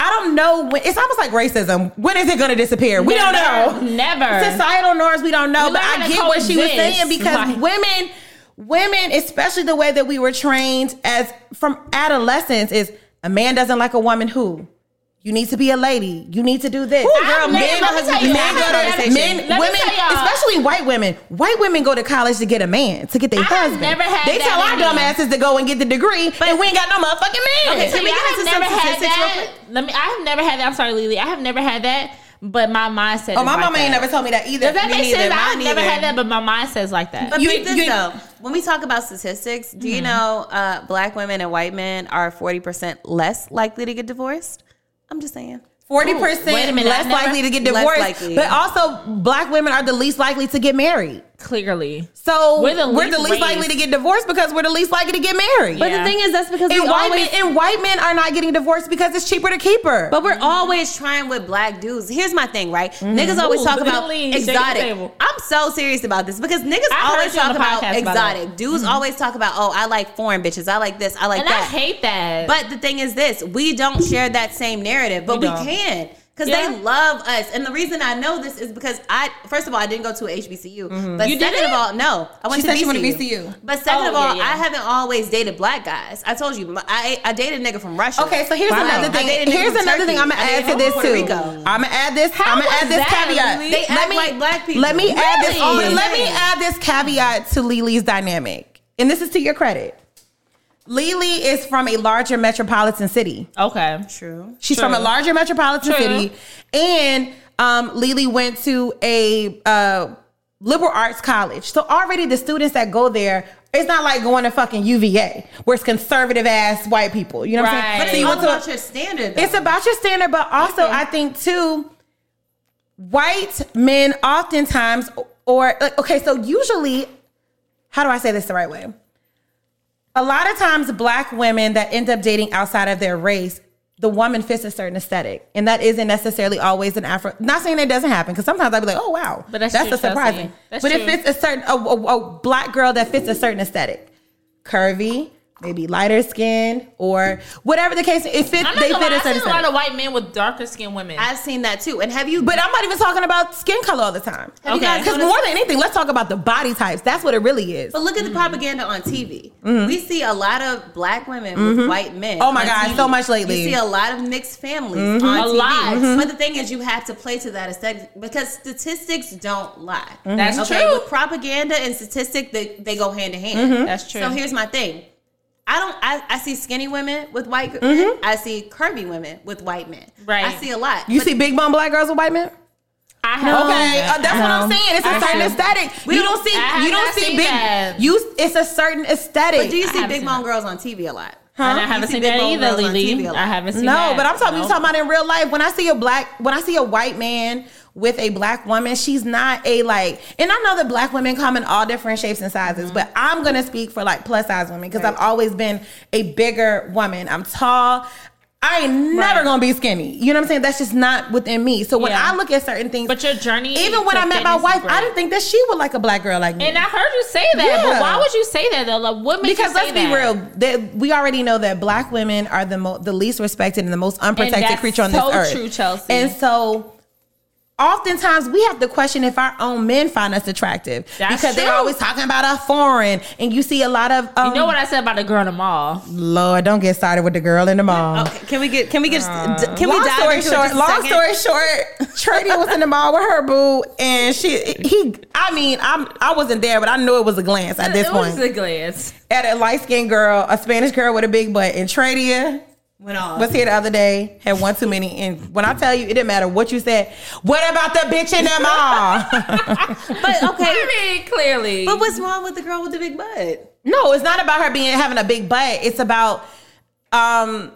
[SPEAKER 6] I don't know. When, it's almost like racism. When is it going to disappear? We
[SPEAKER 2] Never.
[SPEAKER 6] don't know.
[SPEAKER 2] Never.
[SPEAKER 6] Societal norms. We don't know.
[SPEAKER 2] We
[SPEAKER 6] but
[SPEAKER 2] learn
[SPEAKER 6] I
[SPEAKER 2] to
[SPEAKER 6] get what she was
[SPEAKER 2] coexist,
[SPEAKER 6] saying because
[SPEAKER 2] like-
[SPEAKER 6] women, women, especially the way that we were trained as from adolescence, is a man doesn't like a woman who. You need to be a lady. You need to do this.
[SPEAKER 2] I'm
[SPEAKER 6] men,
[SPEAKER 2] late. Let me tell you, I
[SPEAKER 6] men,
[SPEAKER 2] had a
[SPEAKER 6] go to,
[SPEAKER 2] conversation.
[SPEAKER 6] men,
[SPEAKER 2] Let me
[SPEAKER 6] women,
[SPEAKER 2] tell y'all.
[SPEAKER 6] especially white women. White women go to college to get a man, to get their
[SPEAKER 2] I have
[SPEAKER 6] husband.
[SPEAKER 2] never had
[SPEAKER 6] they
[SPEAKER 2] that
[SPEAKER 6] tell our
[SPEAKER 2] many.
[SPEAKER 6] dumb asses to go and get the degree, and we ain't got no motherfucking man.
[SPEAKER 2] Okay, so
[SPEAKER 7] Can we get
[SPEAKER 2] yeah, I have
[SPEAKER 7] into
[SPEAKER 2] never
[SPEAKER 7] some
[SPEAKER 2] had
[SPEAKER 7] statistics real
[SPEAKER 2] that. Let me. I have never had that. I'm sorry, Lily. I have never had that. But my mindset.
[SPEAKER 6] oh,
[SPEAKER 2] is
[SPEAKER 6] my
[SPEAKER 2] like
[SPEAKER 6] mama ain't
[SPEAKER 2] that.
[SPEAKER 6] never told me that either.
[SPEAKER 2] Does that
[SPEAKER 6] Me
[SPEAKER 2] make sense?
[SPEAKER 6] neither.
[SPEAKER 2] I've
[SPEAKER 6] Mine
[SPEAKER 2] never
[SPEAKER 6] neither.
[SPEAKER 2] had that, but my mindset's like that.
[SPEAKER 7] But
[SPEAKER 6] You-
[SPEAKER 7] think this
[SPEAKER 6] you- Mm-hmm.
[SPEAKER 7] though, when we talk about statistics, do you know uh, black women and white men are forty percent less likely to get divorced? I'm just saying.
[SPEAKER 6] Forty
[SPEAKER 2] Wait a
[SPEAKER 6] percent
[SPEAKER 2] minute,
[SPEAKER 6] less
[SPEAKER 2] I've never-
[SPEAKER 6] likely to get
[SPEAKER 7] Less
[SPEAKER 6] divorced,
[SPEAKER 7] likely.
[SPEAKER 6] but also black women are the least likely to get married.
[SPEAKER 2] Clearly.
[SPEAKER 6] So
[SPEAKER 2] We're the least raised.
[SPEAKER 6] likely to get divorced because we're the least likely to get married.
[SPEAKER 12] But the thing is, that's because we
[SPEAKER 6] and white
[SPEAKER 12] always,
[SPEAKER 6] men and white men are not getting divorced because it's cheaper to keep her.
[SPEAKER 7] But
[SPEAKER 2] Mm-hmm.
[SPEAKER 7] we're always trying with black dudes. Here's my thing, right? Niggas always
[SPEAKER 2] Ooh,
[SPEAKER 7] talk
[SPEAKER 2] look at
[SPEAKER 7] about
[SPEAKER 2] the lean, shaking the
[SPEAKER 7] exotic.
[SPEAKER 2] table.
[SPEAKER 7] I'm so serious about this because niggas
[SPEAKER 2] I heard
[SPEAKER 7] always
[SPEAKER 2] you on
[SPEAKER 7] talk
[SPEAKER 2] the
[SPEAKER 7] about
[SPEAKER 2] podcast, by the way. Mm-hmm.
[SPEAKER 7] exotic. Dudes always talk about, oh, I like foreign bitches. I like this. I like
[SPEAKER 2] And I
[SPEAKER 7] that.
[SPEAKER 2] hate that.
[SPEAKER 7] But the thing is this, we don't share that same narrative, but
[SPEAKER 2] We
[SPEAKER 7] we,
[SPEAKER 2] don't.
[SPEAKER 7] can. Because
[SPEAKER 2] Yeah.
[SPEAKER 7] they love us. And the reason I know this is because I, first of all, I didn't go to a HBCU. But
[SPEAKER 2] You
[SPEAKER 7] second of
[SPEAKER 2] didn't?
[SPEAKER 7] all, no. I
[SPEAKER 6] Mm-hmm.
[SPEAKER 7] went
[SPEAKER 6] She
[SPEAKER 7] to
[SPEAKER 6] said she went to VCU.
[SPEAKER 7] But second
[SPEAKER 2] Oh,
[SPEAKER 7] of all,
[SPEAKER 2] yeah, yeah.
[SPEAKER 7] I haven't always dated black guys. I told you, my- I, I dated a nigga from Russia.
[SPEAKER 6] Okay, so here's
[SPEAKER 7] Wow.
[SPEAKER 6] another thing.
[SPEAKER 7] I dated a nigga
[SPEAKER 6] Here's
[SPEAKER 7] from
[SPEAKER 6] another thing I'm gonna
[SPEAKER 7] Turkey. I
[SPEAKER 6] add to
[SPEAKER 7] dated a nigga
[SPEAKER 6] this
[SPEAKER 7] from
[SPEAKER 6] too.
[SPEAKER 7] Puerto Rico.
[SPEAKER 6] I'm gonna add this. I'm gonna add
[SPEAKER 2] was
[SPEAKER 6] this
[SPEAKER 2] that,
[SPEAKER 6] caveat.
[SPEAKER 2] Lily?
[SPEAKER 7] They act like black people.
[SPEAKER 6] Let me add this.
[SPEAKER 2] Really?
[SPEAKER 6] but let me add this caveat to Lily's dynamic, and this is to your credit. Lily is from a larger metropolitan city.
[SPEAKER 2] Okay.
[SPEAKER 7] True.
[SPEAKER 6] She's
[SPEAKER 2] True.
[SPEAKER 6] from a larger metropolitan
[SPEAKER 2] True.
[SPEAKER 6] city, and um, Lily went to a uh, liberal arts college. So already the students that go there, it's not like going to fucking UVA, where it's conservative ass white people. You know what I'm
[SPEAKER 2] Right.
[SPEAKER 6] saying?
[SPEAKER 2] But
[SPEAKER 6] So you
[SPEAKER 7] It's all
[SPEAKER 6] went to a-
[SPEAKER 7] about your standard.
[SPEAKER 6] it's about your standard, but also I think too, white men oftentimes or like okay, so usually, how do I say this the right way? A lot of times, black women that end up dating outside of their race, the woman fits a certain aesthetic, and that isn't necessarily always an Afro. Not saying that doesn't happen, because sometimes I'd be like, oh wow,
[SPEAKER 2] But that's true,
[SPEAKER 6] a surprising.
[SPEAKER 2] Chelsea. That's
[SPEAKER 6] but
[SPEAKER 2] true.
[SPEAKER 6] if it's a certain a, a- a black girl that fits a certain aesthetic, curvy. Maybe lighter skin or whatever the case. It fit.
[SPEAKER 2] I'm not
[SPEAKER 6] They
[SPEAKER 2] gonna
[SPEAKER 6] fit
[SPEAKER 2] lie.
[SPEAKER 6] a
[SPEAKER 2] I've
[SPEAKER 6] certain
[SPEAKER 2] seen a lot
[SPEAKER 6] aesthetic.
[SPEAKER 2] of white men with darker skinned women.
[SPEAKER 7] I've seen that too. And have you
[SPEAKER 6] But I'm not even talking about skin color all the time.
[SPEAKER 7] Have you
[SPEAKER 2] Okay.
[SPEAKER 7] guys
[SPEAKER 6] Because
[SPEAKER 7] noticed-
[SPEAKER 6] more than anything, let's talk about the body types. That's what it really is.
[SPEAKER 7] But look at the propaganda on TV. We see a lot of black women with white men.
[SPEAKER 6] Oh my
[SPEAKER 7] on
[SPEAKER 6] God,
[SPEAKER 7] TV.
[SPEAKER 6] so much lately.
[SPEAKER 7] You see a lot of mixed families on
[SPEAKER 2] A
[SPEAKER 7] TV.
[SPEAKER 2] lot. Mhm.
[SPEAKER 7] But the thing is, you have to play to that aesthetic because statistics don't lie.
[SPEAKER 2] That's true.
[SPEAKER 7] With propaganda and statistic, they, they go hand in hand.
[SPEAKER 2] That's true.
[SPEAKER 7] So here's my thing. I don't. I, I see skinny women with white. gr- I see curvy women with white men.
[SPEAKER 2] Right.
[SPEAKER 7] I see a lot.
[SPEAKER 6] You see big bone black girls with white men?
[SPEAKER 2] I have
[SPEAKER 6] Okay,
[SPEAKER 2] that.
[SPEAKER 6] uh, that's what I'm
[SPEAKER 2] No.
[SPEAKER 6] saying. It's a
[SPEAKER 2] I
[SPEAKER 6] certain
[SPEAKER 2] have-
[SPEAKER 6] aesthetic.
[SPEAKER 2] Um, We
[SPEAKER 6] you
[SPEAKER 2] don't-
[SPEAKER 6] don't see.
[SPEAKER 2] I have
[SPEAKER 6] You don't
[SPEAKER 2] not
[SPEAKER 6] see
[SPEAKER 2] seen
[SPEAKER 6] big.
[SPEAKER 2] that.
[SPEAKER 6] You. It's a certain aesthetic.
[SPEAKER 7] But do you see
[SPEAKER 2] haven't
[SPEAKER 7] big
[SPEAKER 2] seen
[SPEAKER 7] bone girls on TV a lot?
[SPEAKER 2] And I
[SPEAKER 7] You
[SPEAKER 2] haven't
[SPEAKER 7] see
[SPEAKER 2] seen
[SPEAKER 7] big
[SPEAKER 2] that
[SPEAKER 7] bone
[SPEAKER 2] either,
[SPEAKER 7] girls on
[SPEAKER 2] Lily.
[SPEAKER 7] TV a lot.
[SPEAKER 2] I haven't seen
[SPEAKER 6] no,
[SPEAKER 2] that.
[SPEAKER 6] but I'm talking. You
[SPEAKER 2] Nope.
[SPEAKER 6] talking about in real life? When I see a black, when I see a white man with a black woman, she's not a like. And I know that black women come in all different shapes and
[SPEAKER 2] Mm-hmm.
[SPEAKER 6] sizes, but I'm gonna speak for like plus size women because I've always been a bigger woman. I'm tall. I ain't never gonna be skinny. You know what I'm saying? That's just not within me. So when
[SPEAKER 2] Yeah.
[SPEAKER 6] I look at certain things,
[SPEAKER 2] But your journey
[SPEAKER 6] even when
[SPEAKER 2] to
[SPEAKER 6] I met my
[SPEAKER 2] fitness is
[SPEAKER 6] wife, I
[SPEAKER 2] great.
[SPEAKER 6] didn't think that she would like a black girl like me.
[SPEAKER 2] And I heard you say that,
[SPEAKER 6] Yeah.
[SPEAKER 2] but why would you say that though? Like, what makes
[SPEAKER 6] because
[SPEAKER 2] you
[SPEAKER 6] let's
[SPEAKER 2] say
[SPEAKER 6] be
[SPEAKER 2] that?
[SPEAKER 6] real, that we already know that black women are the mo- the least respected and the most unprotected
[SPEAKER 2] that's
[SPEAKER 6] creature on
[SPEAKER 2] so
[SPEAKER 6] this earth.
[SPEAKER 2] true, Chelsea.
[SPEAKER 6] And so. Oftentimes, we have to question if our own men find us attractive
[SPEAKER 2] That's
[SPEAKER 6] because they're
[SPEAKER 2] true.
[SPEAKER 6] always talking about us foreign, and you see a lot of um,
[SPEAKER 2] You know what I said about the girl in the mall?
[SPEAKER 6] Lord, don't get started with the girl in the mall.
[SPEAKER 2] Oh,
[SPEAKER 7] Can we get? Can we get? d-
[SPEAKER 2] Uh,
[SPEAKER 7] can we
[SPEAKER 6] long
[SPEAKER 7] dive
[SPEAKER 6] story
[SPEAKER 7] into
[SPEAKER 6] short,
[SPEAKER 7] it just a
[SPEAKER 6] long story
[SPEAKER 7] second?
[SPEAKER 6] short, Trudy was in the mall with her boo, and she he. I mean, I'm I wasn't there, but I knew it was a glance at this
[SPEAKER 2] it
[SPEAKER 6] point
[SPEAKER 2] was a glance.
[SPEAKER 6] at a light skinned girl, a Spanish girl with a big butt, and Tradia.
[SPEAKER 7] Went off.
[SPEAKER 6] Was here the other day, had one too many, and when I tell you, it didn't matter what you said. What about the bitch in the mall?
[SPEAKER 7] But okay.
[SPEAKER 2] I mean, clearly.
[SPEAKER 7] But what's wrong with the girl with the big butt?
[SPEAKER 6] no, it's not about her being having a big butt. It's about, um,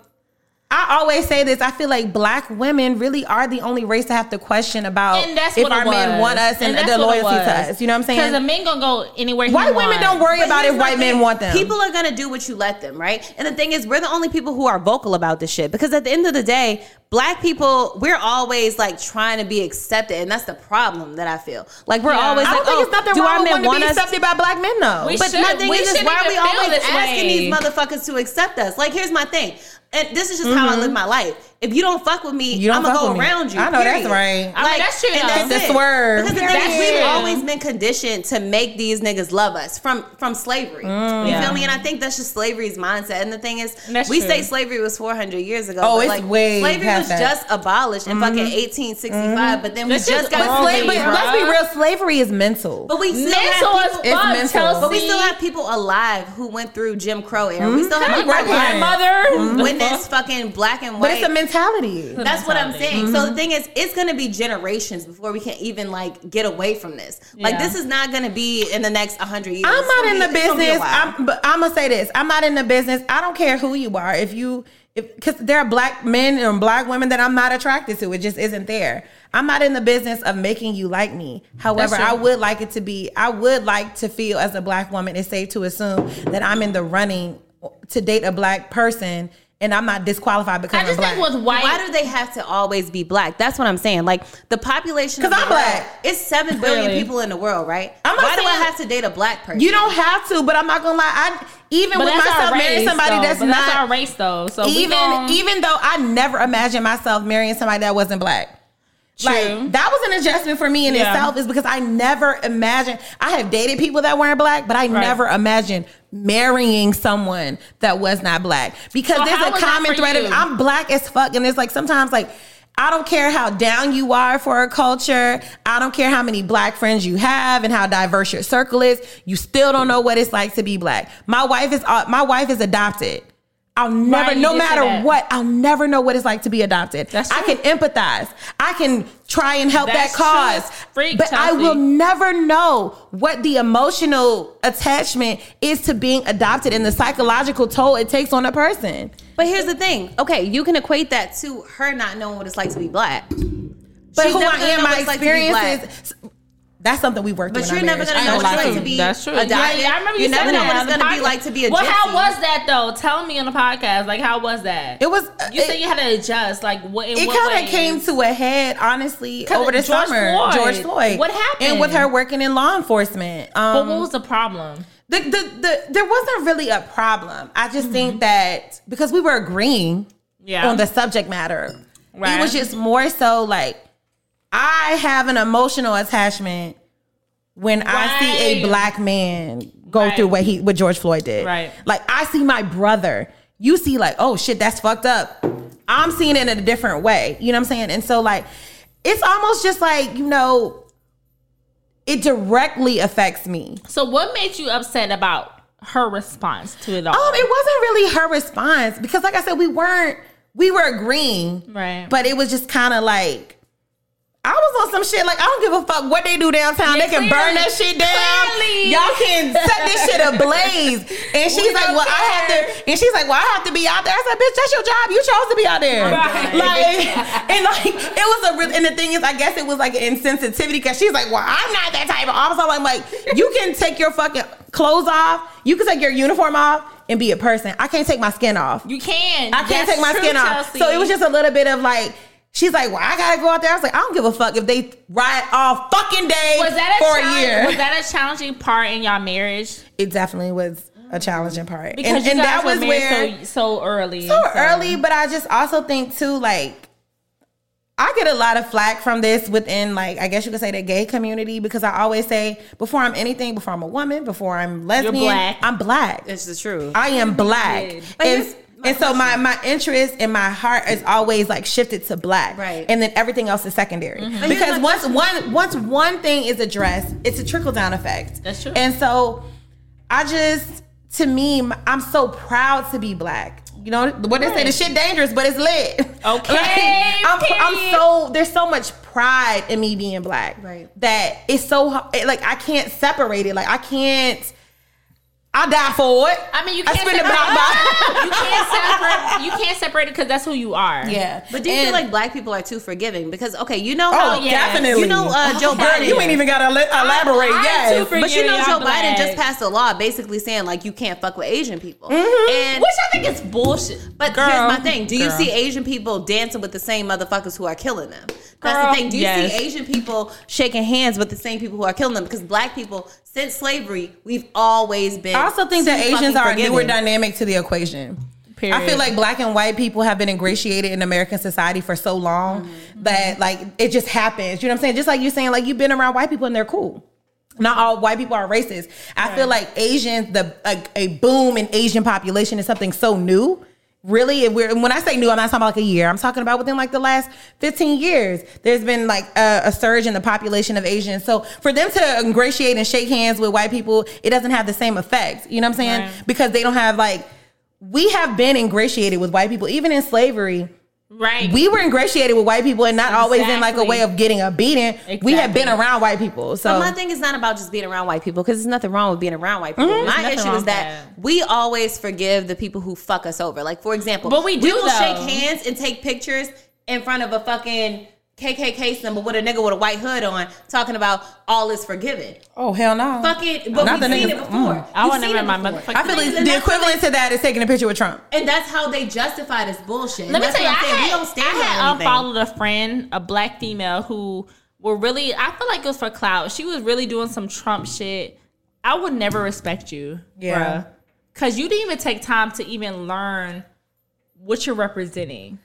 [SPEAKER 6] I always say this. I feel like black women really are the only race to have to question about
[SPEAKER 2] and that's
[SPEAKER 6] if
[SPEAKER 2] what
[SPEAKER 6] our
[SPEAKER 2] it was.
[SPEAKER 6] men want us and,
[SPEAKER 2] that's
[SPEAKER 6] their
[SPEAKER 2] what it
[SPEAKER 6] loyalty to
[SPEAKER 2] was.
[SPEAKER 6] us. You know what I'm saying?
[SPEAKER 2] Because a man gonna go anywhere.
[SPEAKER 6] White
[SPEAKER 2] he
[SPEAKER 6] women
[SPEAKER 2] want.
[SPEAKER 6] don't worry about if
[SPEAKER 7] Here's
[SPEAKER 6] white
[SPEAKER 7] my
[SPEAKER 6] men
[SPEAKER 7] thing.
[SPEAKER 6] want them.
[SPEAKER 7] People are gonna do what you let them, right? And the thing is, we're the only people who are vocal about this shit because at the end of the day, black people, we're always like trying to be accepted, and that's the problem that I feel. Like we're always
[SPEAKER 6] I
[SPEAKER 7] like,
[SPEAKER 6] don't think
[SPEAKER 7] oh,
[SPEAKER 6] it's nothing
[SPEAKER 7] do
[SPEAKER 6] wrong
[SPEAKER 7] our
[SPEAKER 6] with
[SPEAKER 7] men
[SPEAKER 6] wanting
[SPEAKER 7] want
[SPEAKER 6] to be
[SPEAKER 7] us?
[SPEAKER 6] accepted by black men, though.
[SPEAKER 2] We
[SPEAKER 7] But
[SPEAKER 2] should-
[SPEAKER 7] my thing
[SPEAKER 2] we
[SPEAKER 7] is, is
[SPEAKER 2] shouldn't
[SPEAKER 7] why are
[SPEAKER 2] even
[SPEAKER 7] we
[SPEAKER 2] feel
[SPEAKER 7] always
[SPEAKER 2] this
[SPEAKER 7] asking
[SPEAKER 2] way.
[SPEAKER 7] these motherfuckers to accept us? Like, here's my thing, and this is just how I live my life. If you don't fuck with me,
[SPEAKER 6] Mm-hmm. You don't
[SPEAKER 7] I'm gonna
[SPEAKER 6] fuck
[SPEAKER 7] go
[SPEAKER 6] with me.
[SPEAKER 7] around you.
[SPEAKER 6] I know that's
[SPEAKER 7] period.
[SPEAKER 6] right.
[SPEAKER 2] I mean, that's true,
[SPEAKER 7] and
[SPEAKER 2] though.
[SPEAKER 7] that's
[SPEAKER 6] That's
[SPEAKER 7] it.
[SPEAKER 6] the swerve.
[SPEAKER 7] Because the
[SPEAKER 6] That's
[SPEAKER 7] thing is, we've
[SPEAKER 2] true.
[SPEAKER 7] always been conditioned to make these niggas love us from from slavery.
[SPEAKER 6] Mm,
[SPEAKER 7] You
[SPEAKER 2] Yeah.
[SPEAKER 7] feel me? And I think that's just slavery's mindset. And the thing is,
[SPEAKER 2] And that's
[SPEAKER 7] we
[SPEAKER 2] true.
[SPEAKER 7] say slavery was 400 years ago.
[SPEAKER 6] Oh,
[SPEAKER 7] but
[SPEAKER 6] it's
[SPEAKER 7] like,
[SPEAKER 6] way
[SPEAKER 7] Slavery was
[SPEAKER 6] past that. Mm-hmm.
[SPEAKER 7] just abolished in fucking 1865. But then we
[SPEAKER 2] This is
[SPEAKER 7] just got
[SPEAKER 2] old
[SPEAKER 6] But
[SPEAKER 7] slavery.
[SPEAKER 2] Bruh.
[SPEAKER 6] let's be real, slavery is mental.
[SPEAKER 7] But we still
[SPEAKER 2] Mental
[SPEAKER 7] have
[SPEAKER 2] as
[SPEAKER 7] people.
[SPEAKER 6] It's
[SPEAKER 2] fuck,
[SPEAKER 6] mental.
[SPEAKER 2] Chelsea.
[SPEAKER 7] But we still have people alive who went through Jim Crow era. We
[SPEAKER 6] Hmm?
[SPEAKER 7] still have
[SPEAKER 2] My
[SPEAKER 7] people alive
[SPEAKER 2] grandmother.
[SPEAKER 7] who witnessed fucking black and
[SPEAKER 6] Mm-hmm. but
[SPEAKER 7] white.
[SPEAKER 6] it's Mm-hmm. a mentality.
[SPEAKER 7] That's what I'm saying. So the thing is, it's gonna be generations before we can even like get away from this. Like
[SPEAKER 2] Yeah.
[SPEAKER 7] this is not gonna be in the next hundred years.
[SPEAKER 6] I'm
[SPEAKER 7] It's
[SPEAKER 6] not
[SPEAKER 7] gonna
[SPEAKER 6] in
[SPEAKER 7] be-
[SPEAKER 6] the
[SPEAKER 7] it's gonna be a
[SPEAKER 6] business.
[SPEAKER 7] while.
[SPEAKER 6] I'm, but I'm gonna say this: I'm not in the business. I don't care who you are. If you, if because there are black men and black women that I'm not attracted to, it just isn't there. I'm not in the business of making you like me. However,
[SPEAKER 2] That's
[SPEAKER 6] I
[SPEAKER 2] true.
[SPEAKER 6] would like it to be. I would like to feel as a black woman. It's safe to assume that I'm in the running to date a black person, and I'm not disqualified because
[SPEAKER 2] I just
[SPEAKER 6] I'm black.
[SPEAKER 2] think with white.
[SPEAKER 7] Why do they have to always be black? That's what I'm saying. Like the population. of
[SPEAKER 6] 'Cause
[SPEAKER 7] the
[SPEAKER 6] I'm
[SPEAKER 7] world,
[SPEAKER 6] black.
[SPEAKER 7] It's seven billion
[SPEAKER 2] Clearly.
[SPEAKER 7] people in the world, right?
[SPEAKER 6] I'm not
[SPEAKER 7] Why do I
[SPEAKER 6] saying-
[SPEAKER 7] have to date a black person?
[SPEAKER 6] you don't have to, but I'm not gonna lie. I even
[SPEAKER 2] But
[SPEAKER 6] with
[SPEAKER 2] that's
[SPEAKER 6] myself
[SPEAKER 2] our race,
[SPEAKER 6] marrying somebody
[SPEAKER 2] though.
[SPEAKER 6] that's
[SPEAKER 2] but
[SPEAKER 6] not
[SPEAKER 2] that's our race though. So we
[SPEAKER 6] even
[SPEAKER 2] gon-
[SPEAKER 6] even though I never imagined myself marrying somebody that wasn't black. Like that was an adjustment for me in
[SPEAKER 2] Yeah.
[SPEAKER 6] itself is because I never imagined I have dated people that weren't black, but I never imagined marrying someone that was not black because
[SPEAKER 2] So
[SPEAKER 6] there's
[SPEAKER 2] how
[SPEAKER 6] a
[SPEAKER 2] was that
[SPEAKER 6] common
[SPEAKER 2] for
[SPEAKER 6] thread of
[SPEAKER 2] you?
[SPEAKER 6] I'm black as fuck and it's like sometimes like I don't care how down you are for a culture. I don't care how many black friends you have and how diverse your circle is. You still don't know what it's like to be black. My wife is uh, my wife is adopted. I'll never,
[SPEAKER 2] Right, you
[SPEAKER 6] no
[SPEAKER 2] did say
[SPEAKER 6] matter
[SPEAKER 2] that.
[SPEAKER 6] what, I'll never know what it's like to be adopted.
[SPEAKER 2] That's
[SPEAKER 6] I
[SPEAKER 2] true.
[SPEAKER 6] can empathize. I can try and help
[SPEAKER 2] That's
[SPEAKER 6] that
[SPEAKER 2] true as
[SPEAKER 6] cause.
[SPEAKER 2] freak,
[SPEAKER 6] but I
[SPEAKER 2] Chelsea.
[SPEAKER 6] will never know what the emotional attachment is to being adopted and the psychological toll it takes on a person.
[SPEAKER 7] But here's the thing. Okay, you can equate that to her not knowing what it's like to be black.
[SPEAKER 6] But
[SPEAKER 7] She's
[SPEAKER 6] who
[SPEAKER 7] never
[SPEAKER 6] I
[SPEAKER 7] gonna
[SPEAKER 6] am,
[SPEAKER 7] know
[SPEAKER 6] my
[SPEAKER 7] what it's like to be
[SPEAKER 6] experiences. that's something we worked.
[SPEAKER 7] But
[SPEAKER 6] on
[SPEAKER 7] you're
[SPEAKER 6] in our marriage.
[SPEAKER 7] never gonna
[SPEAKER 6] I
[SPEAKER 7] know
[SPEAKER 6] ain't
[SPEAKER 7] what
[SPEAKER 6] gonna
[SPEAKER 7] it's
[SPEAKER 6] lie
[SPEAKER 7] like to
[SPEAKER 6] you.
[SPEAKER 7] be
[SPEAKER 2] That's true.
[SPEAKER 7] adopted.
[SPEAKER 2] Yeah, yeah, I remember you,
[SPEAKER 7] never
[SPEAKER 2] saying
[SPEAKER 7] know
[SPEAKER 2] that
[SPEAKER 7] what
[SPEAKER 2] on
[SPEAKER 7] it's
[SPEAKER 2] the
[SPEAKER 7] gonna be
[SPEAKER 2] podcast.
[SPEAKER 7] like to be a
[SPEAKER 2] Well, how
[SPEAKER 7] gypsy.
[SPEAKER 2] was that though? Tell me on the podcast. Like, how was that?
[SPEAKER 6] It was. uh,
[SPEAKER 2] You
[SPEAKER 6] it-
[SPEAKER 2] said you had to adjust. Like, what? In
[SPEAKER 6] it
[SPEAKER 2] what
[SPEAKER 6] kind of
[SPEAKER 2] ways?
[SPEAKER 6] came to a head, honestly,
[SPEAKER 2] 'Cause
[SPEAKER 6] over the
[SPEAKER 2] George
[SPEAKER 6] summer.
[SPEAKER 2] Floyd.
[SPEAKER 6] George Floyd.
[SPEAKER 2] What happened?
[SPEAKER 6] And with her working in law enforcement.
[SPEAKER 2] But
[SPEAKER 6] Um,
[SPEAKER 2] what was the problem?
[SPEAKER 6] the, the, the, there wasn't really a problem. I just think that because we were agreeing
[SPEAKER 2] Mm-hmm. Yeah.
[SPEAKER 6] on the subject matter,
[SPEAKER 2] Right.
[SPEAKER 6] it was just more so like I have an emotional attachment when I see a
[SPEAKER 2] Right.
[SPEAKER 6] black man go
[SPEAKER 2] Right.
[SPEAKER 6] through what he what George Floyd did.
[SPEAKER 2] Right.
[SPEAKER 6] Like I see my brother. You see like, oh shit, that's fucked up. I'm seeing it in a different way. You know what I'm saying? And so like it's almost just like, you know, it directly affects me.
[SPEAKER 2] So, what made you upset about her response to it all?
[SPEAKER 6] Um, it wasn't really her response because, like I said, we weren't we were agreeing,
[SPEAKER 2] Right.
[SPEAKER 6] But it was just kind of like. I was on some shit like I don't give a fuck what they do downtown.
[SPEAKER 2] Yeah,
[SPEAKER 6] they can burn that shit
[SPEAKER 2] clearly.
[SPEAKER 6] down.
[SPEAKER 2] Clearly.
[SPEAKER 6] Y'all can set this shit ablaze. And she's like,
[SPEAKER 2] don't
[SPEAKER 6] "Well, I have
[SPEAKER 2] care.
[SPEAKER 6] to." And she's like, "Well, I have to be out there." I said, "Bitch, that's your job. You chose to be out there."
[SPEAKER 2] Right.
[SPEAKER 6] Like, and like it was a real. And the thing is, I guess it was like an insensitivity because she's like, "Well, I'm not that type of officer." I'm like, "You can take your fucking clothes off. You can take your uniform off. and be a person. I can't take my skin off.
[SPEAKER 2] You can.
[SPEAKER 6] I can't
[SPEAKER 2] That's
[SPEAKER 6] take my
[SPEAKER 2] true,
[SPEAKER 6] skin off. So
[SPEAKER 2] Chelsea.
[SPEAKER 6] it was just a little bit of like, she's like, well, I gotta go out there. I was like, I don't give a fuck if they ride all fucking day
[SPEAKER 2] Was that a
[SPEAKER 6] for
[SPEAKER 2] challenge-
[SPEAKER 6] a year.
[SPEAKER 2] Was that a challenging part in y'all marriage?
[SPEAKER 6] it definitely was a challenging part.
[SPEAKER 2] Because
[SPEAKER 6] and
[SPEAKER 2] you
[SPEAKER 6] and
[SPEAKER 2] guys
[SPEAKER 6] that
[SPEAKER 2] were
[SPEAKER 6] was
[SPEAKER 2] married
[SPEAKER 6] where
[SPEAKER 2] so, so early.
[SPEAKER 6] so early, but I just also think too, like, I get a lot of flack from this within, like, I guess you could say the gay community because I always say, before I'm anything, before I'm a woman, before I'm lesbian,
[SPEAKER 2] black.
[SPEAKER 6] I'm black.
[SPEAKER 7] It's the truth.
[SPEAKER 6] I am black. And, and so my, my interest and my heart is always like shifted to black.
[SPEAKER 7] Right.
[SPEAKER 6] And then everything else is secondary.
[SPEAKER 7] here's
[SPEAKER 6] Because
[SPEAKER 7] my
[SPEAKER 6] once one once one thing is addressed, it's a trickle down effect.
[SPEAKER 2] That's true.
[SPEAKER 6] And so I just to me, m- I'm so proud to be black. You know what they say? The shit dangerous, but it's lit.
[SPEAKER 2] Okay,
[SPEAKER 6] I'm, I'm
[SPEAKER 2] period.
[SPEAKER 6] so there's so much pride in me being black.
[SPEAKER 7] Right.
[SPEAKER 6] That it's so h- it- like I can't separate it. Like I can't. I die for it.
[SPEAKER 2] I mean, you
[SPEAKER 6] I
[SPEAKER 2] can't
[SPEAKER 6] spend
[SPEAKER 2] separate.
[SPEAKER 6] about my.
[SPEAKER 2] you can't separate. You can't separate it because that's who you are.
[SPEAKER 6] Yeah,
[SPEAKER 7] But do you feel like black people are too forgiving? Because okay, you know
[SPEAKER 6] Oh,
[SPEAKER 7] how
[SPEAKER 2] yes.
[SPEAKER 6] definitely.
[SPEAKER 7] you know uh, Joe
[SPEAKER 6] Girl,
[SPEAKER 7] Biden.
[SPEAKER 6] you ain't even got to elaborate.
[SPEAKER 2] I'm
[SPEAKER 6] yes,
[SPEAKER 2] super-
[SPEAKER 7] but you know
[SPEAKER 2] Yeah,
[SPEAKER 7] Joe
[SPEAKER 2] I'm black.
[SPEAKER 7] Biden just passed a law basically saying like you can't fuck with Asian people. And
[SPEAKER 2] Mm-hmm. Which I think is bullshit.
[SPEAKER 7] but
[SPEAKER 2] Girl.
[SPEAKER 7] here's my thing: Do you
[SPEAKER 2] Girl.
[SPEAKER 7] see Asian people dancing with the same motherfuckers who are killing them? That's
[SPEAKER 2] Girl,
[SPEAKER 7] the thing. Do you
[SPEAKER 2] yes.
[SPEAKER 7] see Asian people shaking hands with the same people who are killing them? Because black people, since slavery, we've always been.
[SPEAKER 6] I also think that
[SPEAKER 7] too
[SPEAKER 6] Asians
[SPEAKER 7] fucking
[SPEAKER 6] are a
[SPEAKER 7] forgiving.
[SPEAKER 6] newer dynamic to the equation. I
[SPEAKER 2] Period.
[SPEAKER 6] feel like black and white people have been ingratiated in American society for so long that like it just happens. You know what I'm saying? Just like you're saying, like you've been around white people and they're cool. Not all white people are racist. I feel like Asians, the a, a boom in Asian population is something so new. Really, if we're, when I say new, I'm not talking about like a year. I'm talking about within like the last 15 years. There's been like a, a surge in the population of Asians. So for them to ingratiate and shake hands with white people, it doesn't have the same effect. You know what I'm saying?
[SPEAKER 2] Right.
[SPEAKER 6] Because they don't have like we have been ingratiated with white people, even in slavery.
[SPEAKER 2] right.
[SPEAKER 6] We were ingratiated with white people, and not always in like a way of getting a beating. We have been
[SPEAKER 2] Exactly.
[SPEAKER 6] around white people, so
[SPEAKER 7] But
[SPEAKER 2] Oh.
[SPEAKER 7] my thing is not about just being around white people because there's nothing wrong with being around white people. My
[SPEAKER 2] Mm-hmm, nothing
[SPEAKER 7] issue
[SPEAKER 2] wrong
[SPEAKER 7] is
[SPEAKER 2] with
[SPEAKER 7] that,
[SPEAKER 2] that.
[SPEAKER 7] we always forgive the people who fuck us over. Like for example,
[SPEAKER 2] But we do,
[SPEAKER 7] will
[SPEAKER 2] though.
[SPEAKER 7] shake hands and take pictures in front of a fucking KKK symbol with a nigga with a white hood on, talking about all is forgiven.
[SPEAKER 6] oh hell no.
[SPEAKER 7] Fuck it, but
[SPEAKER 6] Not
[SPEAKER 7] we've
[SPEAKER 6] the
[SPEAKER 7] seen
[SPEAKER 6] niggas-
[SPEAKER 7] it before.
[SPEAKER 6] mm.
[SPEAKER 2] I
[SPEAKER 7] We've
[SPEAKER 2] want to
[SPEAKER 7] seen it
[SPEAKER 2] remember my
[SPEAKER 7] before.
[SPEAKER 2] motherfucking.
[SPEAKER 6] I feel
[SPEAKER 7] And
[SPEAKER 6] like
[SPEAKER 7] that's
[SPEAKER 6] the
[SPEAKER 7] what
[SPEAKER 6] equivalent to that is taking a picture with Trump.
[SPEAKER 7] And that's how they justify this bullshit.
[SPEAKER 2] Let me
[SPEAKER 7] That's
[SPEAKER 2] tell you, I
[SPEAKER 7] what I'm saying.
[SPEAKER 2] had,
[SPEAKER 7] we don't stand
[SPEAKER 2] I had
[SPEAKER 7] on anything.
[SPEAKER 2] unfollowed a friend, a black female who were really. I feel like it was for clout. She was really doing some Trump shit. I would never respect you,
[SPEAKER 6] Yeah.
[SPEAKER 2] yeah, because you didn't even take time to even learn what you're representing.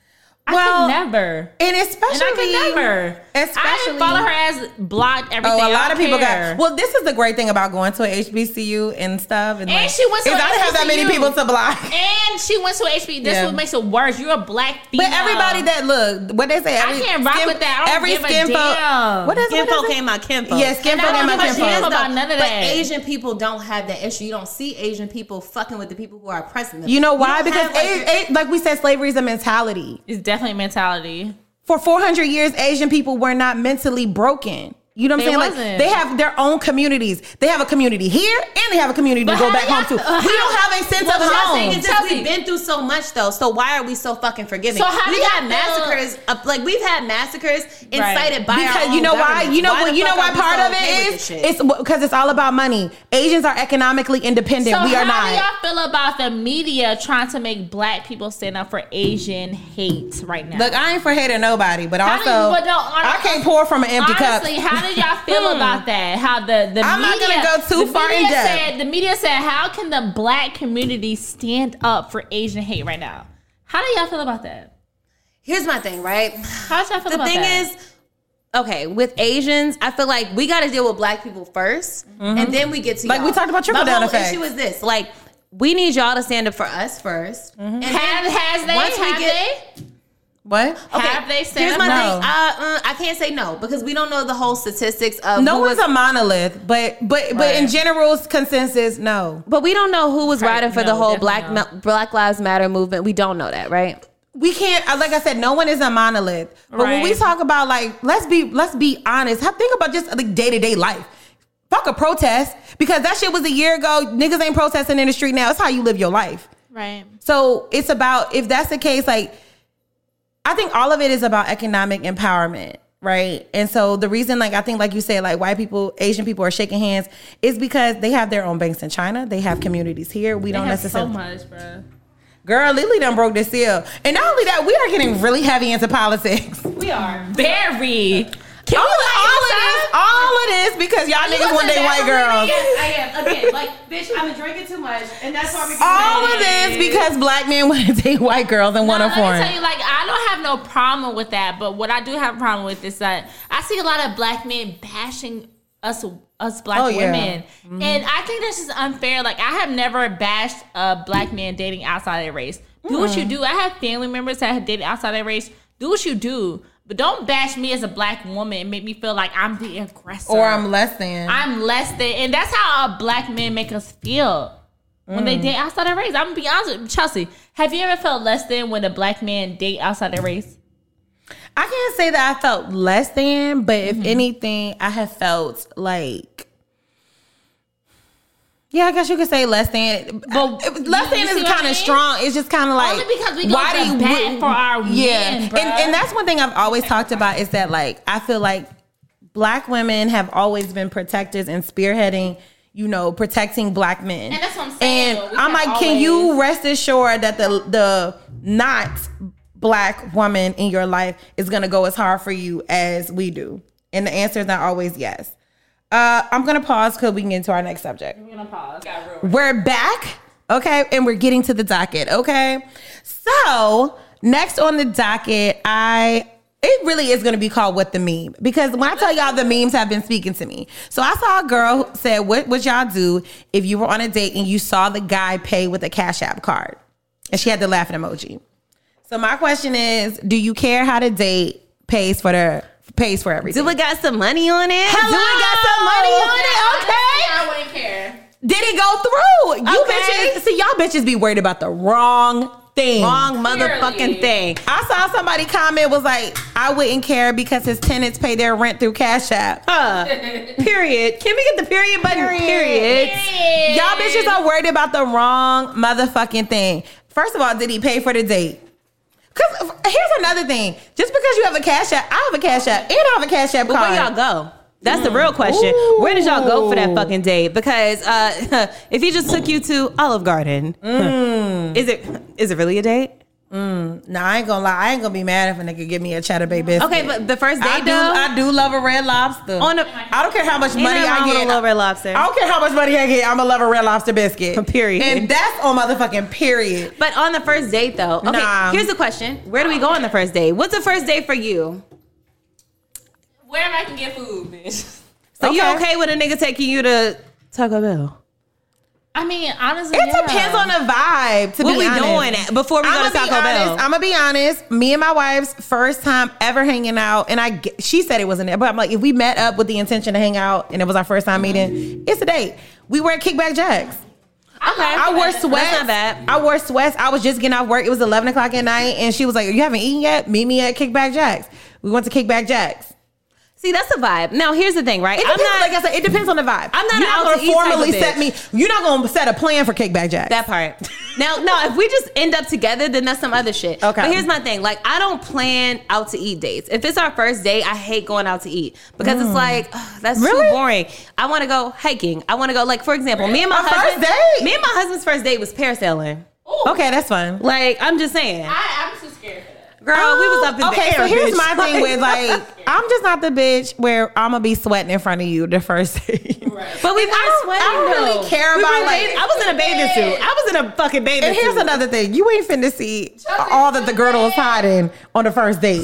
[SPEAKER 6] Well,
[SPEAKER 2] I could never.
[SPEAKER 6] And especially,
[SPEAKER 2] And I could never. I
[SPEAKER 6] especially
[SPEAKER 2] didn't follow her as blocked everything.
[SPEAKER 6] Oh, a lot of people got.
[SPEAKER 2] Well,
[SPEAKER 6] Well, this is the great thing about going to a HBCU and stuff, and, like,
[SPEAKER 2] she went to
[SPEAKER 6] is
[SPEAKER 2] a
[SPEAKER 6] I didn't have that many
[SPEAKER 2] HBCU.
[SPEAKER 6] people to block.
[SPEAKER 2] and she went to HB. This
[SPEAKER 6] Yeah.
[SPEAKER 2] is what makes it worse. You're a black female.
[SPEAKER 6] But everybody that look, what they say, every
[SPEAKER 2] can't rock with that. I don't give a
[SPEAKER 6] folk-
[SPEAKER 2] damn.
[SPEAKER 6] What is what is
[SPEAKER 7] Kinfolk
[SPEAKER 6] it?
[SPEAKER 7] ain't my kinfolk.
[SPEAKER 6] Yes, skin
[SPEAKER 2] And I
[SPEAKER 6] folk ain't
[SPEAKER 2] don't
[SPEAKER 6] my
[SPEAKER 2] give a
[SPEAKER 6] kinfolk.
[SPEAKER 2] damn
[SPEAKER 7] Yes,
[SPEAKER 2] about
[SPEAKER 7] though.
[SPEAKER 2] none
[SPEAKER 7] but
[SPEAKER 2] of that.
[SPEAKER 7] Asian people don't have that issue. You don't see Asian people fucking with the people who are oppressing them.
[SPEAKER 6] You know why?
[SPEAKER 7] don't
[SPEAKER 6] because
[SPEAKER 7] have, like,
[SPEAKER 6] A- A- like we said, slavery is a mentality.
[SPEAKER 2] It's definitely mentality.
[SPEAKER 6] For 400 years, Asian people were not mentally broken. You know what I'm
[SPEAKER 2] They
[SPEAKER 6] saying? Like
[SPEAKER 2] wasn't.
[SPEAKER 6] they have their own communities. They have a community here, and they have a community to
[SPEAKER 2] But
[SPEAKER 6] go
[SPEAKER 2] how
[SPEAKER 6] back
[SPEAKER 2] y'all-
[SPEAKER 6] home to.
[SPEAKER 2] uh,
[SPEAKER 6] we don't
[SPEAKER 2] how-
[SPEAKER 6] have a sense
[SPEAKER 2] Well,
[SPEAKER 6] of
[SPEAKER 2] y'all
[SPEAKER 6] home.
[SPEAKER 2] saying
[SPEAKER 7] It's just
[SPEAKER 2] Chelsea.
[SPEAKER 7] we've been through so much though, so why are we so fucking forgiving?
[SPEAKER 2] So how do
[SPEAKER 7] we
[SPEAKER 2] y'all
[SPEAKER 7] got
[SPEAKER 2] feel-
[SPEAKER 7] massacres? uh, like we've had massacres incited by our
[SPEAKER 6] because
[SPEAKER 7] own
[SPEAKER 6] you know why
[SPEAKER 7] governments.
[SPEAKER 6] you know
[SPEAKER 7] why
[SPEAKER 6] what
[SPEAKER 7] the
[SPEAKER 6] you know
[SPEAKER 7] fuck
[SPEAKER 6] why
[SPEAKER 7] are we
[SPEAKER 6] part
[SPEAKER 7] so
[SPEAKER 6] of
[SPEAKER 7] okay
[SPEAKER 6] it
[SPEAKER 7] with
[SPEAKER 6] is
[SPEAKER 7] this shit?
[SPEAKER 6] it's because it's all about money asians are economically independent
[SPEAKER 2] so
[SPEAKER 6] we are
[SPEAKER 2] how
[SPEAKER 6] not
[SPEAKER 2] do y'all feel about the media trying to make black people stand up for Asian hate right now?
[SPEAKER 6] Look, I ain't for hating nobody, but
[SPEAKER 2] How
[SPEAKER 6] also
[SPEAKER 2] do you- but no, hon-
[SPEAKER 6] I can't pour from an empty
[SPEAKER 2] Honestly,
[SPEAKER 6] cup. Hmm.
[SPEAKER 2] how did y'all feel about that? How the the
[SPEAKER 6] I'm not
[SPEAKER 2] media,
[SPEAKER 6] gonna go too
[SPEAKER 2] the
[SPEAKER 6] far in
[SPEAKER 2] media
[SPEAKER 6] depth.
[SPEAKER 2] Said, the media said, "How can the black community stand up for Asian hate right now?" How do y'all feel about that?
[SPEAKER 7] Here's my thing, right?
[SPEAKER 2] How do y'all feel
[SPEAKER 7] the
[SPEAKER 2] about
[SPEAKER 7] thing
[SPEAKER 2] that?
[SPEAKER 7] is, okay, with Asians, I feel like we got to deal with black people 1st and then we get to
[SPEAKER 6] Mm-hmm. Like
[SPEAKER 7] y'all.
[SPEAKER 6] we talked about trickle
[SPEAKER 7] My
[SPEAKER 6] down
[SPEAKER 7] whole
[SPEAKER 6] effect.
[SPEAKER 7] issue is this: like we need y'all to stand up for us 1st
[SPEAKER 6] Mm-hmm.
[SPEAKER 7] and
[SPEAKER 2] have
[SPEAKER 7] then
[SPEAKER 2] has they
[SPEAKER 7] once we
[SPEAKER 2] have
[SPEAKER 7] get-
[SPEAKER 2] they
[SPEAKER 6] What?
[SPEAKER 2] have they stand
[SPEAKER 7] Here's
[SPEAKER 2] up?
[SPEAKER 7] my
[SPEAKER 6] No.
[SPEAKER 7] thing. Uh, uh, I can't say no because we don't know the whole statistics of
[SPEAKER 6] No
[SPEAKER 7] who
[SPEAKER 6] one's
[SPEAKER 7] was-
[SPEAKER 6] a monolith, but but but in general consensus, no.
[SPEAKER 7] But we don't know who was
[SPEAKER 2] Right.
[SPEAKER 7] riding for
[SPEAKER 2] No,
[SPEAKER 7] the whole
[SPEAKER 2] definitely
[SPEAKER 7] Black
[SPEAKER 2] not.
[SPEAKER 7] Black Lives Matter movement. We don't know that, right?
[SPEAKER 6] We can't. uh, Like I said, no one is a monolith. But when we
[SPEAKER 2] Right.
[SPEAKER 6] talk about like, let's be let's be honest. Have, think about just uh, like day to day life. Fuck a protest because that shit was a year ago. Niggas ain't protesting in the street now. It's how you live your life.
[SPEAKER 2] right.
[SPEAKER 6] So it's about if that's the case, like I think all of it is about economic empowerment, right? And so the reason, like I think, like you said, like white people, Asian people are shaking hands is because they have their own banks in China. They have communities here. We don't
[SPEAKER 2] They have so
[SPEAKER 6] necessarily.
[SPEAKER 2] much, bro.
[SPEAKER 6] Girl, Lily done broke this seal, and not only that, we are getting really heavy into politics.
[SPEAKER 2] We are very.
[SPEAKER 6] all, all of this, all of this, because y'all niggas want they white girls.
[SPEAKER 2] Yes, I am. Again, like, bitch, I've been drinking too much, and that's why we.
[SPEAKER 6] All of this because black men want to date white girls and want
[SPEAKER 2] No,
[SPEAKER 6] a
[SPEAKER 2] let me
[SPEAKER 6] foreign.
[SPEAKER 2] tell you, like I don't have no problem with that, but what I do have a problem with is that I see a lot of black men bashing us us black
[SPEAKER 6] Oh, yeah.
[SPEAKER 2] women, and I think this is unfair. Like I have never bashed a black man dating outside of their race. Do what
[SPEAKER 6] Mm.
[SPEAKER 2] you do. I have family members that have dated outside their race. Do what you do, but don't bash me as a black woman and make me feel like I'm the aggressor
[SPEAKER 6] Or I'm less than.
[SPEAKER 2] I'm less than, and that's how uh, black men make us feel when
[SPEAKER 6] Mm.
[SPEAKER 2] they date outside their race. I'm gonna be honest with Chelsea. Have you ever felt less than when a black man date outside their race?
[SPEAKER 6] I can't say that I felt less than, but
[SPEAKER 2] Mm-hmm.
[SPEAKER 6] if anything, I have felt like. Yeah, I guess you could say less than.
[SPEAKER 2] But
[SPEAKER 6] I- less
[SPEAKER 2] you- you
[SPEAKER 6] than
[SPEAKER 2] see
[SPEAKER 6] is
[SPEAKER 2] what I
[SPEAKER 6] kind
[SPEAKER 2] mean?
[SPEAKER 6] of strong. It's just kind of like
[SPEAKER 2] Only because we go to bat for our men,
[SPEAKER 6] and
[SPEAKER 2] bruh.
[SPEAKER 6] and that's one thing I've always talked about is that like I feel like black women have always been protectors and spearheading. You know, protecting black men,
[SPEAKER 2] And that's what I'm saying,
[SPEAKER 6] And
[SPEAKER 2] though. We
[SPEAKER 6] I'm
[SPEAKER 2] have
[SPEAKER 6] like, can
[SPEAKER 2] always-
[SPEAKER 6] you rest assured that the the not black woman in your life is gonna go as hard for you as we do? And the answer is not always yes. Uh, I'm gonna pause because we can get into our next subject. We're gonna pause. We're back, okay, and we're getting to the docket, okay. So next on the docket, I it really is gonna be called "What the Meme" because when I tell y'all the memes have been speaking to me. So I saw a girl who said, "What would y'all do if you were on a date and you saw the guy pay with a Cash App card?" And she had the laughing emoji. So my question is, do you care how the date pays for the pays for everything?
[SPEAKER 7] Do it got some money on it?
[SPEAKER 6] Do it got some money on it? Okay.
[SPEAKER 2] I wouldn't care.
[SPEAKER 6] Did it go through? You
[SPEAKER 7] Okay.
[SPEAKER 6] bitches. See, y'all bitches be worried about the wrong thing.
[SPEAKER 7] Wrong motherfucking thing.
[SPEAKER 6] I saw somebody comment was like, I wouldn't care because his tenants pay their rent through Cash App.
[SPEAKER 7] Huh. period. Can we get the period button? Period.
[SPEAKER 6] Y'all bitches are worried about the wrong motherfucking thing. First of all, did he pay for the date? Cause here's another thing. Just because you have a cash app, I have a cash app, and I have a cash app
[SPEAKER 7] But
[SPEAKER 6] card.
[SPEAKER 7] where y'all go? That's the real question. Where did y'all go for that fucking date? Because uh, if he just took you to Olive Garden, is it is it really a date?
[SPEAKER 6] Nah, I ain't gonna lie. I ain't gonna be mad if a nigga give me a Cheddar Bay biscuit.
[SPEAKER 7] Okay, but the first date
[SPEAKER 6] I do.
[SPEAKER 7] though,
[SPEAKER 6] I do love a red lobster.
[SPEAKER 7] On a-
[SPEAKER 6] I don't care how much money
[SPEAKER 7] nothing wrong
[SPEAKER 6] I
[SPEAKER 7] with a
[SPEAKER 6] get.
[SPEAKER 7] little Red Lobster.
[SPEAKER 6] I don't care how much money I get. I'm a lover red lobster biscuit.
[SPEAKER 7] Period.
[SPEAKER 6] And that's on motherfucking period.
[SPEAKER 7] but on the first date though, okay.
[SPEAKER 6] Nah.
[SPEAKER 7] Here's the question: Where do we go on the first date? What's the first date for you?
[SPEAKER 2] Wherever I can get food, bitch.
[SPEAKER 7] So you
[SPEAKER 6] Okay.
[SPEAKER 7] okay with a nigga taking you to Taco Bell?
[SPEAKER 2] I mean, honestly,
[SPEAKER 6] It
[SPEAKER 2] yeah.
[SPEAKER 6] depends on the vibe. To
[SPEAKER 7] What
[SPEAKER 6] be
[SPEAKER 7] we
[SPEAKER 6] honest.
[SPEAKER 7] doing at- before we go to Taco Bell?
[SPEAKER 6] I'm gonna be honest. Me and my wife's first time ever hanging out, and I get- she said it wasn't it, but I'm like, if we met up with the intention to hang out, and it was our first time meeting, it's a date. We wear kickback jacks.
[SPEAKER 2] Okay.
[SPEAKER 6] I wore
[SPEAKER 7] not
[SPEAKER 6] sweats.
[SPEAKER 7] bad.
[SPEAKER 6] I wore sweats. I was just getting off work. It was eleven o'clock at night, and she was like, "You haven't eaten yet? Meet me at Kickback Jacks." We went to Kickback Jacks.
[SPEAKER 7] See, that's the vibe. Now here's the thing, right?
[SPEAKER 6] It depends, like I said, it depends on the vibe.
[SPEAKER 7] I'm not
[SPEAKER 6] You're
[SPEAKER 7] an out
[SPEAKER 6] gonna
[SPEAKER 7] to eat type of
[SPEAKER 6] formally
[SPEAKER 7] bitch.
[SPEAKER 6] set me. You're not gonna set a plan for Kickback Jacks.
[SPEAKER 7] That part. Now, no, if we just end up together, then that's some other shit.
[SPEAKER 6] Okay.
[SPEAKER 7] But here's my thing. Like, I don't plan out to eat dates. If it's our first date, I hate going out to eat because it's like, ugh, that's
[SPEAKER 6] Mm. Really?
[SPEAKER 7] too boring. I want to go hiking. I want to go, like, for example, me and my
[SPEAKER 6] Our first
[SPEAKER 7] husband.
[SPEAKER 6] date?
[SPEAKER 7] Me and my husband's first date was parasailing.
[SPEAKER 6] okay, that's fun.
[SPEAKER 7] Like, I'm just saying.
[SPEAKER 2] I, I'm too scared for that.
[SPEAKER 7] Girl, we was up in
[SPEAKER 6] Oh, okay,
[SPEAKER 7] the air,
[SPEAKER 6] so here's
[SPEAKER 7] bitch.
[SPEAKER 6] my thing with like, I'm just not the bitch where I'm gonna be sweating in front of you the first day.
[SPEAKER 7] But we
[SPEAKER 6] I
[SPEAKER 7] not
[SPEAKER 6] don't- I don't really care about, like-
[SPEAKER 7] I was in a bathing suit. I was in a fucking
[SPEAKER 6] And
[SPEAKER 7] bathing
[SPEAKER 6] here's
[SPEAKER 7] suit.
[SPEAKER 6] another thing. You ain't finna see all that the girdle is hiding on the first date. See,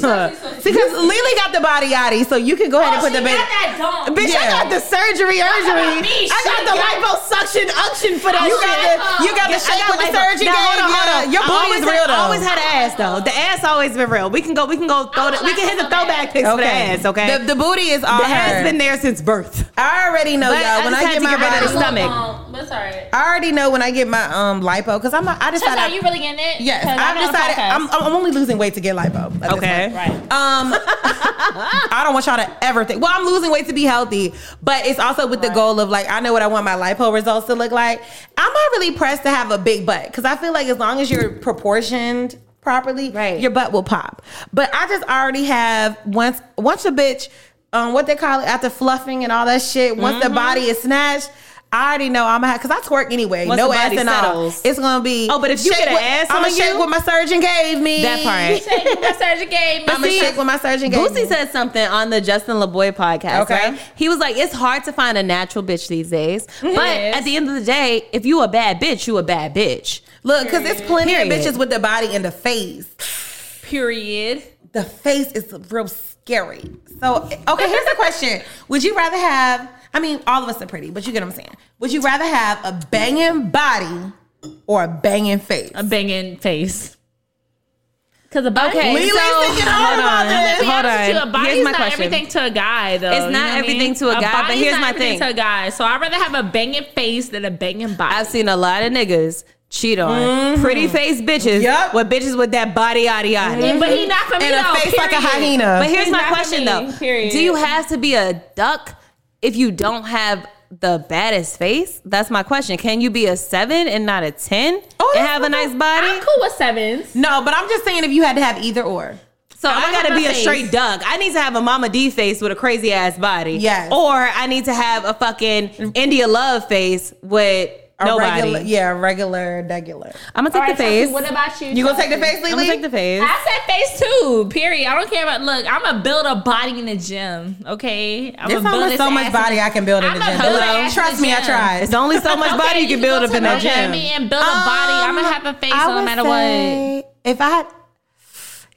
[SPEAKER 6] because Lily got the body yachty, so you can go ahead and
[SPEAKER 2] Oh,
[SPEAKER 6] put
[SPEAKER 2] she
[SPEAKER 6] the baby.
[SPEAKER 2] got that dome.
[SPEAKER 6] Bitch,
[SPEAKER 7] Yeah.
[SPEAKER 6] I got the surgery,
[SPEAKER 2] about
[SPEAKER 6] urgery.
[SPEAKER 2] me.
[SPEAKER 6] I got
[SPEAKER 2] She
[SPEAKER 6] the
[SPEAKER 2] got-
[SPEAKER 6] liposuction, unction for that
[SPEAKER 7] You
[SPEAKER 6] shit.
[SPEAKER 7] got
[SPEAKER 2] the-
[SPEAKER 6] you got the
[SPEAKER 7] I
[SPEAKER 6] shape
[SPEAKER 7] got
[SPEAKER 6] with the
[SPEAKER 7] lipo-
[SPEAKER 6] surgery.
[SPEAKER 7] Now, hold
[SPEAKER 6] game.
[SPEAKER 7] on, hold on.
[SPEAKER 6] Your
[SPEAKER 7] I
[SPEAKER 6] booty
[SPEAKER 7] always
[SPEAKER 6] is
[SPEAKER 7] had-
[SPEAKER 6] real though.
[SPEAKER 7] I always had an ass though. The ass always been real. We can go. We can go. Throw
[SPEAKER 2] would
[SPEAKER 7] the, we
[SPEAKER 2] like
[SPEAKER 7] can hit
[SPEAKER 2] to
[SPEAKER 7] the
[SPEAKER 2] go
[SPEAKER 7] throwback
[SPEAKER 2] back.
[SPEAKER 7] pics for the ass. Okay.
[SPEAKER 6] The, the booty is all
[SPEAKER 7] The
[SPEAKER 6] her.
[SPEAKER 7] has been there since birth.
[SPEAKER 6] I already know,
[SPEAKER 7] But I
[SPEAKER 6] y'all. uh, When
[SPEAKER 7] just
[SPEAKER 6] I
[SPEAKER 7] had
[SPEAKER 6] get
[SPEAKER 7] to
[SPEAKER 6] my
[SPEAKER 7] get rid of
[SPEAKER 6] body,
[SPEAKER 7] the stomach.
[SPEAKER 2] Um, but it's alright.
[SPEAKER 6] I already know when I get my um lipo because I'm. not- I
[SPEAKER 2] Chelsea,
[SPEAKER 6] decided.
[SPEAKER 2] are you really getting it?
[SPEAKER 6] Yes,
[SPEAKER 2] 'Cause I
[SPEAKER 6] I've
[SPEAKER 2] know the
[SPEAKER 6] decided.
[SPEAKER 2] podcast.
[SPEAKER 6] I'm, I'm only losing weight to get lipo. at this
[SPEAKER 7] Okay.
[SPEAKER 6] point.
[SPEAKER 2] Right.
[SPEAKER 6] Um, I don't want y'all to ever think. Well, I'm losing weight to be healthy, but it's also with the goal of like I know what I want my lipo results to look like. I'm not really pressed to have a big butt because I feel like as long as you're proportioned properly,
[SPEAKER 7] Right.
[SPEAKER 6] your butt will pop. But I just already have once once a bitch, um, what they call it after fluffing and all that shit. Once
[SPEAKER 7] Mm-hmm.
[SPEAKER 6] the body is snatched. I already know I'm gonna have because I twerk anyway.
[SPEAKER 7] Once
[SPEAKER 6] no
[SPEAKER 7] the
[SPEAKER 6] ass
[SPEAKER 7] body
[SPEAKER 6] and
[SPEAKER 7] settles.
[SPEAKER 6] all. It's gonna be.
[SPEAKER 7] Oh, but if you
[SPEAKER 6] shake
[SPEAKER 7] get an
[SPEAKER 6] what-
[SPEAKER 7] ass
[SPEAKER 6] I'ma
[SPEAKER 7] on
[SPEAKER 6] shake
[SPEAKER 7] you-
[SPEAKER 6] what my surgeon gave me.
[SPEAKER 7] That part.
[SPEAKER 2] my surgeon gave me.
[SPEAKER 6] I'm gonna shake what my surgeon gave me.
[SPEAKER 7] Boosie said something on the Justin LaBoy podcast.
[SPEAKER 6] Okay.
[SPEAKER 7] Right? He was like, it's hard to find a natural bitch these days. But
[SPEAKER 2] is.
[SPEAKER 7] at the end of the day, if you a bad bitch, you a bad bitch.
[SPEAKER 6] Look, because it's plenty
[SPEAKER 7] Period.
[SPEAKER 6] of bitches with the body and the face.
[SPEAKER 2] Period.
[SPEAKER 6] The face is real scary. So, okay, here's the question: Would you rather have? I mean, all of us are pretty, but you get what I'm saying. Would you rather have a banging body or a banging face?
[SPEAKER 2] A banging face. Because a body.
[SPEAKER 7] Okay,
[SPEAKER 6] Lily's thinking hard about this.
[SPEAKER 2] Hold
[SPEAKER 7] Hold
[SPEAKER 2] on.
[SPEAKER 7] on.
[SPEAKER 2] A body's
[SPEAKER 7] Here's my
[SPEAKER 2] not
[SPEAKER 7] question.
[SPEAKER 2] everything to a guy, though.
[SPEAKER 7] It's
[SPEAKER 2] You
[SPEAKER 7] not
[SPEAKER 2] know what I
[SPEAKER 7] everything
[SPEAKER 2] mean?
[SPEAKER 7] to a guy, but
[SPEAKER 2] body's
[SPEAKER 7] here's
[SPEAKER 2] not
[SPEAKER 7] my
[SPEAKER 2] everything
[SPEAKER 7] thing.
[SPEAKER 2] To a guy, so I'd rather have a banging face than a banging body.
[SPEAKER 7] I've seen a lot of niggas cheat on pretty face
[SPEAKER 6] Mm-hmm.
[SPEAKER 7] bitches
[SPEAKER 6] Yup.
[SPEAKER 7] with bitches with that body, yada, yada.
[SPEAKER 2] but he not for me.
[SPEAKER 6] and a
[SPEAKER 2] though,
[SPEAKER 6] face like a
[SPEAKER 2] Mm-hmm. period.
[SPEAKER 6] hyena.
[SPEAKER 7] But here's
[SPEAKER 2] He's
[SPEAKER 7] my
[SPEAKER 2] not for
[SPEAKER 7] question
[SPEAKER 2] me,
[SPEAKER 7] though.
[SPEAKER 2] period.
[SPEAKER 7] Do you have to be a duck if you don't have the baddest face? That's my question. Can you be a seven and not a ten
[SPEAKER 6] Oh,
[SPEAKER 7] and
[SPEAKER 6] that's
[SPEAKER 7] have a
[SPEAKER 6] what I-
[SPEAKER 7] nice body?
[SPEAKER 2] I'm cool with sevens.
[SPEAKER 6] no, but I'm just saying if you had to have either or.
[SPEAKER 7] So I,
[SPEAKER 2] wanna
[SPEAKER 7] gotta
[SPEAKER 2] have
[SPEAKER 7] be
[SPEAKER 2] a
[SPEAKER 7] a
[SPEAKER 2] face.
[SPEAKER 7] straight duck. I need to have a Mama D face with a crazy ass body.
[SPEAKER 6] Yes.
[SPEAKER 7] Or I need to have a fucking India love face with
[SPEAKER 6] A
[SPEAKER 7] nobody.
[SPEAKER 6] regular, yeah, a regular, regular.
[SPEAKER 7] I'm gonna take
[SPEAKER 2] All
[SPEAKER 7] the
[SPEAKER 2] right,
[SPEAKER 7] face.
[SPEAKER 2] Chelsea, What about you?
[SPEAKER 6] You gonna take the
[SPEAKER 2] Chelsea?
[SPEAKER 6] face,
[SPEAKER 7] I'm gonna
[SPEAKER 6] Lily?
[SPEAKER 7] take the face.
[SPEAKER 2] I said face too. Period. I don't care about look. I'm gonna build a body in the gym. Okay. I'm
[SPEAKER 6] There's
[SPEAKER 2] gonna build
[SPEAKER 6] only
[SPEAKER 2] this
[SPEAKER 6] so
[SPEAKER 2] ass
[SPEAKER 6] much
[SPEAKER 2] in
[SPEAKER 6] body I can build in
[SPEAKER 2] I'm
[SPEAKER 6] the
[SPEAKER 2] a
[SPEAKER 6] gym.
[SPEAKER 2] build ass in
[SPEAKER 6] Trust
[SPEAKER 2] the
[SPEAKER 6] me, I
[SPEAKER 2] gym.
[SPEAKER 6] tried.
[SPEAKER 7] It's only so much
[SPEAKER 2] Okay,
[SPEAKER 7] body you can build
[SPEAKER 2] go
[SPEAKER 7] up
[SPEAKER 2] to
[SPEAKER 7] in that
[SPEAKER 2] the
[SPEAKER 7] gym.
[SPEAKER 2] gym And build a body. I'm gonna have a face
[SPEAKER 6] Um, I
[SPEAKER 2] no
[SPEAKER 6] would
[SPEAKER 2] matter what.
[SPEAKER 6] say If I,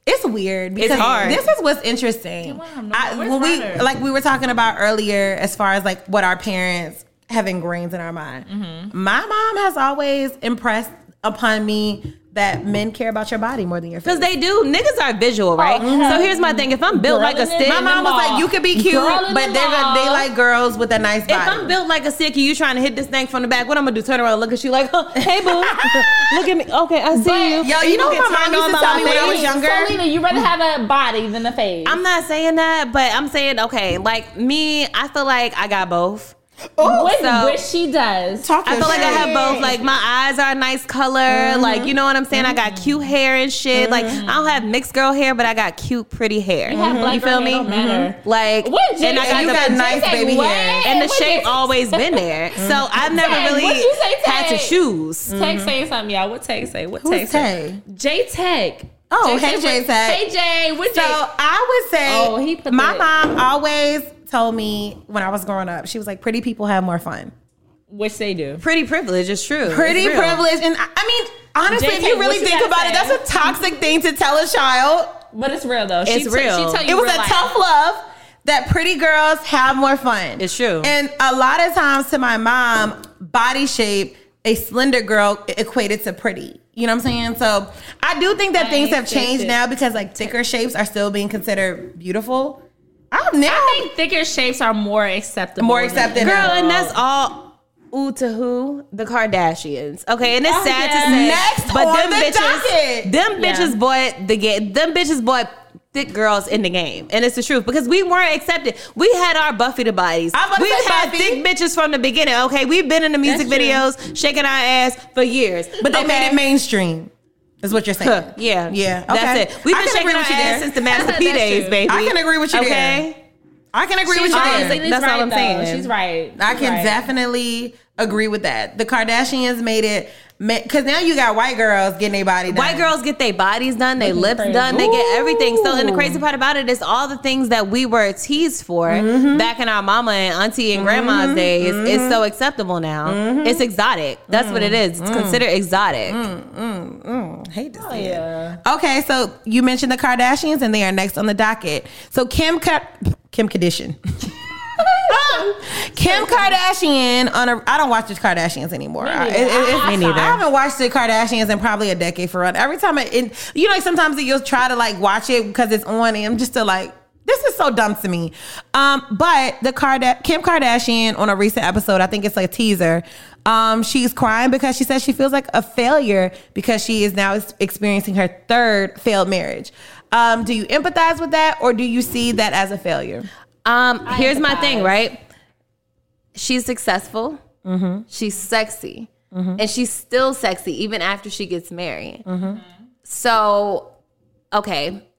[SPEAKER 6] it's weird because
[SPEAKER 7] hard.
[SPEAKER 6] this is what's interesting.
[SPEAKER 2] Wow, no,
[SPEAKER 6] I,
[SPEAKER 2] where's
[SPEAKER 6] when we
[SPEAKER 2] Ryder?
[SPEAKER 6] like we were talking about earlier, as far as like what our parents have ingrained in our mind.
[SPEAKER 2] Mm-hmm.
[SPEAKER 6] My mom has always impressed upon me that men care about your body more than your face.
[SPEAKER 7] Cause they do. Niggas are visual, right? So here's my thing. If I'm built like a
[SPEAKER 2] Oh, in the-
[SPEAKER 7] stick,
[SPEAKER 2] My
[SPEAKER 6] My mom was
[SPEAKER 2] mall.
[SPEAKER 6] like, "You could be cute,
[SPEAKER 2] Girl in
[SPEAKER 6] but
[SPEAKER 2] the
[SPEAKER 6] they're gonna, they
[SPEAKER 2] mall."
[SPEAKER 6] like girls with a nice body."
[SPEAKER 7] If I'm built like a sick, you trying to hit this thing from the back. What I'm gonna do? Turn around, and look at you like, huh, hey boo, look at me. Okay, I see you.
[SPEAKER 6] Yo, you know
[SPEAKER 7] get
[SPEAKER 6] what my
[SPEAKER 7] turned
[SPEAKER 6] mom
[SPEAKER 7] on
[SPEAKER 6] used to
[SPEAKER 7] by
[SPEAKER 6] tell
[SPEAKER 7] my
[SPEAKER 6] me when I was
[SPEAKER 7] face.
[SPEAKER 6] younger?
[SPEAKER 2] So Lena, you rather have a body than a face.
[SPEAKER 7] I'm not saying that, but I'm saying okay. Like me, I feel like I got both.
[SPEAKER 2] which,
[SPEAKER 7] so-
[SPEAKER 2] which she does.
[SPEAKER 6] Talk
[SPEAKER 7] I
[SPEAKER 6] your
[SPEAKER 7] feel like I
[SPEAKER 6] shit.
[SPEAKER 7] have both. Like my eyes are a nice color. Like you know what I'm saying. I got cute hair and shit. Like I don't have mixed girl hair, but I got cute, pretty hair. You,
[SPEAKER 2] have black girl
[SPEAKER 7] feel
[SPEAKER 2] hair,
[SPEAKER 7] me?
[SPEAKER 2] don't matter.
[SPEAKER 7] Like
[SPEAKER 2] What
[SPEAKER 7] and I
[SPEAKER 2] Jay-
[SPEAKER 7] got
[SPEAKER 6] you
[SPEAKER 7] the
[SPEAKER 6] got nice
[SPEAKER 2] Jay said,
[SPEAKER 6] baby
[SPEAKER 2] "What?"
[SPEAKER 6] hair.
[SPEAKER 7] and the
[SPEAKER 2] What
[SPEAKER 7] shape
[SPEAKER 2] Jay-
[SPEAKER 7] always been there. So I've never
[SPEAKER 2] Tay,
[SPEAKER 7] really
[SPEAKER 2] what you say, Mm.
[SPEAKER 7] had to
[SPEAKER 2] Tay?
[SPEAKER 7] choose.
[SPEAKER 2] Tech saying something, y'all. What Tech say? What
[SPEAKER 6] Who's
[SPEAKER 2] Tech say?
[SPEAKER 6] Tay?
[SPEAKER 2] J Tech.
[SPEAKER 6] Oh, hey, Jay Tech.
[SPEAKER 2] Hey Jay, what
[SPEAKER 6] So
[SPEAKER 2] Jay?
[SPEAKER 6] I would say
[SPEAKER 2] Oh, he put
[SPEAKER 6] my
[SPEAKER 2] the-
[SPEAKER 6] mom always told me when I was growing up, she was like, pretty people have more fun.
[SPEAKER 2] Which they do.
[SPEAKER 7] Pretty privilege is true. It's
[SPEAKER 6] Pretty
[SPEAKER 7] real.
[SPEAKER 6] privilege. And I, I mean, honestly,
[SPEAKER 2] JK,
[SPEAKER 6] if you really
[SPEAKER 2] what you
[SPEAKER 6] think
[SPEAKER 2] gotta
[SPEAKER 6] about it,
[SPEAKER 2] say?
[SPEAKER 6] that's a toxic thing to tell a child.
[SPEAKER 2] But it's real though. She
[SPEAKER 7] It's
[SPEAKER 2] t-
[SPEAKER 7] real.
[SPEAKER 2] She tell
[SPEAKER 6] It
[SPEAKER 2] you
[SPEAKER 6] was
[SPEAKER 2] real
[SPEAKER 6] a
[SPEAKER 2] life.
[SPEAKER 6] tough love that pretty girls have more fun.
[SPEAKER 7] It's true.
[SPEAKER 6] And a lot of times to my mom, body shape, a slender girl equated to pretty. You know what I'm saying? So I do think that things
[SPEAKER 2] ain't
[SPEAKER 6] have changed
[SPEAKER 2] shifted.
[SPEAKER 6] now because like thicker shapes are still being considered beautiful. I've never
[SPEAKER 2] I think thicker shapes are more acceptable.
[SPEAKER 6] more
[SPEAKER 2] than-
[SPEAKER 6] accepted.
[SPEAKER 7] Girl,
[SPEAKER 6] now.
[SPEAKER 7] and that's all ooh to who? The Kardashians. Okay, and it's
[SPEAKER 2] Oh,
[SPEAKER 7] sad
[SPEAKER 2] yeah.
[SPEAKER 7] to say.
[SPEAKER 6] Next on the docket.
[SPEAKER 7] them
[SPEAKER 2] Yeah.
[SPEAKER 7] bitches bought the game. Them bitches bought thick girls in the game. And it's the truth because we weren't accepted. We had our Buffy the bodies.
[SPEAKER 6] I was about to
[SPEAKER 7] We've
[SPEAKER 6] say
[SPEAKER 7] had
[SPEAKER 6] Buffy.
[SPEAKER 7] thick bitches from the beginning. Okay, we've been in the music
[SPEAKER 2] That's true.
[SPEAKER 7] videos, shaking our ass for years.
[SPEAKER 6] but they
[SPEAKER 7] okay?
[SPEAKER 6] made it mainstream. Is what you're saying?
[SPEAKER 7] Yeah,
[SPEAKER 6] yeah. Okay.
[SPEAKER 7] That's it. We've
[SPEAKER 6] I
[SPEAKER 7] been
[SPEAKER 6] can
[SPEAKER 7] shaking
[SPEAKER 6] agree
[SPEAKER 7] our
[SPEAKER 6] with you
[SPEAKER 7] ass
[SPEAKER 6] there.
[SPEAKER 7] since the Master P
[SPEAKER 2] That's
[SPEAKER 7] days,
[SPEAKER 2] true.
[SPEAKER 7] baby.
[SPEAKER 6] I can agree with you there.
[SPEAKER 7] Okay,
[SPEAKER 6] I can agree
[SPEAKER 2] She's
[SPEAKER 6] with you.
[SPEAKER 2] right.
[SPEAKER 6] there.
[SPEAKER 2] Lena's
[SPEAKER 7] That's all
[SPEAKER 2] right,
[SPEAKER 7] I'm
[SPEAKER 2] though.
[SPEAKER 7] saying.
[SPEAKER 2] She's right.
[SPEAKER 6] I
[SPEAKER 2] She's
[SPEAKER 6] can
[SPEAKER 2] right.
[SPEAKER 6] definitely agree with that. The Kardashians made it because now you got white girls getting their body done.
[SPEAKER 7] White girls get their bodies done, their lips
[SPEAKER 2] crazy.
[SPEAKER 7] done, they get everything. So, and the crazy part about it is all the things that we were teased for back in our mama and auntie and grandma's days is so acceptable now. It's exotic. That's what it is. It's considered exotic.
[SPEAKER 6] I hate to
[SPEAKER 7] Oh,
[SPEAKER 6] see it. Okay, so you mentioned the Kardashians, and they are next on the docket. So Kim, Ka- Kim Kardashian. Kim Kardashian on a. I don't watch the Kardashians anymore. I, it, it, me neither. I haven't watched the Kardashians in probably a decade for real. Every time I, it, you know, like sometimes you'll try to like watch it because it's on, and I'm just still like, this is so dumb to me. Um, but the Karda- Kim Kardashian on a recent episode, I think it's like a teaser. Um, she's crying because she says she feels like a failure because she is now ex- experiencing her third failed marriage. Um, do you empathize with that, or do you see that as a failure?
[SPEAKER 7] Um, here's my thing,
[SPEAKER 2] empathize.
[SPEAKER 7] right? She's successful. She's sexy, and she's still sexy even after she gets married. So, okay.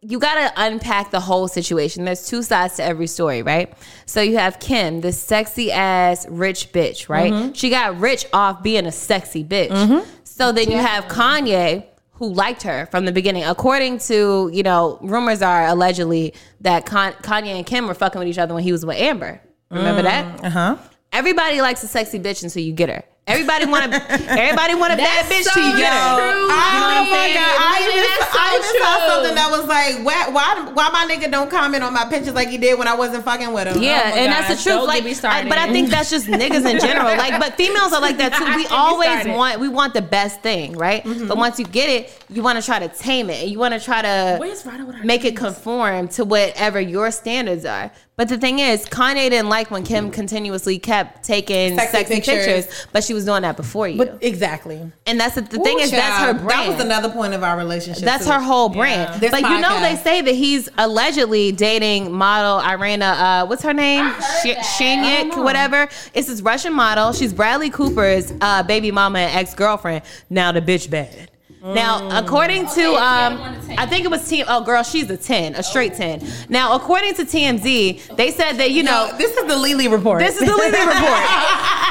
[SPEAKER 7] You got to unpack the whole situation. There's two sides to every story, right? So you have Kim, this sexy ass rich bitch, right?
[SPEAKER 2] Mm-hmm.
[SPEAKER 7] She got rich off being a sexy bitch. So then you have Kanye who liked her from the beginning. According to, you know, rumors are allegedly that Con- Kanye and Kim were fucking with each other when he was with Amber. Remember
[SPEAKER 2] Mm.
[SPEAKER 7] that?
[SPEAKER 6] Huh?
[SPEAKER 7] Everybody likes a sexy bitch until you get her. Everybody want to. everybody want a bad bitch
[SPEAKER 2] so
[SPEAKER 7] until you get her.
[SPEAKER 2] true. You know
[SPEAKER 6] I,
[SPEAKER 2] what I'm
[SPEAKER 6] oh my
[SPEAKER 2] saying?
[SPEAKER 6] god! I
[SPEAKER 2] Really,
[SPEAKER 6] even,
[SPEAKER 2] that's so
[SPEAKER 6] I even saw
[SPEAKER 2] true.
[SPEAKER 6] something that was like, why, why, why my nigga don't comment on my pictures like he did when I wasn't fucking with him?
[SPEAKER 7] Yeah,
[SPEAKER 2] Oh my
[SPEAKER 7] and that's
[SPEAKER 2] gosh,
[SPEAKER 7] the
[SPEAKER 2] don't
[SPEAKER 7] truth.
[SPEAKER 2] get
[SPEAKER 7] Like,
[SPEAKER 2] me
[SPEAKER 7] I-
[SPEAKER 2] started.
[SPEAKER 7] but I think that's just niggas in general. Like, but females are like that
[SPEAKER 2] Don't
[SPEAKER 7] too. We
[SPEAKER 2] get me
[SPEAKER 7] always
[SPEAKER 2] started. Mm-hmm.
[SPEAKER 7] want we want the best thing, right? But once you get it, you want to try to tame it. and You want to try
[SPEAKER 2] Where's Ryder with
[SPEAKER 7] to
[SPEAKER 2] her
[SPEAKER 7] make it conform to whatever your standards are. But the thing is, Kanye didn't like when Kim continuously kept taking
[SPEAKER 6] Sexy
[SPEAKER 7] sexy,
[SPEAKER 6] pictures.
[SPEAKER 7] pictures. but she was doing that before you.
[SPEAKER 6] But exactly.
[SPEAKER 7] and that's the, the thing is that's her brand.
[SPEAKER 6] That was another point of our relationship.
[SPEAKER 7] That's
[SPEAKER 6] too.
[SPEAKER 7] her whole brand.
[SPEAKER 6] This
[SPEAKER 7] But you know,
[SPEAKER 6] podcast.
[SPEAKER 7] they say that he's allegedly dating model Irina, uh, what's her name? Sh- Shanyik,
[SPEAKER 6] Oh.
[SPEAKER 7] whatever. It's this Russian model. She's Bradley Cooper's uh, baby mama and ex girlfriend. Now the bitch bad.
[SPEAKER 6] Mm.
[SPEAKER 7] Now, according to, um, I think it was T. Oh, girl, she's a ten, a straight ten. Now, according to TMZ, they said that you know
[SPEAKER 6] No, this is the Lily report.
[SPEAKER 7] this is the Lily report.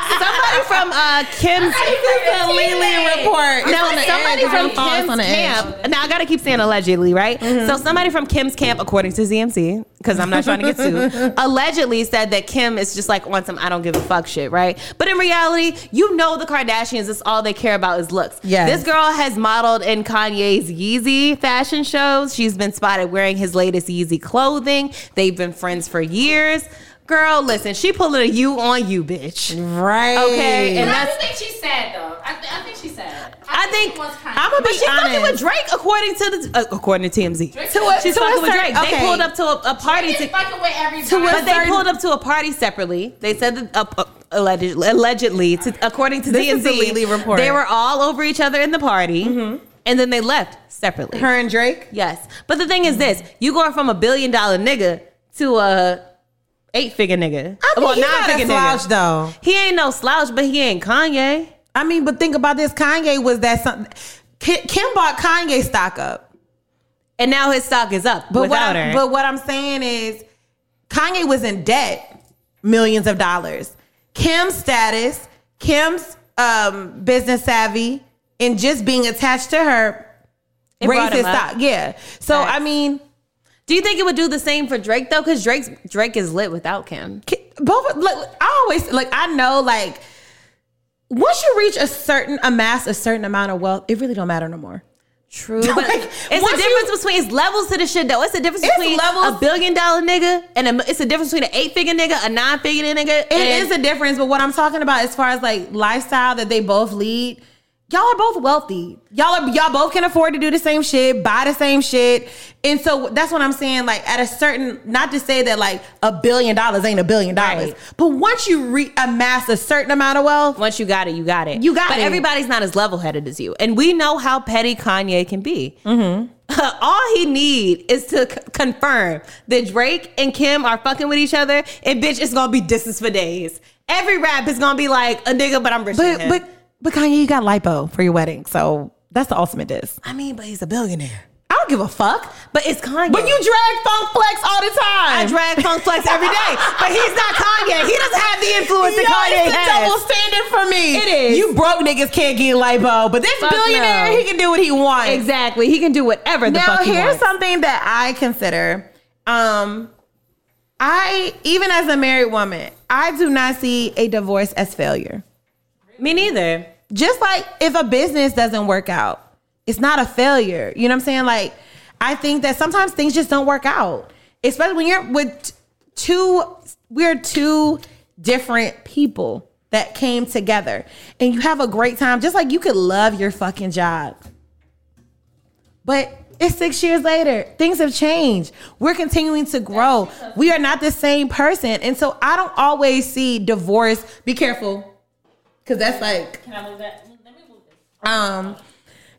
[SPEAKER 7] Somebody from uh, Kim's
[SPEAKER 6] the Lily report. It's
[SPEAKER 7] no,
[SPEAKER 6] on the
[SPEAKER 7] somebody
[SPEAKER 6] edge.
[SPEAKER 7] from
[SPEAKER 6] It's on
[SPEAKER 7] Kim's
[SPEAKER 6] the Mm-hmm. edge.
[SPEAKER 7] camp. Now I gotta keep saying allegedly, right? So somebody from Kim's camp, according to ZMC, because I'm not trying to get sued, allegedly said that Kim is just like on some I don't give a fuck shit, right? But in reality, you know the Kardashians, it's all they care about is looks.
[SPEAKER 6] Yes.
[SPEAKER 7] This girl has modeled in Kanye's Yeezy fashion shows. She's been spotted wearing his latest Yeezy clothing. They've been friends for years. Girl, listen, she pulling a you on you, bitch.
[SPEAKER 6] right?
[SPEAKER 7] Okay, and
[SPEAKER 2] I
[SPEAKER 7] that's
[SPEAKER 2] do think she's sad though. I, th- I think she's sad.
[SPEAKER 7] I think
[SPEAKER 2] she wants Kanye.
[SPEAKER 6] I'm gonna
[SPEAKER 7] but
[SPEAKER 6] be
[SPEAKER 7] she's fucking
[SPEAKER 6] honest.
[SPEAKER 7] with Drake, according to the uh, according to TMZ. she's
[SPEAKER 6] to a
[SPEAKER 7] fucking with
[SPEAKER 6] certain-
[SPEAKER 7] Drake.
[SPEAKER 6] okay.
[SPEAKER 7] They pulled up to a, a party
[SPEAKER 2] She's
[SPEAKER 7] to,
[SPEAKER 2] fucking with everybody.
[SPEAKER 7] but they pulled up to a party separately. They said that uh, uh, allegedly, allegedly to, according to
[SPEAKER 6] This is
[SPEAKER 7] TMZ,
[SPEAKER 6] the Lily report. Mm-hmm.
[SPEAKER 7] they were all over each other in the party, and then they left separately.
[SPEAKER 6] her and Drake.
[SPEAKER 7] yes, but the thing is this: you going from a billion dollar nigga to a eight figure nigga.
[SPEAKER 6] I mean,
[SPEAKER 7] well,
[SPEAKER 6] he not a
[SPEAKER 7] nine-figure
[SPEAKER 6] slouch
[SPEAKER 7] nigga.
[SPEAKER 6] though.
[SPEAKER 7] He ain't no slouch, but he ain't Kanye.
[SPEAKER 6] I mean, but think about this. Kanye was that something. Ki- Kim bought Kanye stock up,
[SPEAKER 7] And now his stock is up
[SPEAKER 6] but
[SPEAKER 7] without
[SPEAKER 6] what? I'm,
[SPEAKER 7] her.
[SPEAKER 6] But what I'm saying is, Kanye was in debt, millions of dollars. Kim's status, Kim's um, business savvy, and just being attached to her raised
[SPEAKER 7] brought
[SPEAKER 6] his
[SPEAKER 7] him up.
[SPEAKER 6] stock. Yeah. So I
[SPEAKER 7] Facts.
[SPEAKER 6] mean,
[SPEAKER 7] Do you think it would do the same for Drake though? Because Drake's Drake is lit without Kim.
[SPEAKER 6] Ki- both like I always like I know like once you reach a certain amass a certain amount of wealth, it really don't matter no more.
[SPEAKER 7] True, but
[SPEAKER 6] Like,
[SPEAKER 7] it's
[SPEAKER 6] once
[SPEAKER 7] a difference between it's levels to the shit though. It's a difference
[SPEAKER 6] It's
[SPEAKER 7] between
[SPEAKER 6] levels.
[SPEAKER 7] a billion dollar nigga and a, it's a difference between an eight figure nigga, a nine figure nigga.
[SPEAKER 6] It is a difference, but what I'm talking about as far as like lifestyle that they both lead, y'all are both wealthy. Y'all are y'all both can afford to do the same shit, buy the same shit. And so that's what I'm saying. Like at a certain not to say that like a billion dollars ain't a billion dollars.
[SPEAKER 7] Right.
[SPEAKER 6] But once you re- amass a certain amount of wealth,
[SPEAKER 7] once you got it, you got it.
[SPEAKER 6] You got
[SPEAKER 7] but
[SPEAKER 6] it.
[SPEAKER 7] everybody's not as level headed as you, and we know how petty Kanye can be. All he need is to c- confirm that Drake and Kim are fucking with each other, and bitch, it's gonna be distance for days. Every rap is gonna be like a nigga, but I'm rich. than
[SPEAKER 6] but
[SPEAKER 7] him.
[SPEAKER 6] but but Kanye, you got lipo for your wedding. So that's the ultimate diss.
[SPEAKER 7] I mean, but he's a billionaire.
[SPEAKER 6] I don't give a fuck.
[SPEAKER 7] But it's Kanye.
[SPEAKER 6] But you drag Funk Flex all the time.
[SPEAKER 7] I drag Funk Flex every day. But he's not Kanye. He doesn't have the influence
[SPEAKER 6] Yo,
[SPEAKER 7] that Kanye
[SPEAKER 6] it's a
[SPEAKER 7] has.
[SPEAKER 6] double standard for me.
[SPEAKER 7] It is.
[SPEAKER 6] You broke niggas can't get lipo, but this
[SPEAKER 7] Fuck
[SPEAKER 6] billionaire,
[SPEAKER 7] no.
[SPEAKER 6] he can do what he wants.
[SPEAKER 7] Exactly. He can do whatever the
[SPEAKER 6] Now
[SPEAKER 7] fuck he
[SPEAKER 6] here's
[SPEAKER 7] wants.
[SPEAKER 6] something that I consider. Um, I even as a married woman, I do not see a divorce as failure.
[SPEAKER 7] Me neither.
[SPEAKER 6] just like if a business doesn't work out, it's not a failure. You know what I'm saying? Like, I think that sometimes things just don't work out, especially when you're with t- two, we're two different people that came together and you have a great time, just like you could love your fucking job. But it's six years later. Things have changed. We're continuing to grow. We are not the same person. And so I don't always see divorce. Be careful. Cause that's like
[SPEAKER 2] Can I move that? Let me move this.
[SPEAKER 6] um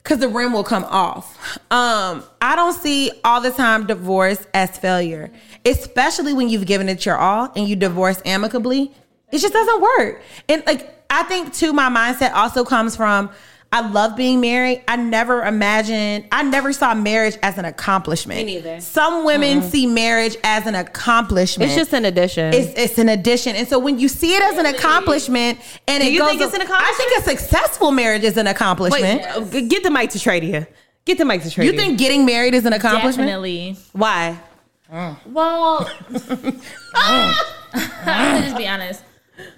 [SPEAKER 6] because the rim will come off um i don't see all the time divorce as failure especially when you've given it your all and you divorce amicably it just doesn't work and like i think too my mindset also comes from I love being married. I never imagined, I never saw marriage as an accomplishment.
[SPEAKER 8] Me neither.
[SPEAKER 6] Some women see marriage as an accomplishment.
[SPEAKER 7] It's just an addition.
[SPEAKER 6] It's, it's an addition. And so when you see it as an accomplishment and it
[SPEAKER 7] you
[SPEAKER 6] goes
[SPEAKER 7] think it's an accomplishment?
[SPEAKER 6] I think a successful marriage is an accomplishment.
[SPEAKER 7] uh, g- get the mic to Tradia. Get the mic to Tradia.
[SPEAKER 6] You think getting married is an accomplishment?
[SPEAKER 2] Definitely.
[SPEAKER 7] why?
[SPEAKER 2] Well, I'm gonna just be honest.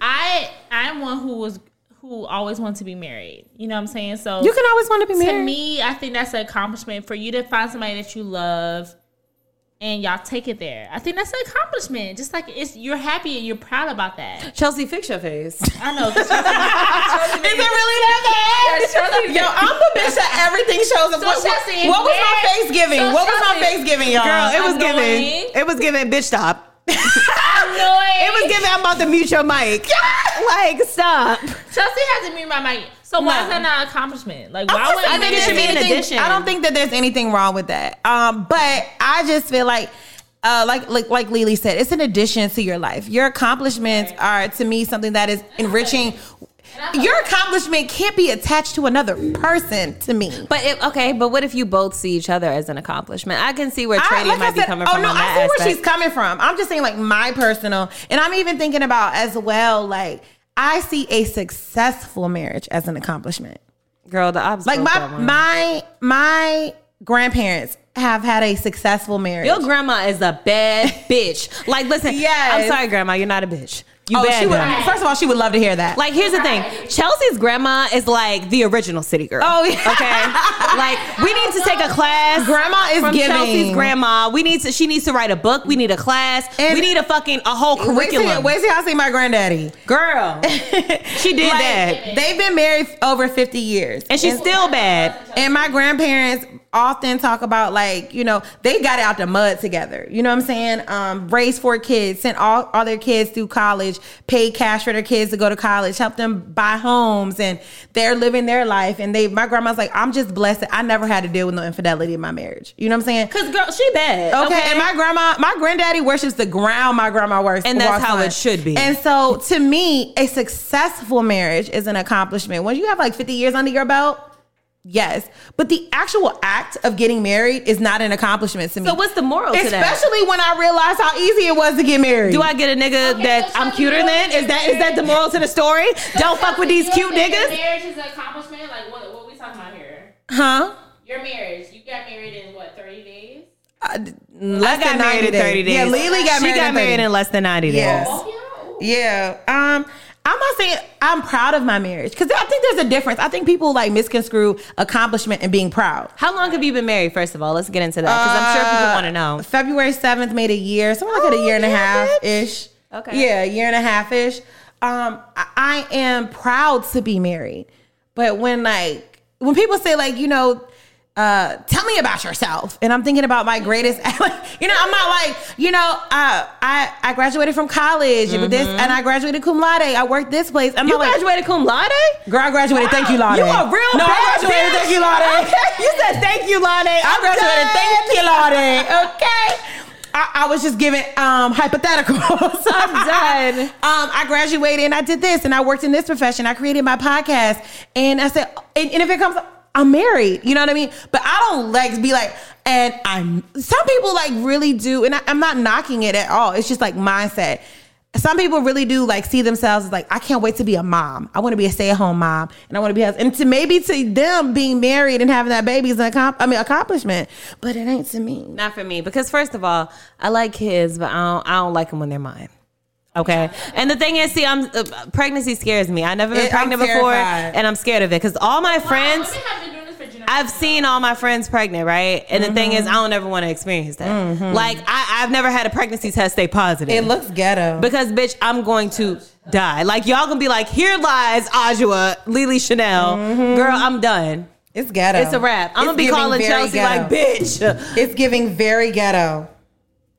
[SPEAKER 2] I I'm one who was who always wanted to be married. You know what I'm saying? So
[SPEAKER 6] You can always want to be married.
[SPEAKER 2] to me, I think that's an accomplishment for you to find somebody that you love and y'all take it there. I think that's an accomplishment. Just like it's you're happy and you're proud about that.
[SPEAKER 7] Chelsea, fix your face.
[SPEAKER 2] I know. 'cause Chelsea-
[SPEAKER 6] Is it really that bad? Yo, I'm the bitch that everything shows up.
[SPEAKER 2] So
[SPEAKER 6] what, what-
[SPEAKER 2] Chelsea,
[SPEAKER 6] what was on
[SPEAKER 2] yes.
[SPEAKER 6] Thanksgiving?
[SPEAKER 2] So
[SPEAKER 6] what was on
[SPEAKER 2] Chelsea-
[SPEAKER 6] Thanksgiving, y'all?
[SPEAKER 7] Girl, it was giving.
[SPEAKER 2] Annoying.
[SPEAKER 7] It was giving bitch stop. it
[SPEAKER 2] Annoying.
[SPEAKER 7] was giving. I'm about to mute your mic. like stop.
[SPEAKER 2] Chelsea has to mute my mic. So why is that not an accomplishment? Like why would
[SPEAKER 6] I
[SPEAKER 7] think it should be an
[SPEAKER 6] anything-
[SPEAKER 7] addition.
[SPEAKER 6] I don't think that there's anything wrong with that. Um, but I just feel like. Uh, like like like Lily said, it's an addition to your life. Your accomplishments are to me something that is enriching. Your accomplishment can't be attached to another person. To me,
[SPEAKER 7] But if, okay, but what if you both see each other as an accomplishment? I can see where
[SPEAKER 6] I-
[SPEAKER 7] Tradia
[SPEAKER 6] like I
[SPEAKER 7] might be
[SPEAKER 6] said-
[SPEAKER 7] coming from.
[SPEAKER 6] Oh no,
[SPEAKER 7] on
[SPEAKER 6] I
[SPEAKER 7] that
[SPEAKER 6] see
[SPEAKER 7] aspect.
[SPEAKER 6] where she's coming from. I'm just saying, like my personal, and I'm even thinking about as well, like I see a successful marriage as an accomplishment.
[SPEAKER 7] Girl, the opposite.
[SPEAKER 6] Like my my my grandparents have had a successful marriage.
[SPEAKER 7] Your grandma is a bad bitch. Like, listen,
[SPEAKER 6] Yes.
[SPEAKER 7] I'm sorry, grandma, you're not a bitch. You
[SPEAKER 6] oh,
[SPEAKER 7] bad.
[SPEAKER 6] she would,
[SPEAKER 7] girl.
[SPEAKER 6] first of all, she would love to hear that.
[SPEAKER 7] Like, here's the thing. Chelsea's grandma is like the original city girl.
[SPEAKER 6] Oh, yeah.
[SPEAKER 7] Okay. like, we need to take a class.
[SPEAKER 6] Grandma is
[SPEAKER 7] from
[SPEAKER 6] giving.
[SPEAKER 7] Chelsea's grandma. We need to. She needs to write a book. We need a class.
[SPEAKER 6] And-
[SPEAKER 7] we need a fucking a whole
[SPEAKER 6] wait till,
[SPEAKER 7] curriculum.
[SPEAKER 6] wait till y'all see my granddaddy.
[SPEAKER 7] Girl, she did that,
[SPEAKER 6] Like, they've been married over 50 years.
[SPEAKER 7] and she's still bad.
[SPEAKER 6] And my grandparents often talk about like, you know, they got out the mud together. You know what I'm saying? Um, raised four kids, sent all, all their kids through college, paid cash for their kids to go to college, helped them buy homes, and they're living their life. And they my grandma's like, I'm just blessed. that I never had to deal with no infidelity in my marriage. You know what I'm saying?
[SPEAKER 7] Cause girl, she bad.
[SPEAKER 6] Okay, and my grandma, my granddaddy worships the ground my grandma works,
[SPEAKER 7] And that's
[SPEAKER 6] walks
[SPEAKER 7] how
[SPEAKER 6] on.
[SPEAKER 7] it should be.
[SPEAKER 6] And so, to me, a successful marriage is an accomplishment. When you have like fifty years under your belt, yes, but the actual act of getting married is not an accomplishment to me.
[SPEAKER 7] So what's the moral to that?
[SPEAKER 6] Especially when I realized how easy it was to get married.
[SPEAKER 7] Do I get a nigga that I'm cuter than? Is that is that the moral to the story? Don't fuck with these cute niggas.
[SPEAKER 2] Marriage is an accomplishment. Like what? What we talking about here?
[SPEAKER 6] Huh?
[SPEAKER 2] Your marriage. You got married in what? Thirty days.
[SPEAKER 7] I got
[SPEAKER 6] than
[SPEAKER 7] married
[SPEAKER 6] 90
[SPEAKER 7] in 30 days.
[SPEAKER 6] days. Yeah, Lily got
[SPEAKER 7] she
[SPEAKER 6] married
[SPEAKER 7] got
[SPEAKER 6] in 30
[SPEAKER 7] married in less than 90 days.
[SPEAKER 6] Yes.
[SPEAKER 2] Yeah.
[SPEAKER 6] Yeah. Um, I'm not saying I'm proud of my marriage because I think there's a difference. I think people like misconstrue accomplishment and being proud.
[SPEAKER 7] How long have you been married? First of all, let's get into that because I'm sure
[SPEAKER 6] Uh,
[SPEAKER 7] people want to know.
[SPEAKER 6] Um, February 7th made a year. So I look at a year and a half ish.
[SPEAKER 7] Oh, Okay.
[SPEAKER 6] Yeah, a year and a half ish. Um, I, I am proud to be married. But when like when people say like, you know, uh, tell me about yourself. And I'm thinking about my greatest, you know, I'm not like, you know, uh, I, I graduated from college with this and I graduated cum laude. I worked this place. I'm
[SPEAKER 7] Mm-hmm. You
[SPEAKER 6] not like,
[SPEAKER 7] graduated cum laude?
[SPEAKER 6] girl, I graduated. Thank you, Laude.
[SPEAKER 7] You a real
[SPEAKER 6] No, I
[SPEAKER 7] bad
[SPEAKER 6] graduated.
[SPEAKER 7] bitch.
[SPEAKER 6] Thank you, Laude.
[SPEAKER 7] Okay, You said thank you, laude.
[SPEAKER 6] I
[SPEAKER 7] I'm
[SPEAKER 6] graduated.
[SPEAKER 7] done.
[SPEAKER 6] Thank you, Laude. Okay. I, I was just giving um, hypotheticals.
[SPEAKER 7] I'm done.
[SPEAKER 6] Um, I graduated and I did this and I worked in this profession. I created my podcast and I said, and, and if it comes, I'm married. You know what I mean? But I don't like be like, and I'm. Some people like really do, and I, I'm not knocking it at all. It's just like mindset. Some people really do like see themselves as like, I can't wait to be a mom. I want to be a stay at home mom, and I want to be. a- And to maybe to them being married and having that baby is an accom- I mean accomplishment, but it ain't to me.
[SPEAKER 7] Not for me because first of all, I like kids, but I don't, I don't like them when they're mine. Okay, and the thing is, see, I'm uh, pregnancy scares me. I've never been
[SPEAKER 6] It- I'm
[SPEAKER 7] pregnant before,
[SPEAKER 6] terrified.
[SPEAKER 7] and I'm scared of it because all my friends.
[SPEAKER 2] Women have been doing this for generations.
[SPEAKER 7] I've seen all my friends pregnant, right? And the thing is, I don't ever want to experience that. Like, I, I've never had a pregnancy test stay positive.
[SPEAKER 6] Mm-hmm. It looks ghetto.
[SPEAKER 7] because, bitch, I'm going to die. Like, y'all gonna be like, here lies Ajua, Lily Chanel. Girl, I'm done.
[SPEAKER 6] Mm-hmm. It's ghetto.
[SPEAKER 7] It's a wrap. I'm gonna be
[SPEAKER 6] giving
[SPEAKER 7] calling
[SPEAKER 6] very
[SPEAKER 7] Chelsea
[SPEAKER 6] ghetto.
[SPEAKER 7] like, bitch.
[SPEAKER 6] It's giving very ghetto.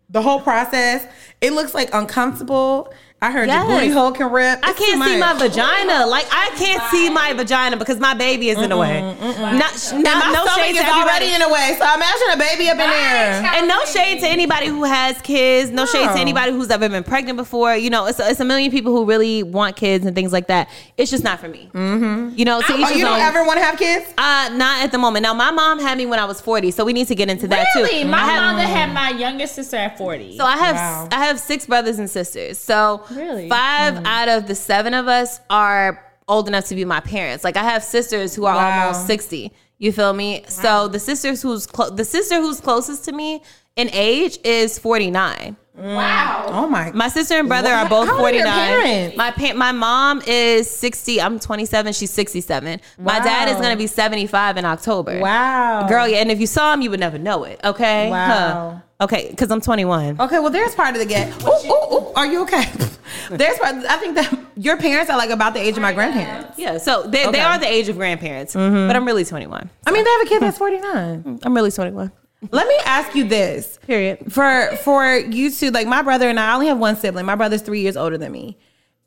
[SPEAKER 6] The whole process, it looks like uncomfortable. I heard
[SPEAKER 7] Yes.
[SPEAKER 6] your booty hole can rip.
[SPEAKER 7] I
[SPEAKER 6] It's too
[SPEAKER 7] can't see my
[SPEAKER 6] much.
[SPEAKER 7] vagina. Like I can't see my vagina because my baby is in the way. Not,
[SPEAKER 6] My
[SPEAKER 7] not no
[SPEAKER 6] stomach
[SPEAKER 7] shade
[SPEAKER 6] is
[SPEAKER 7] to
[SPEAKER 6] already
[SPEAKER 7] everybody.
[SPEAKER 6] in the way, so imagine a baby up in there.
[SPEAKER 7] And no shade to anybody who has kids. No, shade
[SPEAKER 6] No.
[SPEAKER 7] to anybody who's ever been pregnant before. You know, it's a, it's a million people who really want kids and things like that. It's just not for me. Mm-hmm. You know, so
[SPEAKER 6] Oh, you don't ever want to have kids?
[SPEAKER 7] Uh, not at the moment. Now, my mom had me when I was forty, so we need to get into that
[SPEAKER 2] Really,
[SPEAKER 7] too. Mm-hmm.
[SPEAKER 2] my
[SPEAKER 7] I have-
[SPEAKER 2] mom that had my youngest sister at forty.
[SPEAKER 7] So I have
[SPEAKER 6] Wow. Hmm.
[SPEAKER 7] I have six brothers and sisters. So
[SPEAKER 2] Really?
[SPEAKER 7] five out of the seven of us are old enough to be my parents. Like I have sisters who are
[SPEAKER 6] Wow.
[SPEAKER 7] almost sixty. You feel me? So the sisters who's clo- the sister who's closest to me in age is forty nine.
[SPEAKER 6] Oh my!
[SPEAKER 7] My sister and brother
[SPEAKER 6] What?
[SPEAKER 7] are both
[SPEAKER 6] How old are
[SPEAKER 7] forty
[SPEAKER 6] your
[SPEAKER 7] nine.
[SPEAKER 6] parents?
[SPEAKER 7] My pa- my mom is sixty. I'm twenty seven. She's sixty seven. My dad is
[SPEAKER 6] Wow.
[SPEAKER 7] gonna be seventy five in October.
[SPEAKER 6] Wow,
[SPEAKER 7] girl. Yeah, and if you saw him, you would never know it. Okay.
[SPEAKER 6] Wow.
[SPEAKER 7] Huh. Okay, because I'm twenty one.
[SPEAKER 6] Okay, well, there's part of the gap. Ooh, ooh, ooh, are you okay? there's part. I think that your parents are like about the age of my grandparents.
[SPEAKER 7] Yeah, so they,
[SPEAKER 6] Okay.
[SPEAKER 7] they are the age of grandparents, but I'm really 21.
[SPEAKER 6] I mean, they have a kid that's 49.
[SPEAKER 7] Hmm. I'm really 21.
[SPEAKER 6] Let me ask you this.
[SPEAKER 7] Period.
[SPEAKER 6] For for you two, like my brother and I I only have one sibling. My brother's three years older than me.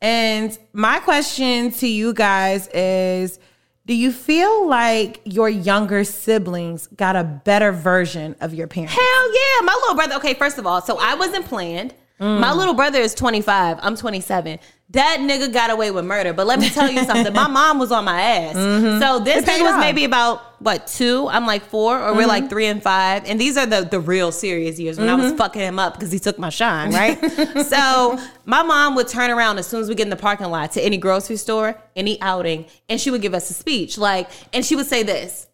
[SPEAKER 6] And my question to you guys is do you feel like your younger siblings got a better version of your parents?
[SPEAKER 7] Hell yeah, my little brother. Okay, first of all, so I wasn't planned. My little brother is 25. I'm 27. That nigga got away with murder. But let me tell you something. my mom was on my ass. So this
[SPEAKER 6] paid
[SPEAKER 7] thing was
[SPEAKER 6] off.
[SPEAKER 7] maybe about what two? I'm like four, or we're like three and five. And these are the the real serious years when I was fucking him up because he took my shine, right? so my mom would turn around as soon as we get in the parking lot to any grocery store, any outing, and she would give us a speech. Like, and she would say this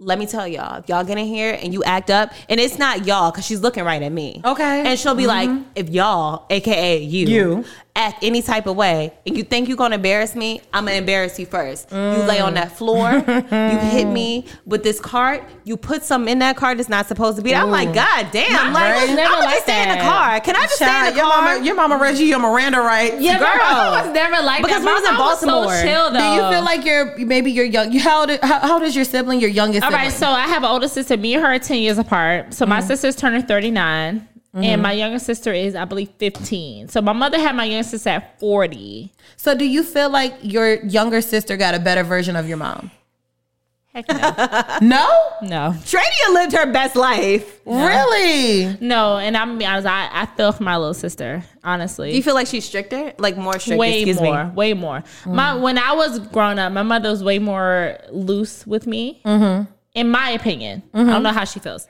[SPEAKER 7] let me tell y'all, if y'all get in here and you act up, and it's not y'all, because she's looking right at me.
[SPEAKER 6] Okay.
[SPEAKER 7] And she'll be
[SPEAKER 2] Mm-hmm.
[SPEAKER 7] like, if y'all, aka you,
[SPEAKER 6] You.
[SPEAKER 7] act any type of way, and you think you're gonna embarrass me, I'm gonna embarrass you first. You lay on that floor, you hit me with this cart, you put something in that cart that's not supposed to be. there. I'm like, God damn, like,
[SPEAKER 6] right.
[SPEAKER 7] I'm
[SPEAKER 2] Never
[SPEAKER 7] gonna
[SPEAKER 2] like
[SPEAKER 7] just stay in the
[SPEAKER 2] that.
[SPEAKER 7] car. Can I just stay in
[SPEAKER 6] Child,
[SPEAKER 7] the
[SPEAKER 6] your
[SPEAKER 7] car?
[SPEAKER 6] mama, your mama read you your Miranda right.
[SPEAKER 2] yeah, my
[SPEAKER 7] Girl.
[SPEAKER 2] mom was never like
[SPEAKER 7] Because we
[SPEAKER 2] that.
[SPEAKER 7] was
[SPEAKER 2] My
[SPEAKER 7] in
[SPEAKER 2] mom
[SPEAKER 7] Baltimore.
[SPEAKER 2] so chill though.
[SPEAKER 6] Do you feel like your maybe your young? you- How old, how, how old is your sibling? Your youngest.
[SPEAKER 2] All
[SPEAKER 6] sibling?
[SPEAKER 2] right, so I have an older sister. Me and her are 10 years apart. So
[SPEAKER 7] Mm-hmm.
[SPEAKER 2] my sister's turning 39. And my younger sister is, I believe, 15. So my mother had my younger sister at 40.
[SPEAKER 6] So do you feel like your younger sister got a better version of your mom?
[SPEAKER 2] Heck no.
[SPEAKER 6] No,
[SPEAKER 2] no.
[SPEAKER 7] Tradia lived her best life.
[SPEAKER 6] really.
[SPEAKER 2] No, and I'm gonna be honest, I, I feel for my little sister, honestly.
[SPEAKER 7] Do you feel like she's stricter? Like more strict,
[SPEAKER 2] way
[SPEAKER 7] excuse
[SPEAKER 2] more,
[SPEAKER 7] me. Mm.
[SPEAKER 2] way more. My when I was growing up, my mother was way more loose with me.
[SPEAKER 7] Mm-hmm.
[SPEAKER 2] In my opinion, I don't know how she feels.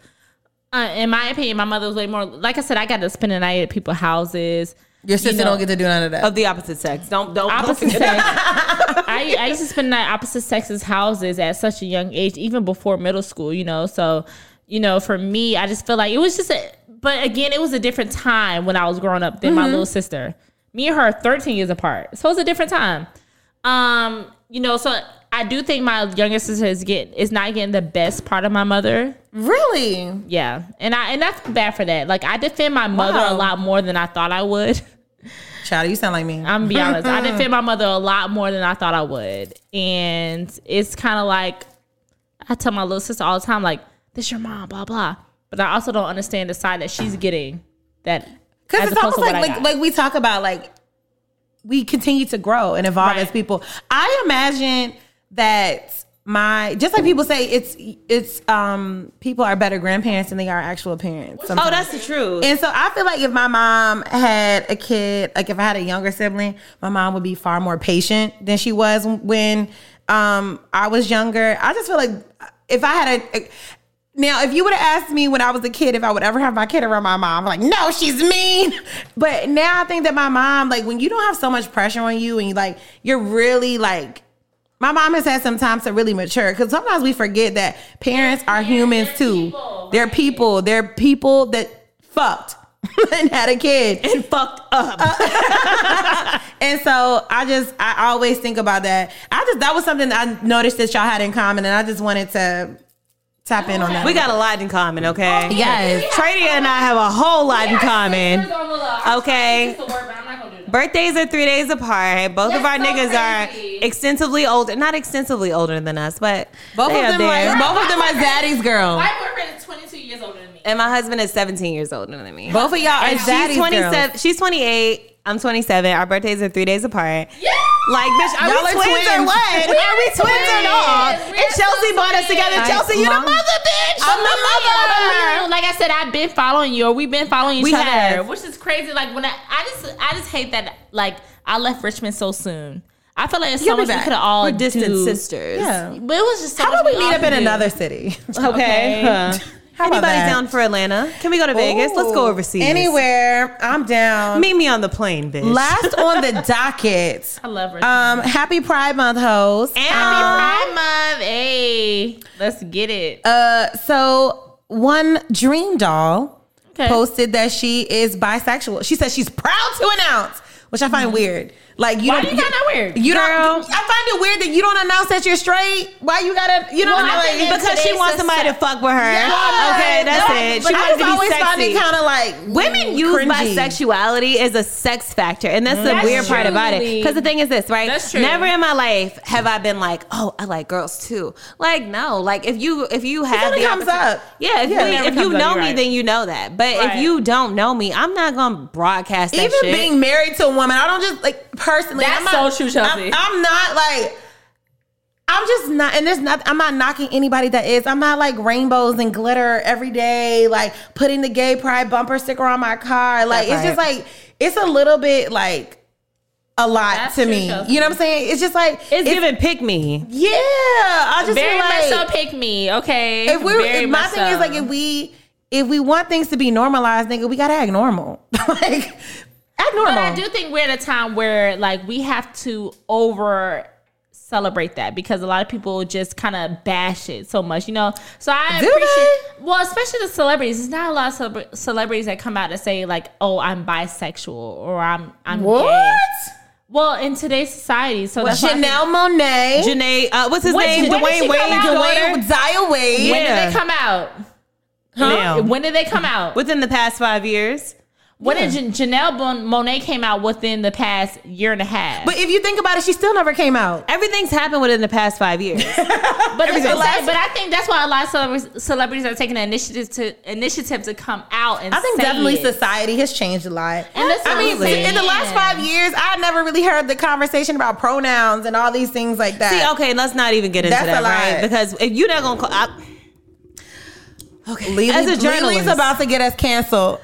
[SPEAKER 2] Uh, in my opinion, my mother was way more. Like I said, I got to spend the night at people's houses.
[SPEAKER 6] Your sister
[SPEAKER 2] know-
[SPEAKER 6] don't get to do none of that.
[SPEAKER 7] Of the opposite sex. Don't don't
[SPEAKER 2] opposite
[SPEAKER 7] don't
[SPEAKER 2] sex. I, I used to spend the night at opposite sex's houses at such a young age, even before middle school, you know. So, you know, for me, I just feel like it was just a, but again, it was a different time when I was growing up than my little sister. Me and her are 13 years apart. So it was a different time. Um, you know, so I do think my younger sister is getting is not getting the best part of my mother.
[SPEAKER 6] really?
[SPEAKER 2] Yeah. And I and I feel bad for that. Like I defend my mother
[SPEAKER 6] Wow.
[SPEAKER 2] a lot more than I thought I would.
[SPEAKER 6] Child, you sound like me.
[SPEAKER 2] I'm gonna be honest. I defend my mother a lot more than I thought I would, and it's kind of like I tell my little sister all the time, like this your mom, blah blah. But I also don't understand the side that she's getting. That
[SPEAKER 6] Because
[SPEAKER 2] as
[SPEAKER 6] it's
[SPEAKER 2] opposed
[SPEAKER 6] almost
[SPEAKER 2] to what I
[SPEAKER 6] like, like
[SPEAKER 2] got.
[SPEAKER 6] like we talk about like we continue to grow and evolve
[SPEAKER 2] Right.
[SPEAKER 6] as people. I imagine that my just like people say it's it's um people are better grandparents than they are actual parents.
[SPEAKER 7] Oh,
[SPEAKER 6] sometimes.
[SPEAKER 7] that's the truth.
[SPEAKER 6] And so I feel like if my mom had a kid, like if I had a younger sibling, my mom would be far more patient than she was when um, I was younger. I just feel like if I had a. Now, if you would have asked me when I was a kid if I would ever have my kid around my mom, I'm like, no, she's mean. But now I think that my mom, like, when you don't have so much pressure on you and you like, you're really like, my mom has had some time to really mature because sometimes we forget that parents are humans too. They're people. They're people that fucked and had a kid.
[SPEAKER 7] and fucked up.
[SPEAKER 6] And so I just I always think about that. I just that was something that I noticed that y'all had in common, and I just wanted to tap in on that.
[SPEAKER 7] We got a lot in common,
[SPEAKER 2] Oh,
[SPEAKER 7] okay?
[SPEAKER 6] yes.
[SPEAKER 7] Tradia and I have a whole lot in common.
[SPEAKER 2] uh,
[SPEAKER 7] Okay. Birthdays are three days apart. Both of our
[SPEAKER 2] That's so
[SPEAKER 7] niggas
[SPEAKER 2] crazy.
[SPEAKER 7] are extensively older, not extensively older than us, but
[SPEAKER 6] both
[SPEAKER 7] they
[SPEAKER 6] of
[SPEAKER 7] up
[SPEAKER 6] them
[SPEAKER 7] there.
[SPEAKER 6] like both of them are daddy's girl.
[SPEAKER 2] My boyfriend is 22 years older than me.
[SPEAKER 7] And my husband is 17 years older than me.
[SPEAKER 6] Both of y'all are
[SPEAKER 7] And
[SPEAKER 6] daddy's
[SPEAKER 7] she's
[SPEAKER 6] girls.
[SPEAKER 7] 27. She's 28. I'm 27. Our birthdays are three days apart. Like, bitch, are we twins, or what? Are we twins or not?
[SPEAKER 2] We're
[SPEAKER 7] And Chelsea brought us together. Chelsea, you the
[SPEAKER 2] Mom-
[SPEAKER 7] mother, bitch.
[SPEAKER 2] I'm the mother. Like I said, I've been following you, or we've been following each
[SPEAKER 7] We
[SPEAKER 2] other,
[SPEAKER 7] have.
[SPEAKER 2] which is crazy. Like when I, I just, I just hate that. Like I left Richmond so soon. I feel like it's so
[SPEAKER 6] You'll be
[SPEAKER 2] much we
[SPEAKER 6] back.
[SPEAKER 2] could all
[SPEAKER 7] We're distant
[SPEAKER 2] do.
[SPEAKER 7] sisters.
[SPEAKER 6] Yeah.
[SPEAKER 2] But it was just so
[SPEAKER 6] How
[SPEAKER 2] much
[SPEAKER 6] about we meet
[SPEAKER 2] all
[SPEAKER 6] up in
[SPEAKER 2] could do.
[SPEAKER 6] another city?
[SPEAKER 7] Okay.
[SPEAKER 2] Okay.
[SPEAKER 6] How about
[SPEAKER 7] Anybody
[SPEAKER 6] that?
[SPEAKER 7] down for Atlanta? Can we go to Vegas? Let's go
[SPEAKER 6] Ooh,
[SPEAKER 7] overseas.
[SPEAKER 6] Anywhere. I'm down.
[SPEAKER 7] Meet me on the plane, bitch.
[SPEAKER 6] Last on the docket.
[SPEAKER 2] I love Richmond.
[SPEAKER 6] Um, happy Pride Month, hoes.
[SPEAKER 2] Happy Pride Month. Hey, let's get it.
[SPEAKER 6] Um, Uh, so one dream doll
[SPEAKER 2] Okay.
[SPEAKER 6] posted that she is bisexual. She says she's proud to announce, which I find weird. Like you
[SPEAKER 2] Mm-hmm. Why
[SPEAKER 6] don't
[SPEAKER 2] do you find that weird?
[SPEAKER 6] You don't. I find it weird that you don't announce that you're straight. Why you gotta? You know
[SPEAKER 2] Well,
[SPEAKER 6] what
[SPEAKER 2] I
[SPEAKER 6] I
[SPEAKER 2] think
[SPEAKER 6] mean?
[SPEAKER 2] it's-
[SPEAKER 7] because she
[SPEAKER 2] Today's
[SPEAKER 7] wants
[SPEAKER 2] the
[SPEAKER 7] somebody to
[SPEAKER 2] se-
[SPEAKER 7] fuck with her.
[SPEAKER 6] Yeah.
[SPEAKER 7] Okay, that's
[SPEAKER 6] Like,
[SPEAKER 7] it.
[SPEAKER 6] But
[SPEAKER 7] She
[SPEAKER 6] I
[SPEAKER 7] wanted
[SPEAKER 6] just
[SPEAKER 7] to be
[SPEAKER 6] always find
[SPEAKER 7] sexy.
[SPEAKER 6] it kind of like
[SPEAKER 7] Women use
[SPEAKER 6] cringy.
[SPEAKER 7] bisexuality as a sex factor, and that's,
[SPEAKER 2] That's
[SPEAKER 7] the weird part
[SPEAKER 2] true.
[SPEAKER 7] about it. Because the thing is this, right?
[SPEAKER 2] That's true.
[SPEAKER 7] Never in my life have I been like, "Oh, I like girls too." Like, no. Like, if you if you have
[SPEAKER 6] kinda
[SPEAKER 7] the
[SPEAKER 6] comes
[SPEAKER 7] opportunity-
[SPEAKER 6] up.
[SPEAKER 7] yeah. If,
[SPEAKER 6] Yeah.
[SPEAKER 7] we-
[SPEAKER 6] It
[SPEAKER 2] never
[SPEAKER 7] if you
[SPEAKER 2] comes up,
[SPEAKER 7] know
[SPEAKER 2] you're
[SPEAKER 7] me,
[SPEAKER 2] right.
[SPEAKER 7] then you know that. But if
[SPEAKER 2] Right.
[SPEAKER 7] you don't know me, I'm not gonna broadcast that
[SPEAKER 6] Even
[SPEAKER 7] shit.
[SPEAKER 6] being married to a woman, I don't just like personally.
[SPEAKER 2] That's
[SPEAKER 6] I'm not,
[SPEAKER 2] so true,
[SPEAKER 6] I'm,
[SPEAKER 2] Chelsea.
[SPEAKER 6] I'm not like. I'm just not, and there's not. I'm not knocking anybody that is. I'm not like rainbows and glitter every day, like putting the gay pride bumper sticker on my car. Like it's just like it's a little bit like a lot
[SPEAKER 2] That's
[SPEAKER 6] to
[SPEAKER 2] true,
[SPEAKER 6] me.
[SPEAKER 2] Chelsea.
[SPEAKER 6] You know what I'm saying? It's just like
[SPEAKER 7] it's, giving pick me.
[SPEAKER 6] yeah. I just
[SPEAKER 2] Very
[SPEAKER 6] feel like,
[SPEAKER 2] much so pick me, okay?
[SPEAKER 6] if we're
[SPEAKER 2] Very
[SPEAKER 6] if my
[SPEAKER 2] much
[SPEAKER 6] thing is
[SPEAKER 2] so.
[SPEAKER 6] like if we if we want things to be normalized, nigga, we gotta act normal. like act normal.
[SPEAKER 2] But I do think we're at a time where like we have to over celebrate that because a lot of people just kind of bash it so much, you know. So I
[SPEAKER 6] Do
[SPEAKER 2] appreciate well, especially the celebrities. There's not a lot of celebra- celebrities that come out and say like, "Oh, I'm bisexual" or "I'm I'm gay."
[SPEAKER 6] What?
[SPEAKER 2] Well, in today's society, so that's why I think-
[SPEAKER 6] Janelle Monet.
[SPEAKER 7] Janae, uh, what's his
[SPEAKER 2] When-
[SPEAKER 7] name?
[SPEAKER 2] when did she
[SPEAKER 7] Dwayne
[SPEAKER 2] come
[SPEAKER 7] Wade.
[SPEAKER 2] out?
[SPEAKER 7] daughter?
[SPEAKER 6] Dwayne Dia Wade.
[SPEAKER 2] When did they come out?
[SPEAKER 7] Now.
[SPEAKER 2] When did they come out?
[SPEAKER 7] Within the past five years.
[SPEAKER 2] when did Jan- Janelle Bon- Monet came out within the past year and a half?
[SPEAKER 6] But if you think about it, she still never came out.
[SPEAKER 7] Everything's happened within the past five years.
[SPEAKER 2] But, that's what I'm
[SPEAKER 6] Everything.
[SPEAKER 2] saying, but I think that's why a lot of celebra- celebrities are taking initiatives to initiative to come out and
[SPEAKER 6] I think
[SPEAKER 2] say
[SPEAKER 6] definitely
[SPEAKER 2] it.
[SPEAKER 6] society has changed a lot.
[SPEAKER 2] And that's
[SPEAKER 6] I mean,
[SPEAKER 2] what I'm
[SPEAKER 6] in the last
[SPEAKER 2] saying.
[SPEAKER 6] five years, I never really heard the conversation about pronouns and all these things like that.
[SPEAKER 7] See, okay, let's not even get into
[SPEAKER 6] That's
[SPEAKER 7] that,
[SPEAKER 6] a lie.
[SPEAKER 7] right? Because if you're not gonna call, I,
[SPEAKER 6] okay. Lily,
[SPEAKER 7] As a
[SPEAKER 6] Lily's
[SPEAKER 7] journalist.
[SPEAKER 6] about to get us canceled.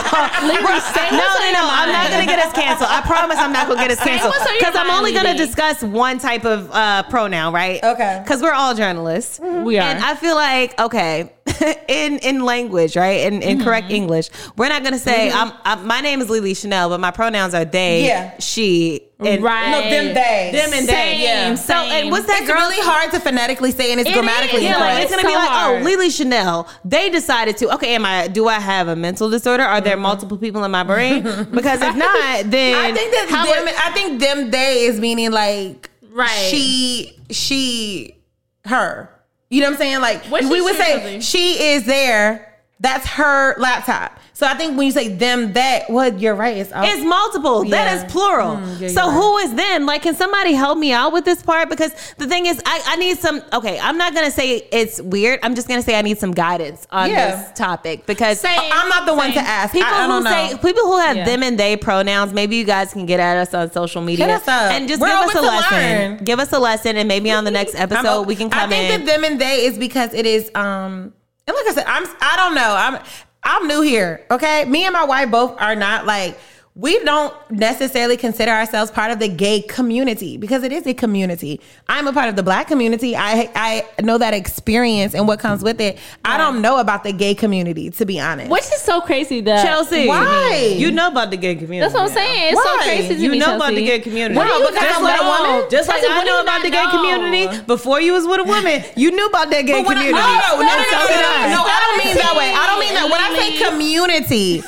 [SPEAKER 7] no, no, no, I'm not gonna get us canceled. I promise, I'm not gonna get us canceled
[SPEAKER 2] what's on your
[SPEAKER 7] because I'm
[SPEAKER 2] mind,
[SPEAKER 7] only gonna
[SPEAKER 2] Lily.
[SPEAKER 7] discuss one type of uh, pronoun, right?
[SPEAKER 6] Okay.
[SPEAKER 7] because we're all journalists.
[SPEAKER 2] We are.
[SPEAKER 7] And I feel like okay, in in language, right? In in correct
[SPEAKER 2] Mm-hmm.
[SPEAKER 7] English, we're not gonna say I'm, I'm. My name is Lily Chanel, but my pronouns are they,
[SPEAKER 6] Yeah.
[SPEAKER 7] she, and
[SPEAKER 2] Right.
[SPEAKER 6] No, them they.
[SPEAKER 7] them, and
[SPEAKER 2] Same,
[SPEAKER 7] they. Yeah. So,
[SPEAKER 2] same.
[SPEAKER 7] and what's that
[SPEAKER 6] It's
[SPEAKER 7] girl?
[SPEAKER 6] really hard to phonetically say, and it's
[SPEAKER 2] It
[SPEAKER 6] grammatically
[SPEAKER 2] is.
[SPEAKER 7] Yeah, like it's
[SPEAKER 2] It's
[SPEAKER 7] gonna be
[SPEAKER 2] so
[SPEAKER 7] like,
[SPEAKER 2] hard.
[SPEAKER 7] oh, Lily Chanel. They decided to. Okay, am I? Do I have a mental disorder? Are
[SPEAKER 2] Mm-hmm.
[SPEAKER 7] there multiple people in my brain? Because if not, then
[SPEAKER 6] I think that
[SPEAKER 7] how
[SPEAKER 6] them,
[SPEAKER 7] would-
[SPEAKER 6] I think them they is meaning like
[SPEAKER 2] Right.
[SPEAKER 6] she she her. You know what I'm saying? Like
[SPEAKER 2] What's
[SPEAKER 6] we
[SPEAKER 2] she
[SPEAKER 6] would say
[SPEAKER 2] choosing?
[SPEAKER 6] she is there. That's her laptop. So I think when you say them that, well, you're right. It's, all,
[SPEAKER 7] It's multiple.
[SPEAKER 6] Oh. Yeah.
[SPEAKER 7] That is plural.
[SPEAKER 6] Mm, yeah,
[SPEAKER 7] so
[SPEAKER 6] you're
[SPEAKER 7] who is them? Like, can somebody help me out with this part? Because the thing is, I, I need some. Okay, I'm not gonna say it's weird. I'm just gonna say I need some guidance on
[SPEAKER 6] Yeah.
[SPEAKER 7] this topic because
[SPEAKER 2] Same.
[SPEAKER 6] I'm not the one to
[SPEAKER 2] Same.
[SPEAKER 6] ask.
[SPEAKER 7] People
[SPEAKER 6] I, I don't
[SPEAKER 7] who
[SPEAKER 6] know.
[SPEAKER 7] say people who have
[SPEAKER 2] Yeah.
[SPEAKER 7] them and they pronouns, maybe you guys can get at us on social media
[SPEAKER 6] Hit us up.
[SPEAKER 7] and just
[SPEAKER 6] We're
[SPEAKER 7] give us
[SPEAKER 6] open
[SPEAKER 7] a
[SPEAKER 6] to
[SPEAKER 7] lesson.
[SPEAKER 6] learn.
[SPEAKER 7] Give us a lesson, and maybe on the next
[SPEAKER 6] I'm
[SPEAKER 7] episode
[SPEAKER 6] o-
[SPEAKER 7] we can come
[SPEAKER 6] I think
[SPEAKER 7] in.
[SPEAKER 6] that them and they is because it is um and like I said, I'm I don't know. I'm I'm new here. Okay. Me and my wife both are not like we don't necessarily consider ourselves part of the gay community because it is a community. I'm a part of the black community. I I know that experience and what comes with it. I don't know about the gay community, to be honest.
[SPEAKER 2] which is so crazy though.
[SPEAKER 7] Chelsea,
[SPEAKER 6] Why?
[SPEAKER 7] you know about the gay community?
[SPEAKER 2] That's what I'm
[SPEAKER 7] now.
[SPEAKER 2] saying. It's
[SPEAKER 6] Why?
[SPEAKER 2] so crazy to
[SPEAKER 7] You
[SPEAKER 2] me,
[SPEAKER 7] know about
[SPEAKER 2] Chelsea.
[SPEAKER 7] the gay community.
[SPEAKER 2] Why do you
[SPEAKER 6] because
[SPEAKER 2] not
[SPEAKER 6] I'm with a
[SPEAKER 2] know?
[SPEAKER 6] woman.
[SPEAKER 7] Just like
[SPEAKER 2] Chelsea,
[SPEAKER 7] I
[SPEAKER 2] what do
[SPEAKER 7] know
[SPEAKER 2] you
[SPEAKER 7] about
[SPEAKER 2] not
[SPEAKER 7] the gay
[SPEAKER 2] know?
[SPEAKER 7] community before you was with a woman, you knew about that gay
[SPEAKER 6] But when I-
[SPEAKER 7] community.
[SPEAKER 6] no, no, no, no,
[SPEAKER 7] So
[SPEAKER 6] no, no,
[SPEAKER 7] did I.
[SPEAKER 6] no, no, I don't mean that way. I don't mean that. When I say
[SPEAKER 2] Really?
[SPEAKER 6] community,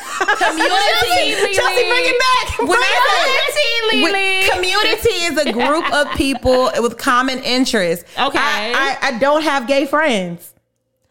[SPEAKER 6] community,
[SPEAKER 2] Really?
[SPEAKER 6] Chelsea, bring it back. When I say
[SPEAKER 2] Community,
[SPEAKER 6] when-
[SPEAKER 2] Lily.
[SPEAKER 6] community is a group of people with common interests.
[SPEAKER 2] Okay.
[SPEAKER 6] I, I, I don't have gay friends.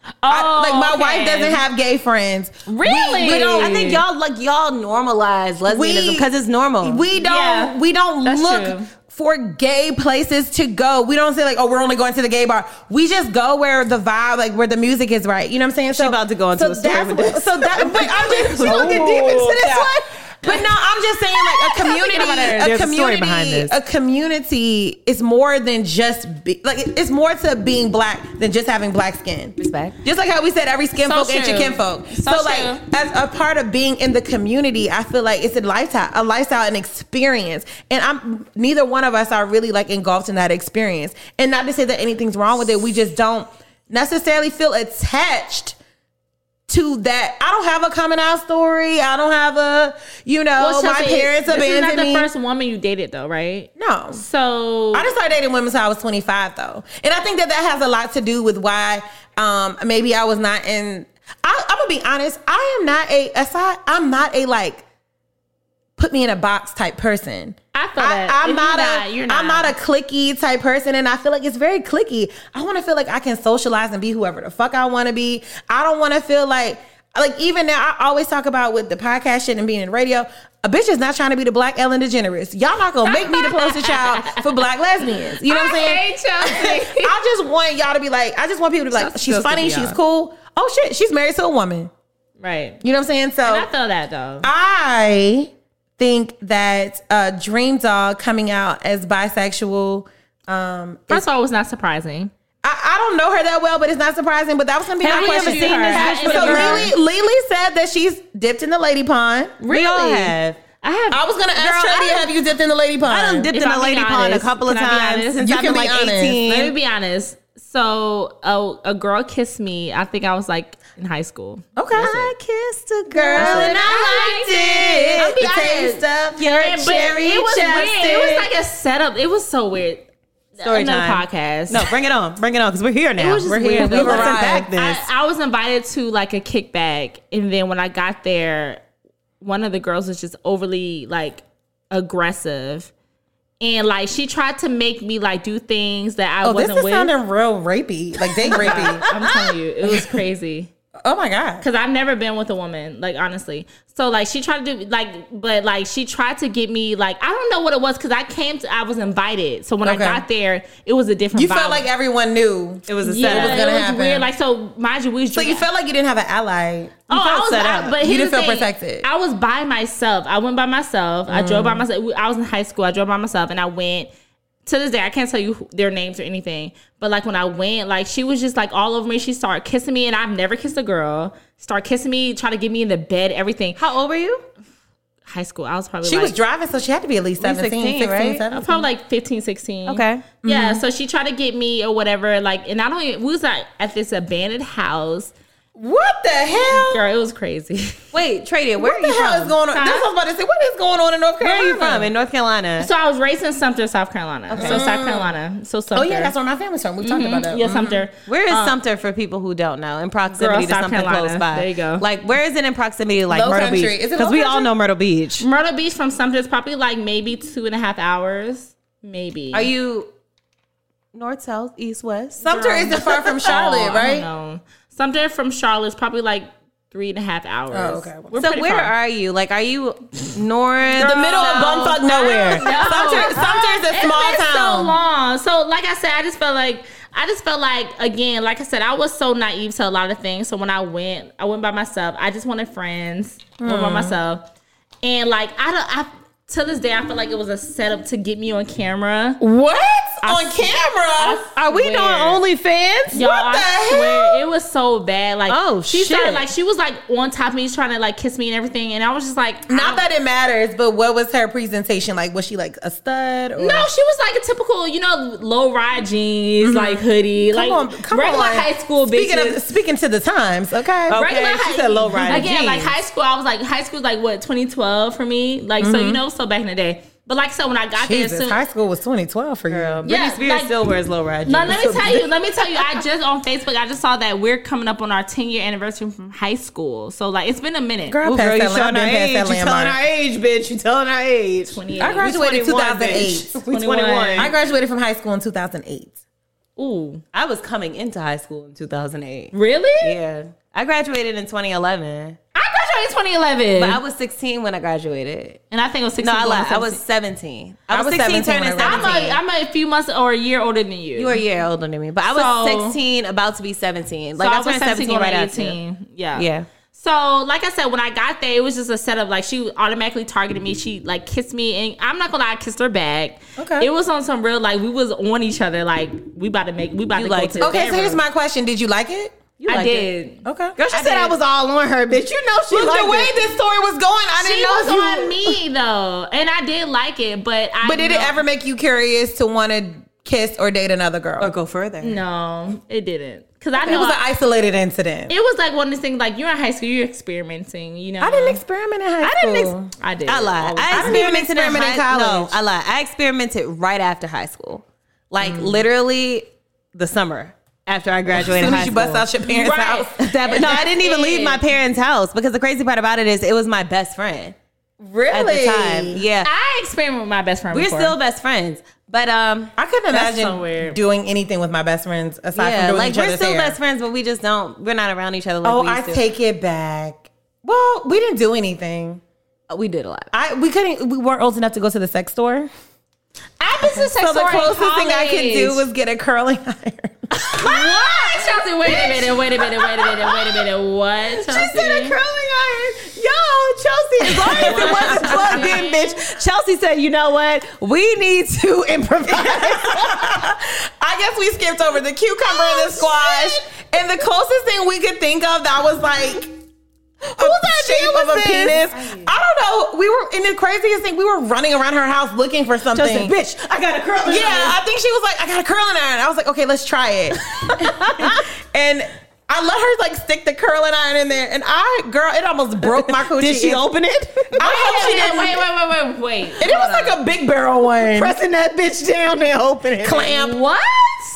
[SPEAKER 2] Oh,
[SPEAKER 6] I- like my
[SPEAKER 2] okay.
[SPEAKER 6] wife doesn't have gay friends.
[SPEAKER 2] Really?
[SPEAKER 6] We, we don't.
[SPEAKER 7] I think y'all like y'all normalize lesbianism
[SPEAKER 6] We-
[SPEAKER 7] because it's normal.
[SPEAKER 6] We don't.
[SPEAKER 2] Yeah.
[SPEAKER 6] We don't
[SPEAKER 2] That's
[SPEAKER 6] look.
[SPEAKER 2] true.
[SPEAKER 6] For gay places to go, we don't say like, "Oh, we're only going to the gay bar." We just go where the vibe, like where the music is right. You know what I'm saying?
[SPEAKER 7] She about to go into
[SPEAKER 6] so
[SPEAKER 7] a story
[SPEAKER 6] that's
[SPEAKER 7] with this.
[SPEAKER 6] So that, but I'm just she gonna get deep into this
[SPEAKER 7] Yeah.
[SPEAKER 6] one. But no, I'm just saying like a
[SPEAKER 3] about it.
[SPEAKER 6] community, a
[SPEAKER 3] There's a story
[SPEAKER 6] community,
[SPEAKER 3] behind this.
[SPEAKER 6] a community is more than just be, like it- it's more to being black than just having black skin.
[SPEAKER 7] Respect.
[SPEAKER 6] Just like how we said, every skin
[SPEAKER 2] So
[SPEAKER 6] folk ain't your
[SPEAKER 2] true.
[SPEAKER 6] kin folk. So,
[SPEAKER 2] So
[SPEAKER 6] like
[SPEAKER 2] true.
[SPEAKER 6] as a part of being in the community, I feel like it's a lifestyle, a lifestyle, an experience. And I'm neither one of us are really like engulfed in that experience. And not to say that anything's wrong with it, we just don't necessarily feel attached to that. I don't have a coming out story. I don't have a, you know,
[SPEAKER 2] Well,
[SPEAKER 6] my
[SPEAKER 2] Chelsea,
[SPEAKER 6] parents
[SPEAKER 2] this is
[SPEAKER 6] abandoned
[SPEAKER 2] not the
[SPEAKER 6] me.
[SPEAKER 2] first woman you dated though, right?
[SPEAKER 6] no.
[SPEAKER 2] So
[SPEAKER 6] I just started dating women since I was 25, though. And I think that that has a lot to do with why um, maybe I was not in. I, I'm gonna be honest. I am not a aside. I'm not a like put me in a box type person.
[SPEAKER 2] I feel that. If
[SPEAKER 6] am
[SPEAKER 2] you're
[SPEAKER 6] not,
[SPEAKER 2] not,
[SPEAKER 6] a
[SPEAKER 2] you're
[SPEAKER 6] am not
[SPEAKER 2] not.
[SPEAKER 6] a clicky type person, and I feel like it's very clicky. I want to feel like I can socialize and be whoever the fuck I want to be. I don't want to feel like like even now. I always talk about with the podcast shit and being in radio. A bitch is not trying to be the black Ellen DeGeneres. Y'all not gonna make me the poster child for black lesbians. You know what I'm saying? I just want y'all to be like. I just want people to be like.
[SPEAKER 2] Chelsea
[SPEAKER 6] She's
[SPEAKER 2] feels to
[SPEAKER 6] funny.
[SPEAKER 2] be
[SPEAKER 6] She's
[SPEAKER 2] on.
[SPEAKER 6] cool. Oh shit, she's married to a woman.
[SPEAKER 2] right.
[SPEAKER 6] You know what I'm saying? So
[SPEAKER 2] I feel that though.
[SPEAKER 6] I think that uh, Dream Dog coming out as bisexual. Um,
[SPEAKER 2] First of all, it was not surprising.
[SPEAKER 6] I, I don't know her that well, but it's not surprising. But that was gonna be
[SPEAKER 2] Have
[SPEAKER 6] my
[SPEAKER 2] we
[SPEAKER 6] question.
[SPEAKER 2] ever seen this
[SPEAKER 6] Have-
[SPEAKER 2] bitch with
[SPEAKER 6] so
[SPEAKER 2] a girl?
[SPEAKER 6] Lily, Lily said that she's dipped in the lady pond.
[SPEAKER 2] Really?
[SPEAKER 7] have.
[SPEAKER 2] I have.
[SPEAKER 6] I was gonna ask
[SPEAKER 7] Girl, I
[SPEAKER 6] Trady,
[SPEAKER 7] done-
[SPEAKER 6] have you dipped in the lady pond?
[SPEAKER 7] I done dipped
[SPEAKER 2] If
[SPEAKER 7] in
[SPEAKER 2] I'm
[SPEAKER 7] a lady
[SPEAKER 2] being
[SPEAKER 7] pond a
[SPEAKER 2] honest,
[SPEAKER 7] couple of
[SPEAKER 2] can I be
[SPEAKER 7] times
[SPEAKER 2] honest?
[SPEAKER 7] since
[SPEAKER 6] You
[SPEAKER 7] I've
[SPEAKER 6] can
[SPEAKER 7] been
[SPEAKER 6] be
[SPEAKER 7] like
[SPEAKER 6] honest.
[SPEAKER 2] Let me
[SPEAKER 7] 18.
[SPEAKER 2] be honest. So a, a girl kissed me. I think I was like in high school.
[SPEAKER 6] Okay.
[SPEAKER 7] I kissed a
[SPEAKER 6] Girl, Oh, and
[SPEAKER 7] girl.
[SPEAKER 6] I liked it.
[SPEAKER 2] I'll be
[SPEAKER 6] the
[SPEAKER 2] honest.
[SPEAKER 6] taste of your
[SPEAKER 2] And- but
[SPEAKER 6] cherry
[SPEAKER 2] it was
[SPEAKER 6] chapstick.
[SPEAKER 2] weird. It was like a setup. It was so weird.
[SPEAKER 7] Story
[SPEAKER 2] Another
[SPEAKER 7] time.
[SPEAKER 2] podcast.
[SPEAKER 7] No, bring it on. Bring it on because we're here now.
[SPEAKER 2] was just
[SPEAKER 7] We're here.
[SPEAKER 2] weird,
[SPEAKER 7] We
[SPEAKER 2] though.
[SPEAKER 7] let's unpack this.
[SPEAKER 2] I, I was invited to like a kickback, and then when I got there, one of the girls was just overly like aggressive, and like she tried to make me like do things that
[SPEAKER 6] oh,
[SPEAKER 2] I
[SPEAKER 6] this
[SPEAKER 2] wasn't
[SPEAKER 6] is
[SPEAKER 2] with.
[SPEAKER 6] sounding real rapey, like date rapey.
[SPEAKER 2] I'm telling you, it was crazy.
[SPEAKER 6] oh my god.
[SPEAKER 2] Cause I've never been with a woman, like honestly. So like she tried to do like, but like she tried to get me like I don't know what it was because I came to I was invited. So when
[SPEAKER 6] Okay.
[SPEAKER 2] I got there, it was a different.
[SPEAKER 6] You
[SPEAKER 2] vibe.
[SPEAKER 6] felt like everyone knew.
[SPEAKER 7] it was a
[SPEAKER 2] yeah,
[SPEAKER 7] setup.
[SPEAKER 2] it was,
[SPEAKER 6] gonna happen.
[SPEAKER 2] weird. Like so, mind you, we was
[SPEAKER 6] So you
[SPEAKER 2] drinking-
[SPEAKER 6] felt like you didn't have an ally.
[SPEAKER 2] Oh, I was,
[SPEAKER 7] set
[SPEAKER 2] I-
[SPEAKER 7] up.
[SPEAKER 2] but
[SPEAKER 6] You
[SPEAKER 2] here's
[SPEAKER 6] didn't
[SPEAKER 2] the
[SPEAKER 6] feel
[SPEAKER 2] thing.
[SPEAKER 6] protected.
[SPEAKER 2] I was by myself. I went by myself. I drove by myself. I was in high school. I drove by myself, and I went. To this day, I can't tell you who- their names or anything. But like when I went, like she was just like all over me. She started kissing me, and I've never kissed a girl. Start kissing me, try to get me in the bed, everything.
[SPEAKER 7] How old were you?
[SPEAKER 2] High school, I was probably
[SPEAKER 6] She
[SPEAKER 2] like,
[SPEAKER 6] was driving, so she had to be at least 17, 16,
[SPEAKER 7] 16, right?
[SPEAKER 6] 17.
[SPEAKER 2] probably like 15, 16.
[SPEAKER 7] Okay.
[SPEAKER 2] Yeah. So she tried to get me or whatever. Like, and I don't. Even, we was like at this abandoned house.
[SPEAKER 6] What the hell?
[SPEAKER 2] Girl, it was crazy.
[SPEAKER 7] Wait, Tradia, where
[SPEAKER 6] What the hell is going on?
[SPEAKER 2] Huh?
[SPEAKER 6] That's what I was about to say. What is going on in North
[SPEAKER 7] Where
[SPEAKER 6] Carolina?
[SPEAKER 7] are you from? In North Carolina.
[SPEAKER 2] So I was raised in Sumter, South Carolina. So South Carolina. Mm-hmm. So
[SPEAKER 6] Oh
[SPEAKER 2] Sumter.
[SPEAKER 6] yeah, that's Mm-hmm. where my family's from. We talked about that.
[SPEAKER 2] Yeah, Sumter.
[SPEAKER 7] Where is Sumter for people who don't know in proximity
[SPEAKER 2] Girl,
[SPEAKER 7] to
[SPEAKER 2] South
[SPEAKER 7] something
[SPEAKER 2] Carolina.
[SPEAKER 7] close by?
[SPEAKER 2] There you go.
[SPEAKER 7] Like, where is it in proximity to like
[SPEAKER 6] Low
[SPEAKER 7] Myrtle
[SPEAKER 6] country.
[SPEAKER 7] Beach?
[SPEAKER 6] Is it
[SPEAKER 7] Because
[SPEAKER 6] low
[SPEAKER 7] we all
[SPEAKER 6] country?
[SPEAKER 7] know Myrtle Beach.
[SPEAKER 2] Myrtle Beach from Sumter is probably like maybe two and a half hours. Maybe.
[SPEAKER 7] Are you north, south, east, west?
[SPEAKER 6] Sumter isn't far from Charlotte,
[SPEAKER 2] Oh, I don't
[SPEAKER 6] right?
[SPEAKER 2] know. Sumter from Charlotte is probably like three and a half hours.
[SPEAKER 6] Oh, okay.
[SPEAKER 2] We're
[SPEAKER 7] so
[SPEAKER 2] pretty
[SPEAKER 7] where
[SPEAKER 2] far.
[SPEAKER 7] are you? Like, are you north?
[SPEAKER 6] The middle of bumfuck nowhere. Sumter, Sumter's a
[SPEAKER 2] It's
[SPEAKER 6] small
[SPEAKER 2] been so
[SPEAKER 6] town.
[SPEAKER 2] long. So like I said, I just felt like I just felt like again, like I said, I was so naive to a lot of things. So when I went, I went by myself. I just wanted friends. Went by
[SPEAKER 6] Mm.
[SPEAKER 2] myself, and like I don't. I to this day, I feel like it was a setup to get me on camera.
[SPEAKER 6] What?
[SPEAKER 2] I
[SPEAKER 6] on
[SPEAKER 2] s-
[SPEAKER 6] camera?
[SPEAKER 2] I
[SPEAKER 7] Are we doing
[SPEAKER 2] swear.
[SPEAKER 7] OnlyFans?
[SPEAKER 2] Y'all,
[SPEAKER 6] What the
[SPEAKER 2] I
[SPEAKER 6] hell?
[SPEAKER 2] It was so bad. Like,
[SPEAKER 7] Oh,
[SPEAKER 2] she started
[SPEAKER 7] shit.
[SPEAKER 2] like she was like on top of me, trying to like kiss me and everything, and I was just like, I
[SPEAKER 6] Not
[SPEAKER 2] don't-
[SPEAKER 6] that it matters, but what was her presentation like? Was she like a stud? Or?
[SPEAKER 2] No, she was like a typical, you know, low ride jeans, like hoodie, like regular high school
[SPEAKER 6] speaking
[SPEAKER 2] bitches.
[SPEAKER 6] Of, speaking to the times, okay.
[SPEAKER 2] regular
[SPEAKER 7] she said low rider
[SPEAKER 2] Again,
[SPEAKER 7] jeans.
[SPEAKER 2] like high school, I was like high school, like what 2012 for me, like so you know, so back in the day. But like so when I got
[SPEAKER 6] Jesus,
[SPEAKER 2] there, soon,
[SPEAKER 6] high school was 2012 for you.
[SPEAKER 7] Britney
[SPEAKER 2] Yeah,
[SPEAKER 7] Spears
[SPEAKER 2] like-
[SPEAKER 7] still wears low ride.
[SPEAKER 2] No,
[SPEAKER 7] jeans.
[SPEAKER 2] let me tell you. Let me tell you. I just on Facebook, I just saw that we're coming up on our 10 year anniversary from high school. So like, it's been a minute.
[SPEAKER 6] Girl, I
[SPEAKER 7] Ooh,
[SPEAKER 6] passed
[SPEAKER 7] girl, you
[SPEAKER 6] that, line-
[SPEAKER 7] showing our
[SPEAKER 6] I've been
[SPEAKER 7] age. You
[SPEAKER 6] past that
[SPEAKER 7] telling
[SPEAKER 6] landmark.
[SPEAKER 7] our age, bitch. You telling our age.
[SPEAKER 2] 28.
[SPEAKER 6] I graduated in 2008.
[SPEAKER 7] We 21.
[SPEAKER 6] I graduated from high school in 2008.
[SPEAKER 2] Ooh,
[SPEAKER 7] I was coming into high school in 2008.
[SPEAKER 2] really?
[SPEAKER 7] Yeah. I graduated in 2011.
[SPEAKER 2] I graduated in 2011,
[SPEAKER 7] But I was 16 when I graduated.
[SPEAKER 2] and I think it was 16.
[SPEAKER 7] No, I
[SPEAKER 2] going
[SPEAKER 7] lied. I
[SPEAKER 2] 17.
[SPEAKER 7] was 17. I was,
[SPEAKER 6] was 17
[SPEAKER 7] 16 turning
[SPEAKER 6] when I
[SPEAKER 2] I'm
[SPEAKER 7] 17.
[SPEAKER 2] a, I'm a few months or a year older than
[SPEAKER 7] you were a year older than me, but I was
[SPEAKER 2] So-
[SPEAKER 7] 16, about to be 17.
[SPEAKER 2] So
[SPEAKER 7] Like
[SPEAKER 2] I
[SPEAKER 7] I, was
[SPEAKER 2] was
[SPEAKER 7] 17
[SPEAKER 2] going
[SPEAKER 7] right
[SPEAKER 2] to
[SPEAKER 7] after.
[SPEAKER 2] 18. Yeah.
[SPEAKER 7] Yeah.
[SPEAKER 2] So, like I said, when I got there, it was just a setup. Like she automatically targeted me. She like kissed me, and I'm not gonna lie, I kissed her back.
[SPEAKER 6] Okay.
[SPEAKER 2] It was on some real like we was on each other. Like we about to make we about to
[SPEAKER 7] liked
[SPEAKER 2] go
[SPEAKER 7] it.
[SPEAKER 2] to
[SPEAKER 6] Okay,
[SPEAKER 2] the
[SPEAKER 6] so here's
[SPEAKER 2] bedroom.
[SPEAKER 6] my question. Did you like it?
[SPEAKER 2] I
[SPEAKER 7] liked it.
[SPEAKER 2] did.
[SPEAKER 6] Okay.
[SPEAKER 7] Girl, she said I was all on her, bitch. You know she
[SPEAKER 6] Look,
[SPEAKER 7] liked
[SPEAKER 6] the way
[SPEAKER 7] it.
[SPEAKER 6] this story was going, I
[SPEAKER 2] She
[SPEAKER 6] didn't know
[SPEAKER 2] was
[SPEAKER 6] if you
[SPEAKER 2] on me though, and I did like it, but I
[SPEAKER 6] But did
[SPEAKER 2] know-
[SPEAKER 6] it ever make you curious to want to kiss or date another girl?
[SPEAKER 7] go further.
[SPEAKER 2] No, it didn't. Cause I
[SPEAKER 6] It
[SPEAKER 2] know
[SPEAKER 6] was an
[SPEAKER 2] I-
[SPEAKER 6] isolated incident.
[SPEAKER 2] it was like one of those things. Like you're in high school, you're experimenting. You know,
[SPEAKER 6] I didn't experiment in high
[SPEAKER 2] I
[SPEAKER 6] school.
[SPEAKER 2] didn't. Ex- I did.
[SPEAKER 7] I lied.
[SPEAKER 2] Always.
[SPEAKER 7] I,
[SPEAKER 6] Oh, I didn't even
[SPEAKER 7] experimented in,
[SPEAKER 6] experiment in
[SPEAKER 7] high,
[SPEAKER 6] college.
[SPEAKER 7] No, I lied. I experimented right after high school, like literally the summer after I
[SPEAKER 6] Mm. as
[SPEAKER 7] graduated.
[SPEAKER 6] soon
[SPEAKER 7] high
[SPEAKER 6] as you bust
[SPEAKER 7] school.
[SPEAKER 6] out your parents'
[SPEAKER 2] Right.
[SPEAKER 6] house.
[SPEAKER 7] That- but no, I didn't even
[SPEAKER 2] That's
[SPEAKER 7] leave
[SPEAKER 2] it.
[SPEAKER 7] my parents' house because the crazy part about it is it was my best friend
[SPEAKER 6] Really?
[SPEAKER 7] at the time. Yeah,
[SPEAKER 2] I experimented with my best friend.
[SPEAKER 7] we're
[SPEAKER 2] before.
[SPEAKER 7] still best friends, but um,
[SPEAKER 6] I couldn't
[SPEAKER 2] That's
[SPEAKER 6] imagine
[SPEAKER 2] so weird.
[SPEAKER 6] doing anything with my best friends aside from
[SPEAKER 7] yeah,
[SPEAKER 6] doing
[SPEAKER 7] like
[SPEAKER 6] each
[SPEAKER 7] we're
[SPEAKER 6] other's
[SPEAKER 7] still
[SPEAKER 6] hair.
[SPEAKER 7] best friends, but we just don't. We're not around each other. Like
[SPEAKER 6] Oh,
[SPEAKER 7] we used
[SPEAKER 6] I
[SPEAKER 7] to.
[SPEAKER 6] take it back. Well, we didn't do anything.
[SPEAKER 7] We did a lot.
[SPEAKER 6] I we couldn't. We weren't old enough to go to the sex store.
[SPEAKER 2] I was a sex
[SPEAKER 6] So the
[SPEAKER 2] store in
[SPEAKER 6] closest thing I could do
[SPEAKER 2] college.
[SPEAKER 6] was get a curling iron.
[SPEAKER 2] What? Chelsea, wait a minute, wait a minute, wait a minute, wait a minute. What? Chelsea?
[SPEAKER 6] She said a curling iron. Yo, Chelsea, as long as it wasn't plugged in, bitch. Chelsea said, you know what? We need to improvise. I guess we skipped over the cucumber and the squash. And the closest thing we could think of that was like Who's that shape of a penis? I don't know. We were in the craziest thing. We were running around her house looking for something.
[SPEAKER 7] Chelsea, bitch, I got a curling
[SPEAKER 6] Yeah,
[SPEAKER 7] iron.
[SPEAKER 6] I think she was like, I got a curling iron. I was like, okay, let's try it. and I let her like stick the curling iron in there, and I, girl, it almost broke my coochie.
[SPEAKER 7] Did she open it?
[SPEAKER 6] I hope she
[SPEAKER 2] Wait,
[SPEAKER 6] didn't.
[SPEAKER 2] wait, wait, wait, wait, wait.
[SPEAKER 6] And it was like a big barrel one.
[SPEAKER 7] Pressing that bitch down and opening.
[SPEAKER 6] clamp.
[SPEAKER 2] What?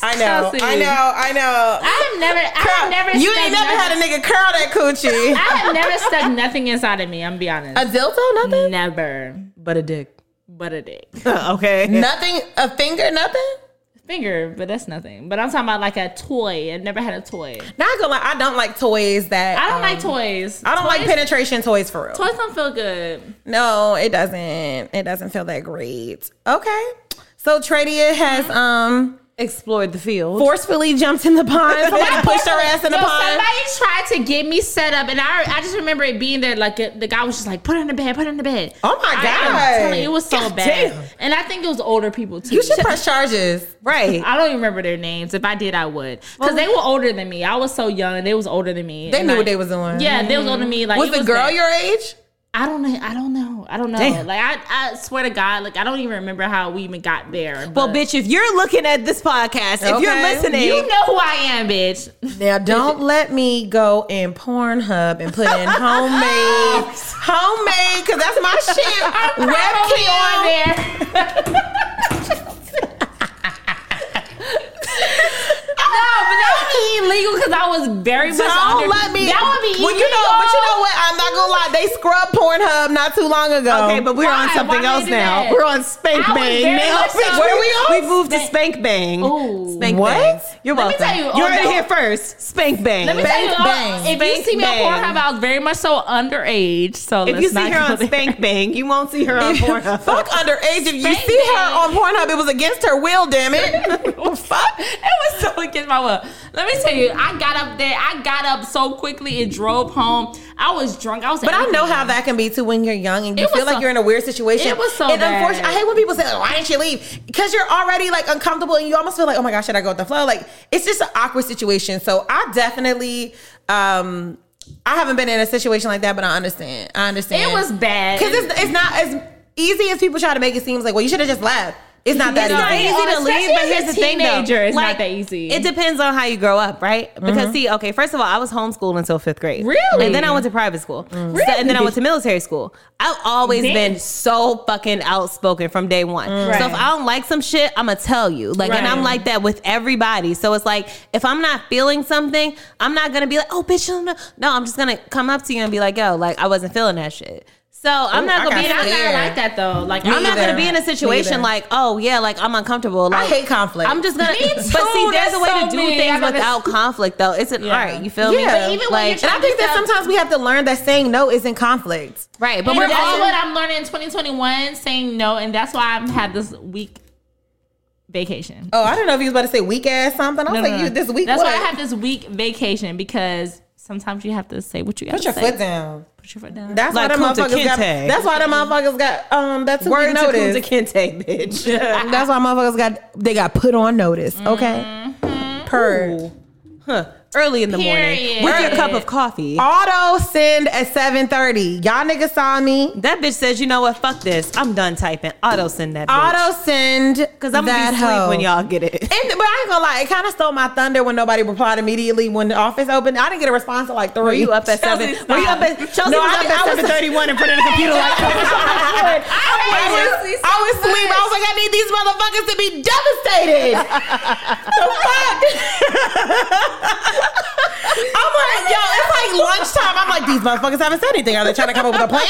[SPEAKER 6] I know.
[SPEAKER 2] Chelsea.
[SPEAKER 6] I know. I know.
[SPEAKER 2] I've never,
[SPEAKER 6] Girl,
[SPEAKER 2] I've never.
[SPEAKER 6] you
[SPEAKER 2] stuck
[SPEAKER 6] ain't never had
[SPEAKER 2] nothing-
[SPEAKER 6] a nigga curl that coochie.
[SPEAKER 2] I have never stuck nothing inside of me. I'm gonna be honest.
[SPEAKER 6] a dildo? Nothing.
[SPEAKER 2] never,
[SPEAKER 7] But a dick.
[SPEAKER 2] but a dick
[SPEAKER 7] okay.
[SPEAKER 6] Nothing. A finger? Nothing.
[SPEAKER 2] finger, but that's nothing. But I'm talking about like a toy. I've never had a toy.
[SPEAKER 6] Not gonna lie, I don't like toys that.
[SPEAKER 2] I don't
[SPEAKER 6] um,
[SPEAKER 2] like toys.
[SPEAKER 6] I don't
[SPEAKER 2] toys,
[SPEAKER 6] like penetration toys for real.
[SPEAKER 2] Toys don't feel good.
[SPEAKER 6] No, it doesn't. It doesn't feel that great. Okay. So Tradia has um
[SPEAKER 7] Explored the field.
[SPEAKER 6] forcefully jumped in the pond. Somebody pushed her ass in the
[SPEAKER 2] Yo,
[SPEAKER 6] pond.
[SPEAKER 2] somebody tried to get me set up, and I I just remember it being there. Like the guy was just like, "Put her in the bed, put her in the bed."
[SPEAKER 6] Oh my
[SPEAKER 2] I am
[SPEAKER 6] God.
[SPEAKER 2] telling you, it was so
[SPEAKER 6] God
[SPEAKER 2] bad,
[SPEAKER 6] damn.
[SPEAKER 2] and I think it was older people too.
[SPEAKER 6] You should press charges.
[SPEAKER 7] Right.
[SPEAKER 2] I don't even remember their names. If I did, I would, because they were older than me. I was so young, and they was older than me.
[SPEAKER 6] They
[SPEAKER 2] And
[SPEAKER 6] knew
[SPEAKER 2] I-
[SPEAKER 6] what they was doing.
[SPEAKER 2] Yeah, they was older than me. Like
[SPEAKER 6] Was
[SPEAKER 2] it
[SPEAKER 6] the girl
[SPEAKER 2] bad.
[SPEAKER 6] your age?
[SPEAKER 2] I don't know. I don't know. I don't know. Like I, I swear to God, like I don't even remember how we even got there.
[SPEAKER 7] Well,
[SPEAKER 2] but-
[SPEAKER 7] bitch, if you're looking at this podcast, if you're
[SPEAKER 6] Okay.
[SPEAKER 7] listening,
[SPEAKER 2] you know who I am, bitch.
[SPEAKER 6] Now don't let me go in Pornhub and put in homemade, homemade, because that's my shit.
[SPEAKER 2] Probably
[SPEAKER 6] Webcam.
[SPEAKER 2] on there. no, but that would be illegal because I was very much
[SPEAKER 6] Don't
[SPEAKER 2] under.
[SPEAKER 6] let me.
[SPEAKER 2] That would be illegal.
[SPEAKER 6] Well, you know, but you know what? I'm not gonna lie. They scrubbed Pornhub not too long ago.
[SPEAKER 7] okay, but we're on
[SPEAKER 2] Why?
[SPEAKER 7] something
[SPEAKER 2] Why did
[SPEAKER 7] else
[SPEAKER 2] they do
[SPEAKER 7] now.
[SPEAKER 2] that?
[SPEAKER 7] We're on Spank
[SPEAKER 2] I was
[SPEAKER 7] Bang
[SPEAKER 2] very
[SPEAKER 7] now.
[SPEAKER 2] much so-
[SPEAKER 7] bitch.
[SPEAKER 2] Where are we
[SPEAKER 6] on?
[SPEAKER 7] We moved to Spank Bang.
[SPEAKER 6] Oh,
[SPEAKER 2] Ooh.
[SPEAKER 7] Spank
[SPEAKER 6] What?
[SPEAKER 7] Bang. You're
[SPEAKER 2] Let me
[SPEAKER 7] welcome.
[SPEAKER 2] tell you,
[SPEAKER 7] are
[SPEAKER 2] oh,
[SPEAKER 7] in
[SPEAKER 2] no.
[SPEAKER 7] here first. Spank Bang.
[SPEAKER 2] Let me tell you,
[SPEAKER 6] Spank
[SPEAKER 2] all-
[SPEAKER 6] bang.
[SPEAKER 2] if you
[SPEAKER 7] Spank
[SPEAKER 2] see me
[SPEAKER 7] bang.
[SPEAKER 2] on Pornhub, I was very much so underage. So
[SPEAKER 7] if
[SPEAKER 2] let's
[SPEAKER 7] you see
[SPEAKER 2] not
[SPEAKER 7] her
[SPEAKER 2] go
[SPEAKER 7] on
[SPEAKER 2] there.
[SPEAKER 7] Spank Bang, you won't see her on Pornhub.
[SPEAKER 6] Fuck underage. If you
[SPEAKER 2] Spank
[SPEAKER 6] see her on
[SPEAKER 2] bang.
[SPEAKER 6] Pornhub, it was against her will. Damn it.
[SPEAKER 2] Fuck. It was so against my will. Let me tell you, I got up there. I got up so quickly and drove home. I was drunk. I was.
[SPEAKER 6] But I know how that can be too when you're young and you
[SPEAKER 2] It was
[SPEAKER 6] feel like
[SPEAKER 2] so-
[SPEAKER 6] you're in a weird situation.
[SPEAKER 2] It was so
[SPEAKER 6] And
[SPEAKER 2] bad.
[SPEAKER 6] unfortunately, I hate when people say, like, "Why didn't you leave?" Because you're already like uncomfortable and you almost feel like, "Oh my gosh, should I go with the flow?" Like it's just an awkward situation. So I definitely, um, I haven't been in a situation like that, but I understand. I understand.
[SPEAKER 2] It was bad.
[SPEAKER 6] because it's, it's not as easy as people try to make it seem. Like, well, you should have just left. It's not that
[SPEAKER 7] It's not
[SPEAKER 6] easy.
[SPEAKER 7] easy
[SPEAKER 2] Oh,
[SPEAKER 7] to leave, but
[SPEAKER 2] especially
[SPEAKER 7] here's the
[SPEAKER 2] as a
[SPEAKER 7] thing, though.
[SPEAKER 2] teenager, it's not that easy. Mm-hmm.
[SPEAKER 7] It depends on how you grow up, right? Because see, okay, first of all, I was homeschooled until fifth grade,
[SPEAKER 2] Really? Mm.
[SPEAKER 7] and then I went to private school, So- and then I went to military school. I've always
[SPEAKER 2] Damn.
[SPEAKER 7] been so fucking outspoken from day one. So if I don't like some shit, I'm gonna tell you. Like, and I'm
[SPEAKER 2] Mm. Right.
[SPEAKER 7] like that with everybody. So it's like if I'm not feeling something, I'm not gonna be like, oh, bitch, I'm not. no, I'm just gonna come up to you and be like, yo, like I wasn't feeling that shit. So I'm
[SPEAKER 6] Ooh, I
[SPEAKER 7] not gonna
[SPEAKER 6] got
[SPEAKER 7] be. in-
[SPEAKER 2] I'm
[SPEAKER 6] scared.
[SPEAKER 2] not like that though. Like
[SPEAKER 7] I'm not
[SPEAKER 6] either.
[SPEAKER 7] gonna be in a
[SPEAKER 6] Me either.
[SPEAKER 7] situation like, oh yeah, like I'm uncomfortable. Like,
[SPEAKER 6] I hate conflict.
[SPEAKER 7] I'm just gonna.
[SPEAKER 2] Me
[SPEAKER 7] But
[SPEAKER 2] too,
[SPEAKER 7] see, there's
[SPEAKER 2] that's
[SPEAKER 7] a way
[SPEAKER 2] so
[SPEAKER 7] to do
[SPEAKER 2] me. I
[SPEAKER 7] things
[SPEAKER 2] know this-
[SPEAKER 7] without conflict, though. It's an
[SPEAKER 2] Yeah.
[SPEAKER 7] art. You feel me?
[SPEAKER 6] Yeah. But
[SPEAKER 2] even when you're
[SPEAKER 6] and I think that
[SPEAKER 2] yourself-
[SPEAKER 6] sometimes we have to learn that saying no isn't conflict.
[SPEAKER 7] right, but
[SPEAKER 2] But
[SPEAKER 7] we're
[SPEAKER 2] that's
[SPEAKER 7] all.
[SPEAKER 2] what I'm learning in 2021, saying no, and that's why I'm had this week vacation.
[SPEAKER 6] Oh, I don't know if you was about to say weak ass something. I was
[SPEAKER 2] No,
[SPEAKER 6] like,
[SPEAKER 2] no, no.
[SPEAKER 6] you this week.
[SPEAKER 2] That's
[SPEAKER 6] what?
[SPEAKER 2] why I have this week vacation because sometimes you have to say what you got
[SPEAKER 6] Put
[SPEAKER 2] to
[SPEAKER 6] your
[SPEAKER 2] say.
[SPEAKER 6] foot down.
[SPEAKER 2] Put your foot down.
[SPEAKER 6] That's
[SPEAKER 7] Like
[SPEAKER 6] why the
[SPEAKER 7] Kunta
[SPEAKER 6] motherfuckers got.
[SPEAKER 7] Kinte.
[SPEAKER 6] That's why the motherfuckers got. Um, that's who
[SPEAKER 7] Word to
[SPEAKER 6] notice.
[SPEAKER 7] Kunta Kinte, bitch.
[SPEAKER 6] That's why motherfuckers got. They got put on notice. Okay. Per.
[SPEAKER 7] Mm-hmm. Huh. Early in the
[SPEAKER 2] Period.
[SPEAKER 7] morning with your cup of coffee.
[SPEAKER 6] Auto send at seven thirty. Y'all niggas saw me.
[SPEAKER 7] That bitch says, you know what? Fuck this. I'm done typing. Auto send that bitch.
[SPEAKER 6] Auto send
[SPEAKER 7] Because I'm going to be asleep when y'all get it.
[SPEAKER 6] And, but I ain't gonna lie, it kind of stole my thunder when nobody replied immediately when the office opened. I didn't get a response to like three. Were
[SPEAKER 7] you up at
[SPEAKER 6] Chelsea,
[SPEAKER 7] seven?
[SPEAKER 6] Were you up at?
[SPEAKER 7] Chelsea
[SPEAKER 6] no,
[SPEAKER 7] was
[SPEAKER 6] I,
[SPEAKER 7] up
[SPEAKER 6] think
[SPEAKER 7] at
[SPEAKER 6] I was at thirty-one in front of the computer. Like, I, was, I was asleep. I was like, I need these motherfuckers to be devastated. the fuck? I'm like, yo, it's like lunchtime. I'm like, these motherfuckers haven't said anything. Are they trying to come up with a plan?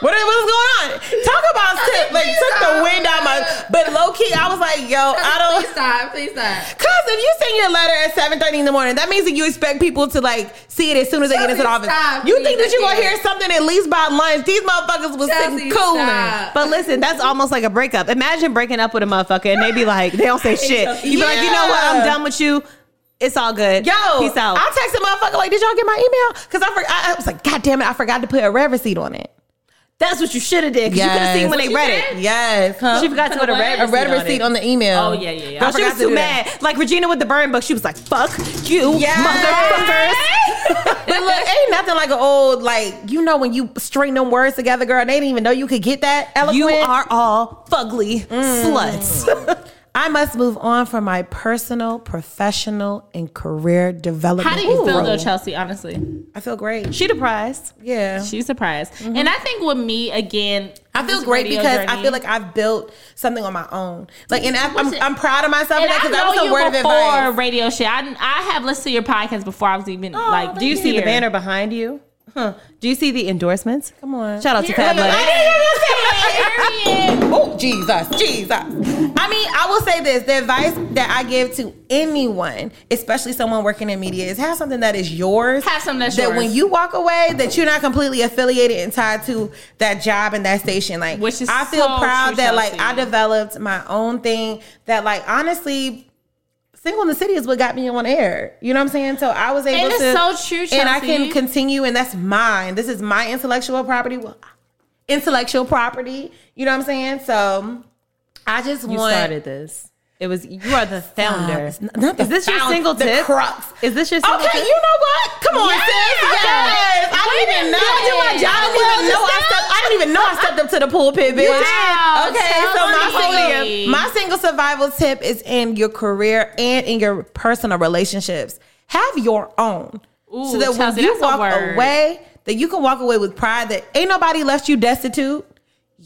[SPEAKER 6] What is, what is going on? Talk about tip, like took the wind out my. But low key, I was like, yo, I don't.
[SPEAKER 1] Please stop. Please stop.
[SPEAKER 6] Cause if you send your letter at seven thirty in the morning, that means that you expect people to like see it as soon as they get into the
[SPEAKER 1] Chelsea,
[SPEAKER 6] office.
[SPEAKER 1] stop,
[SPEAKER 6] you
[SPEAKER 1] please,
[SPEAKER 6] think that you gonna
[SPEAKER 1] again.
[SPEAKER 6] hear something at least by lunch? These motherfuckers was
[SPEAKER 1] Chelsea,
[SPEAKER 6] sitting cooling.
[SPEAKER 1] stop.
[SPEAKER 7] But listen, that's almost like a breakup. Imagine breaking up with a motherfucker and they be like, they don't say shit. You be like, you know what? I'm done with you. It's all good.
[SPEAKER 6] Yo,
[SPEAKER 7] peace out.
[SPEAKER 6] I texted motherfucker like, did y'all get my email? Cause I, for- I, I was like, God damn it, I forgot to put a rev receipt on it.
[SPEAKER 7] that's what you should have did. 'cause You could have seen when they read it.
[SPEAKER 6] Yes, huh?
[SPEAKER 7] She forgot to put a red
[SPEAKER 6] a red
[SPEAKER 7] receipt on
[SPEAKER 6] receipt
[SPEAKER 7] it.
[SPEAKER 6] on, the email.
[SPEAKER 2] Oh, yeah, yeah, yeah.
[SPEAKER 6] Girl,
[SPEAKER 7] She was too mad. Like Regina with the burn book, she was like, fuck you,
[SPEAKER 6] but look, ain't nothing like an old like you know when you string them words together, girl. They didn't even know you could get that
[SPEAKER 7] motherfuckers.
[SPEAKER 6] eloquent.
[SPEAKER 7] You are all
[SPEAKER 6] Mm.
[SPEAKER 7] fugly sluts.
[SPEAKER 6] I must move on from my personal, professional, and career development.
[SPEAKER 2] How do you feel though,
[SPEAKER 6] role.
[SPEAKER 2] Chelsea? Honestly,
[SPEAKER 6] I feel great.
[SPEAKER 7] She depressed.
[SPEAKER 6] Yeah.
[SPEAKER 2] she's surprised, and I think with me again,
[SPEAKER 6] Mm-hmm. I feel
[SPEAKER 2] this
[SPEAKER 6] great
[SPEAKER 2] radio
[SPEAKER 6] because I
[SPEAKER 2] journey-
[SPEAKER 6] feel like I've built something on my own. Like, and I, I'm,
[SPEAKER 2] Listen,
[SPEAKER 6] I'm proud of myself
[SPEAKER 2] And
[SPEAKER 6] because
[SPEAKER 2] I
[SPEAKER 6] that
[SPEAKER 2] know
[SPEAKER 6] was a
[SPEAKER 2] you
[SPEAKER 6] word of
[SPEAKER 2] before
[SPEAKER 6] advice.
[SPEAKER 2] radio shit. I, I have listened to your podcast before I was even like.
[SPEAKER 7] Do Oh, you see the
[SPEAKER 2] here.
[SPEAKER 7] banner behind you? Huh. Do you see the endorsements?
[SPEAKER 6] Come on.
[SPEAKER 7] Shout out to Fat
[SPEAKER 6] I
[SPEAKER 7] Money.
[SPEAKER 6] didn't even say it. Oh, Jesus, Jesus. I mean, I will say this the advice that I give to anyone, especially someone working in media, is have something that is yours.
[SPEAKER 2] Have something that's
[SPEAKER 6] that
[SPEAKER 2] yours.
[SPEAKER 6] when you walk away, that you're not completely affiliated and tied to that job and that station. Like,
[SPEAKER 2] Which is
[SPEAKER 6] I feel
[SPEAKER 2] so
[SPEAKER 6] proud
[SPEAKER 2] true,
[SPEAKER 6] that, like,
[SPEAKER 2] Chelsea.
[SPEAKER 6] I developed my own thing that, like, honestly, Single in the City is what got me on air. You know what I'm saying? So I was able
[SPEAKER 2] And it's
[SPEAKER 6] to.
[SPEAKER 2] so true,
[SPEAKER 6] And I can
[SPEAKER 2] Chelsea.
[SPEAKER 6] continue, and that's mine. This is my intellectual property. Well, intellectual property. You know what I'm saying? So I just
[SPEAKER 7] You
[SPEAKER 6] want.
[SPEAKER 7] started this. It was you are the founder.
[SPEAKER 6] It's not- not the
[SPEAKER 7] is this your
[SPEAKER 6] found-
[SPEAKER 7] single
[SPEAKER 6] the
[SPEAKER 7] tip?
[SPEAKER 6] crux.
[SPEAKER 7] Is this your single
[SPEAKER 6] Okay,
[SPEAKER 7] tip?
[SPEAKER 6] you know what? Come on, sis. Yes. I don't even know. I do my job. I don't even know. I stepped. I don't even know I stepped up to the pulpit, bitch.
[SPEAKER 2] Wow,
[SPEAKER 6] Okay, so my single,
[SPEAKER 2] Chelsea.
[SPEAKER 6] my single survival tip is in your career and in your personal relationships. Have your own, so
[SPEAKER 2] Ooh,
[SPEAKER 6] that when
[SPEAKER 2] Chelsea,
[SPEAKER 6] you
[SPEAKER 2] that's a
[SPEAKER 6] walk
[SPEAKER 2] word.
[SPEAKER 6] away, that you can walk away with pride that ain't nobody left you destitute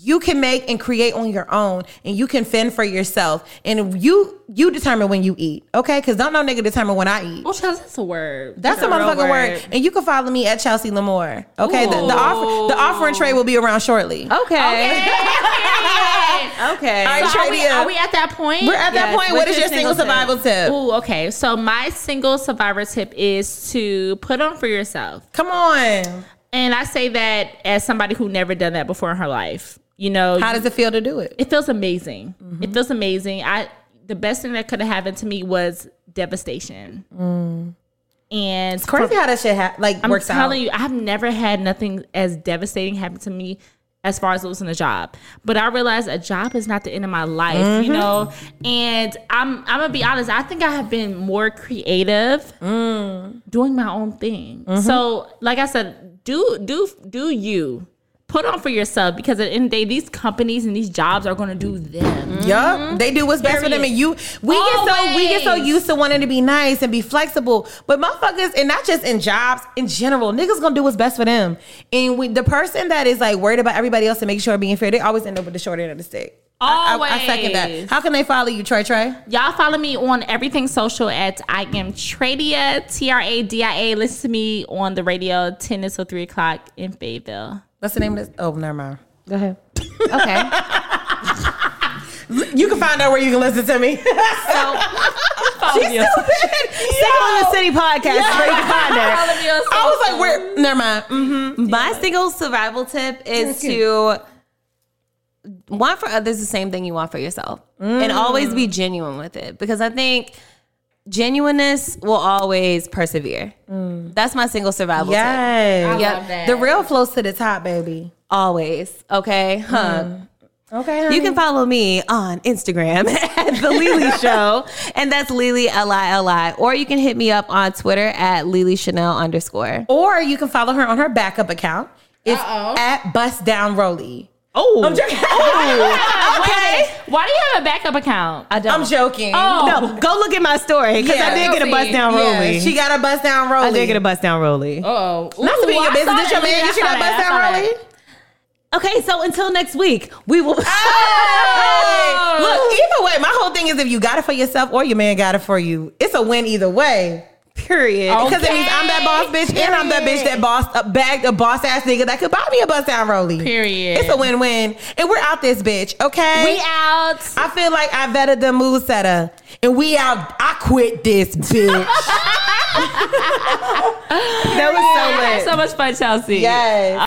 [SPEAKER 6] you can make and create on your own and you can fend for yourself and you you determine when you eat okay because don't no nigga determine when i eat
[SPEAKER 2] Oh, Chelsea, that's a word.
[SPEAKER 6] that's a
[SPEAKER 7] real
[SPEAKER 6] motherfucking word.
[SPEAKER 7] word.
[SPEAKER 6] and you can follow me at chelsea lamore okay the, the offer the offering tray will be around shortly
[SPEAKER 7] Okay. Okay.
[SPEAKER 6] right,
[SPEAKER 2] So are, we,
[SPEAKER 6] Tradia.
[SPEAKER 2] are we at that point?
[SPEAKER 6] we're at that
[SPEAKER 7] Yes,
[SPEAKER 6] point what
[SPEAKER 7] what's
[SPEAKER 6] is your single, survival tip
[SPEAKER 2] Ooh, okay. So my single survivor tip is to put on for yourself.
[SPEAKER 6] come on
[SPEAKER 2] And I say that as somebody who never done that before in her life. You know,
[SPEAKER 6] how does Mm-hmm. it feel to do it
[SPEAKER 2] it feels amazing. It feels amazing. I the best thing that could have happened to me was devastation. And it's
[SPEAKER 6] Mm. crazy how that shit ha- like
[SPEAKER 2] I'm
[SPEAKER 6] works
[SPEAKER 2] telling
[SPEAKER 6] out
[SPEAKER 2] you, I've never had nothing as devastating happen to me as far as losing a job. But I realized a job is not the end of my life,
[SPEAKER 6] Mm-hmm.
[SPEAKER 2] you know. And I'm I'm gonna be honest. I think I have been more creative
[SPEAKER 6] Mm.
[SPEAKER 2] doing my own thing.
[SPEAKER 6] Mm-hmm.
[SPEAKER 2] So, like I said, do do do you put on for yourself because at the end of the day, these companies and these jobs are gonna do them.
[SPEAKER 6] Yup, Mm-hmm. they do what's best for them, and you. We get so we get so
[SPEAKER 2] Always.
[SPEAKER 6] used to wanting to be nice and be flexible, but motherfuckers, and not just in jobs in general, niggas gonna do what's best for them. And when the person that is like worried about everybody else and making sure being fair, they always end up with the short end of the stick. I- I, I second that.
[SPEAKER 2] Always.
[SPEAKER 6] How can they follow you, Trey Trey?
[SPEAKER 2] Y'all follow me on everything social at I am Tradia, T R A D I A. Listen to me on the radio 10 until 3 o'clock in Fayetteville.
[SPEAKER 6] What's the name of this? Oh, never mind.
[SPEAKER 7] Go ahead. Okay.
[SPEAKER 6] You can find out where you can listen to me. She's stupid.
[SPEAKER 7] Single in the City podcast is where you can find her.
[SPEAKER 6] I was like, where? Never mind. Mm-hmm.
[SPEAKER 7] My single survival tip is to
[SPEAKER 6] Mm.
[SPEAKER 7] want for others the same thing you want for yourself and always be genuine with it because I think genuineness will always persevere. That's my single survival. tip.
[SPEAKER 6] Mm. Yes.
[SPEAKER 7] Yep.
[SPEAKER 6] The real flows to the top, baby.
[SPEAKER 7] Always. Okay. Huh.
[SPEAKER 6] Okay.
[SPEAKER 7] You can follow me on Instagram at the Lily Show, and that's Lily L I L I. Or you can hit me up on Twitter at Lily Chanel underscore.
[SPEAKER 6] or you can follow her on her backup account. It's at Bust Down Rolly. Oh, I'm joking. okay,
[SPEAKER 2] Why do you have a backup account? Um,
[SPEAKER 7] I don't.
[SPEAKER 6] I'm joking.
[SPEAKER 2] Oh.
[SPEAKER 7] Go look at my story because I did get a bust down
[SPEAKER 6] Yeah,
[SPEAKER 7] rolly.
[SPEAKER 6] she got a Bust Down Rolly.
[SPEAKER 7] I did get a bust down rolly.
[SPEAKER 2] Oh,
[SPEAKER 6] Not to be in your business, did your man get you that Bust Down Rolly?
[SPEAKER 7] Okay, so until next week, we will.
[SPEAKER 6] Hey, Look, either way, my whole thing is if you got it for yourself or your man got it for you, it's a win either way.
[SPEAKER 7] Period.
[SPEAKER 6] Because it means I'm that boss bitch and I'm that bitch that boss uh, bagged a boss ass nigga that could buy me a bust down rollie.
[SPEAKER 2] Period.
[SPEAKER 6] It's a win win, and we're out this bitch. Okay,
[SPEAKER 2] We out.
[SPEAKER 6] I feel like I vetted the move setter, and we out. I quit this bitch.
[SPEAKER 7] That was so
[SPEAKER 2] I had so much fun, Chelsea.
[SPEAKER 6] yes.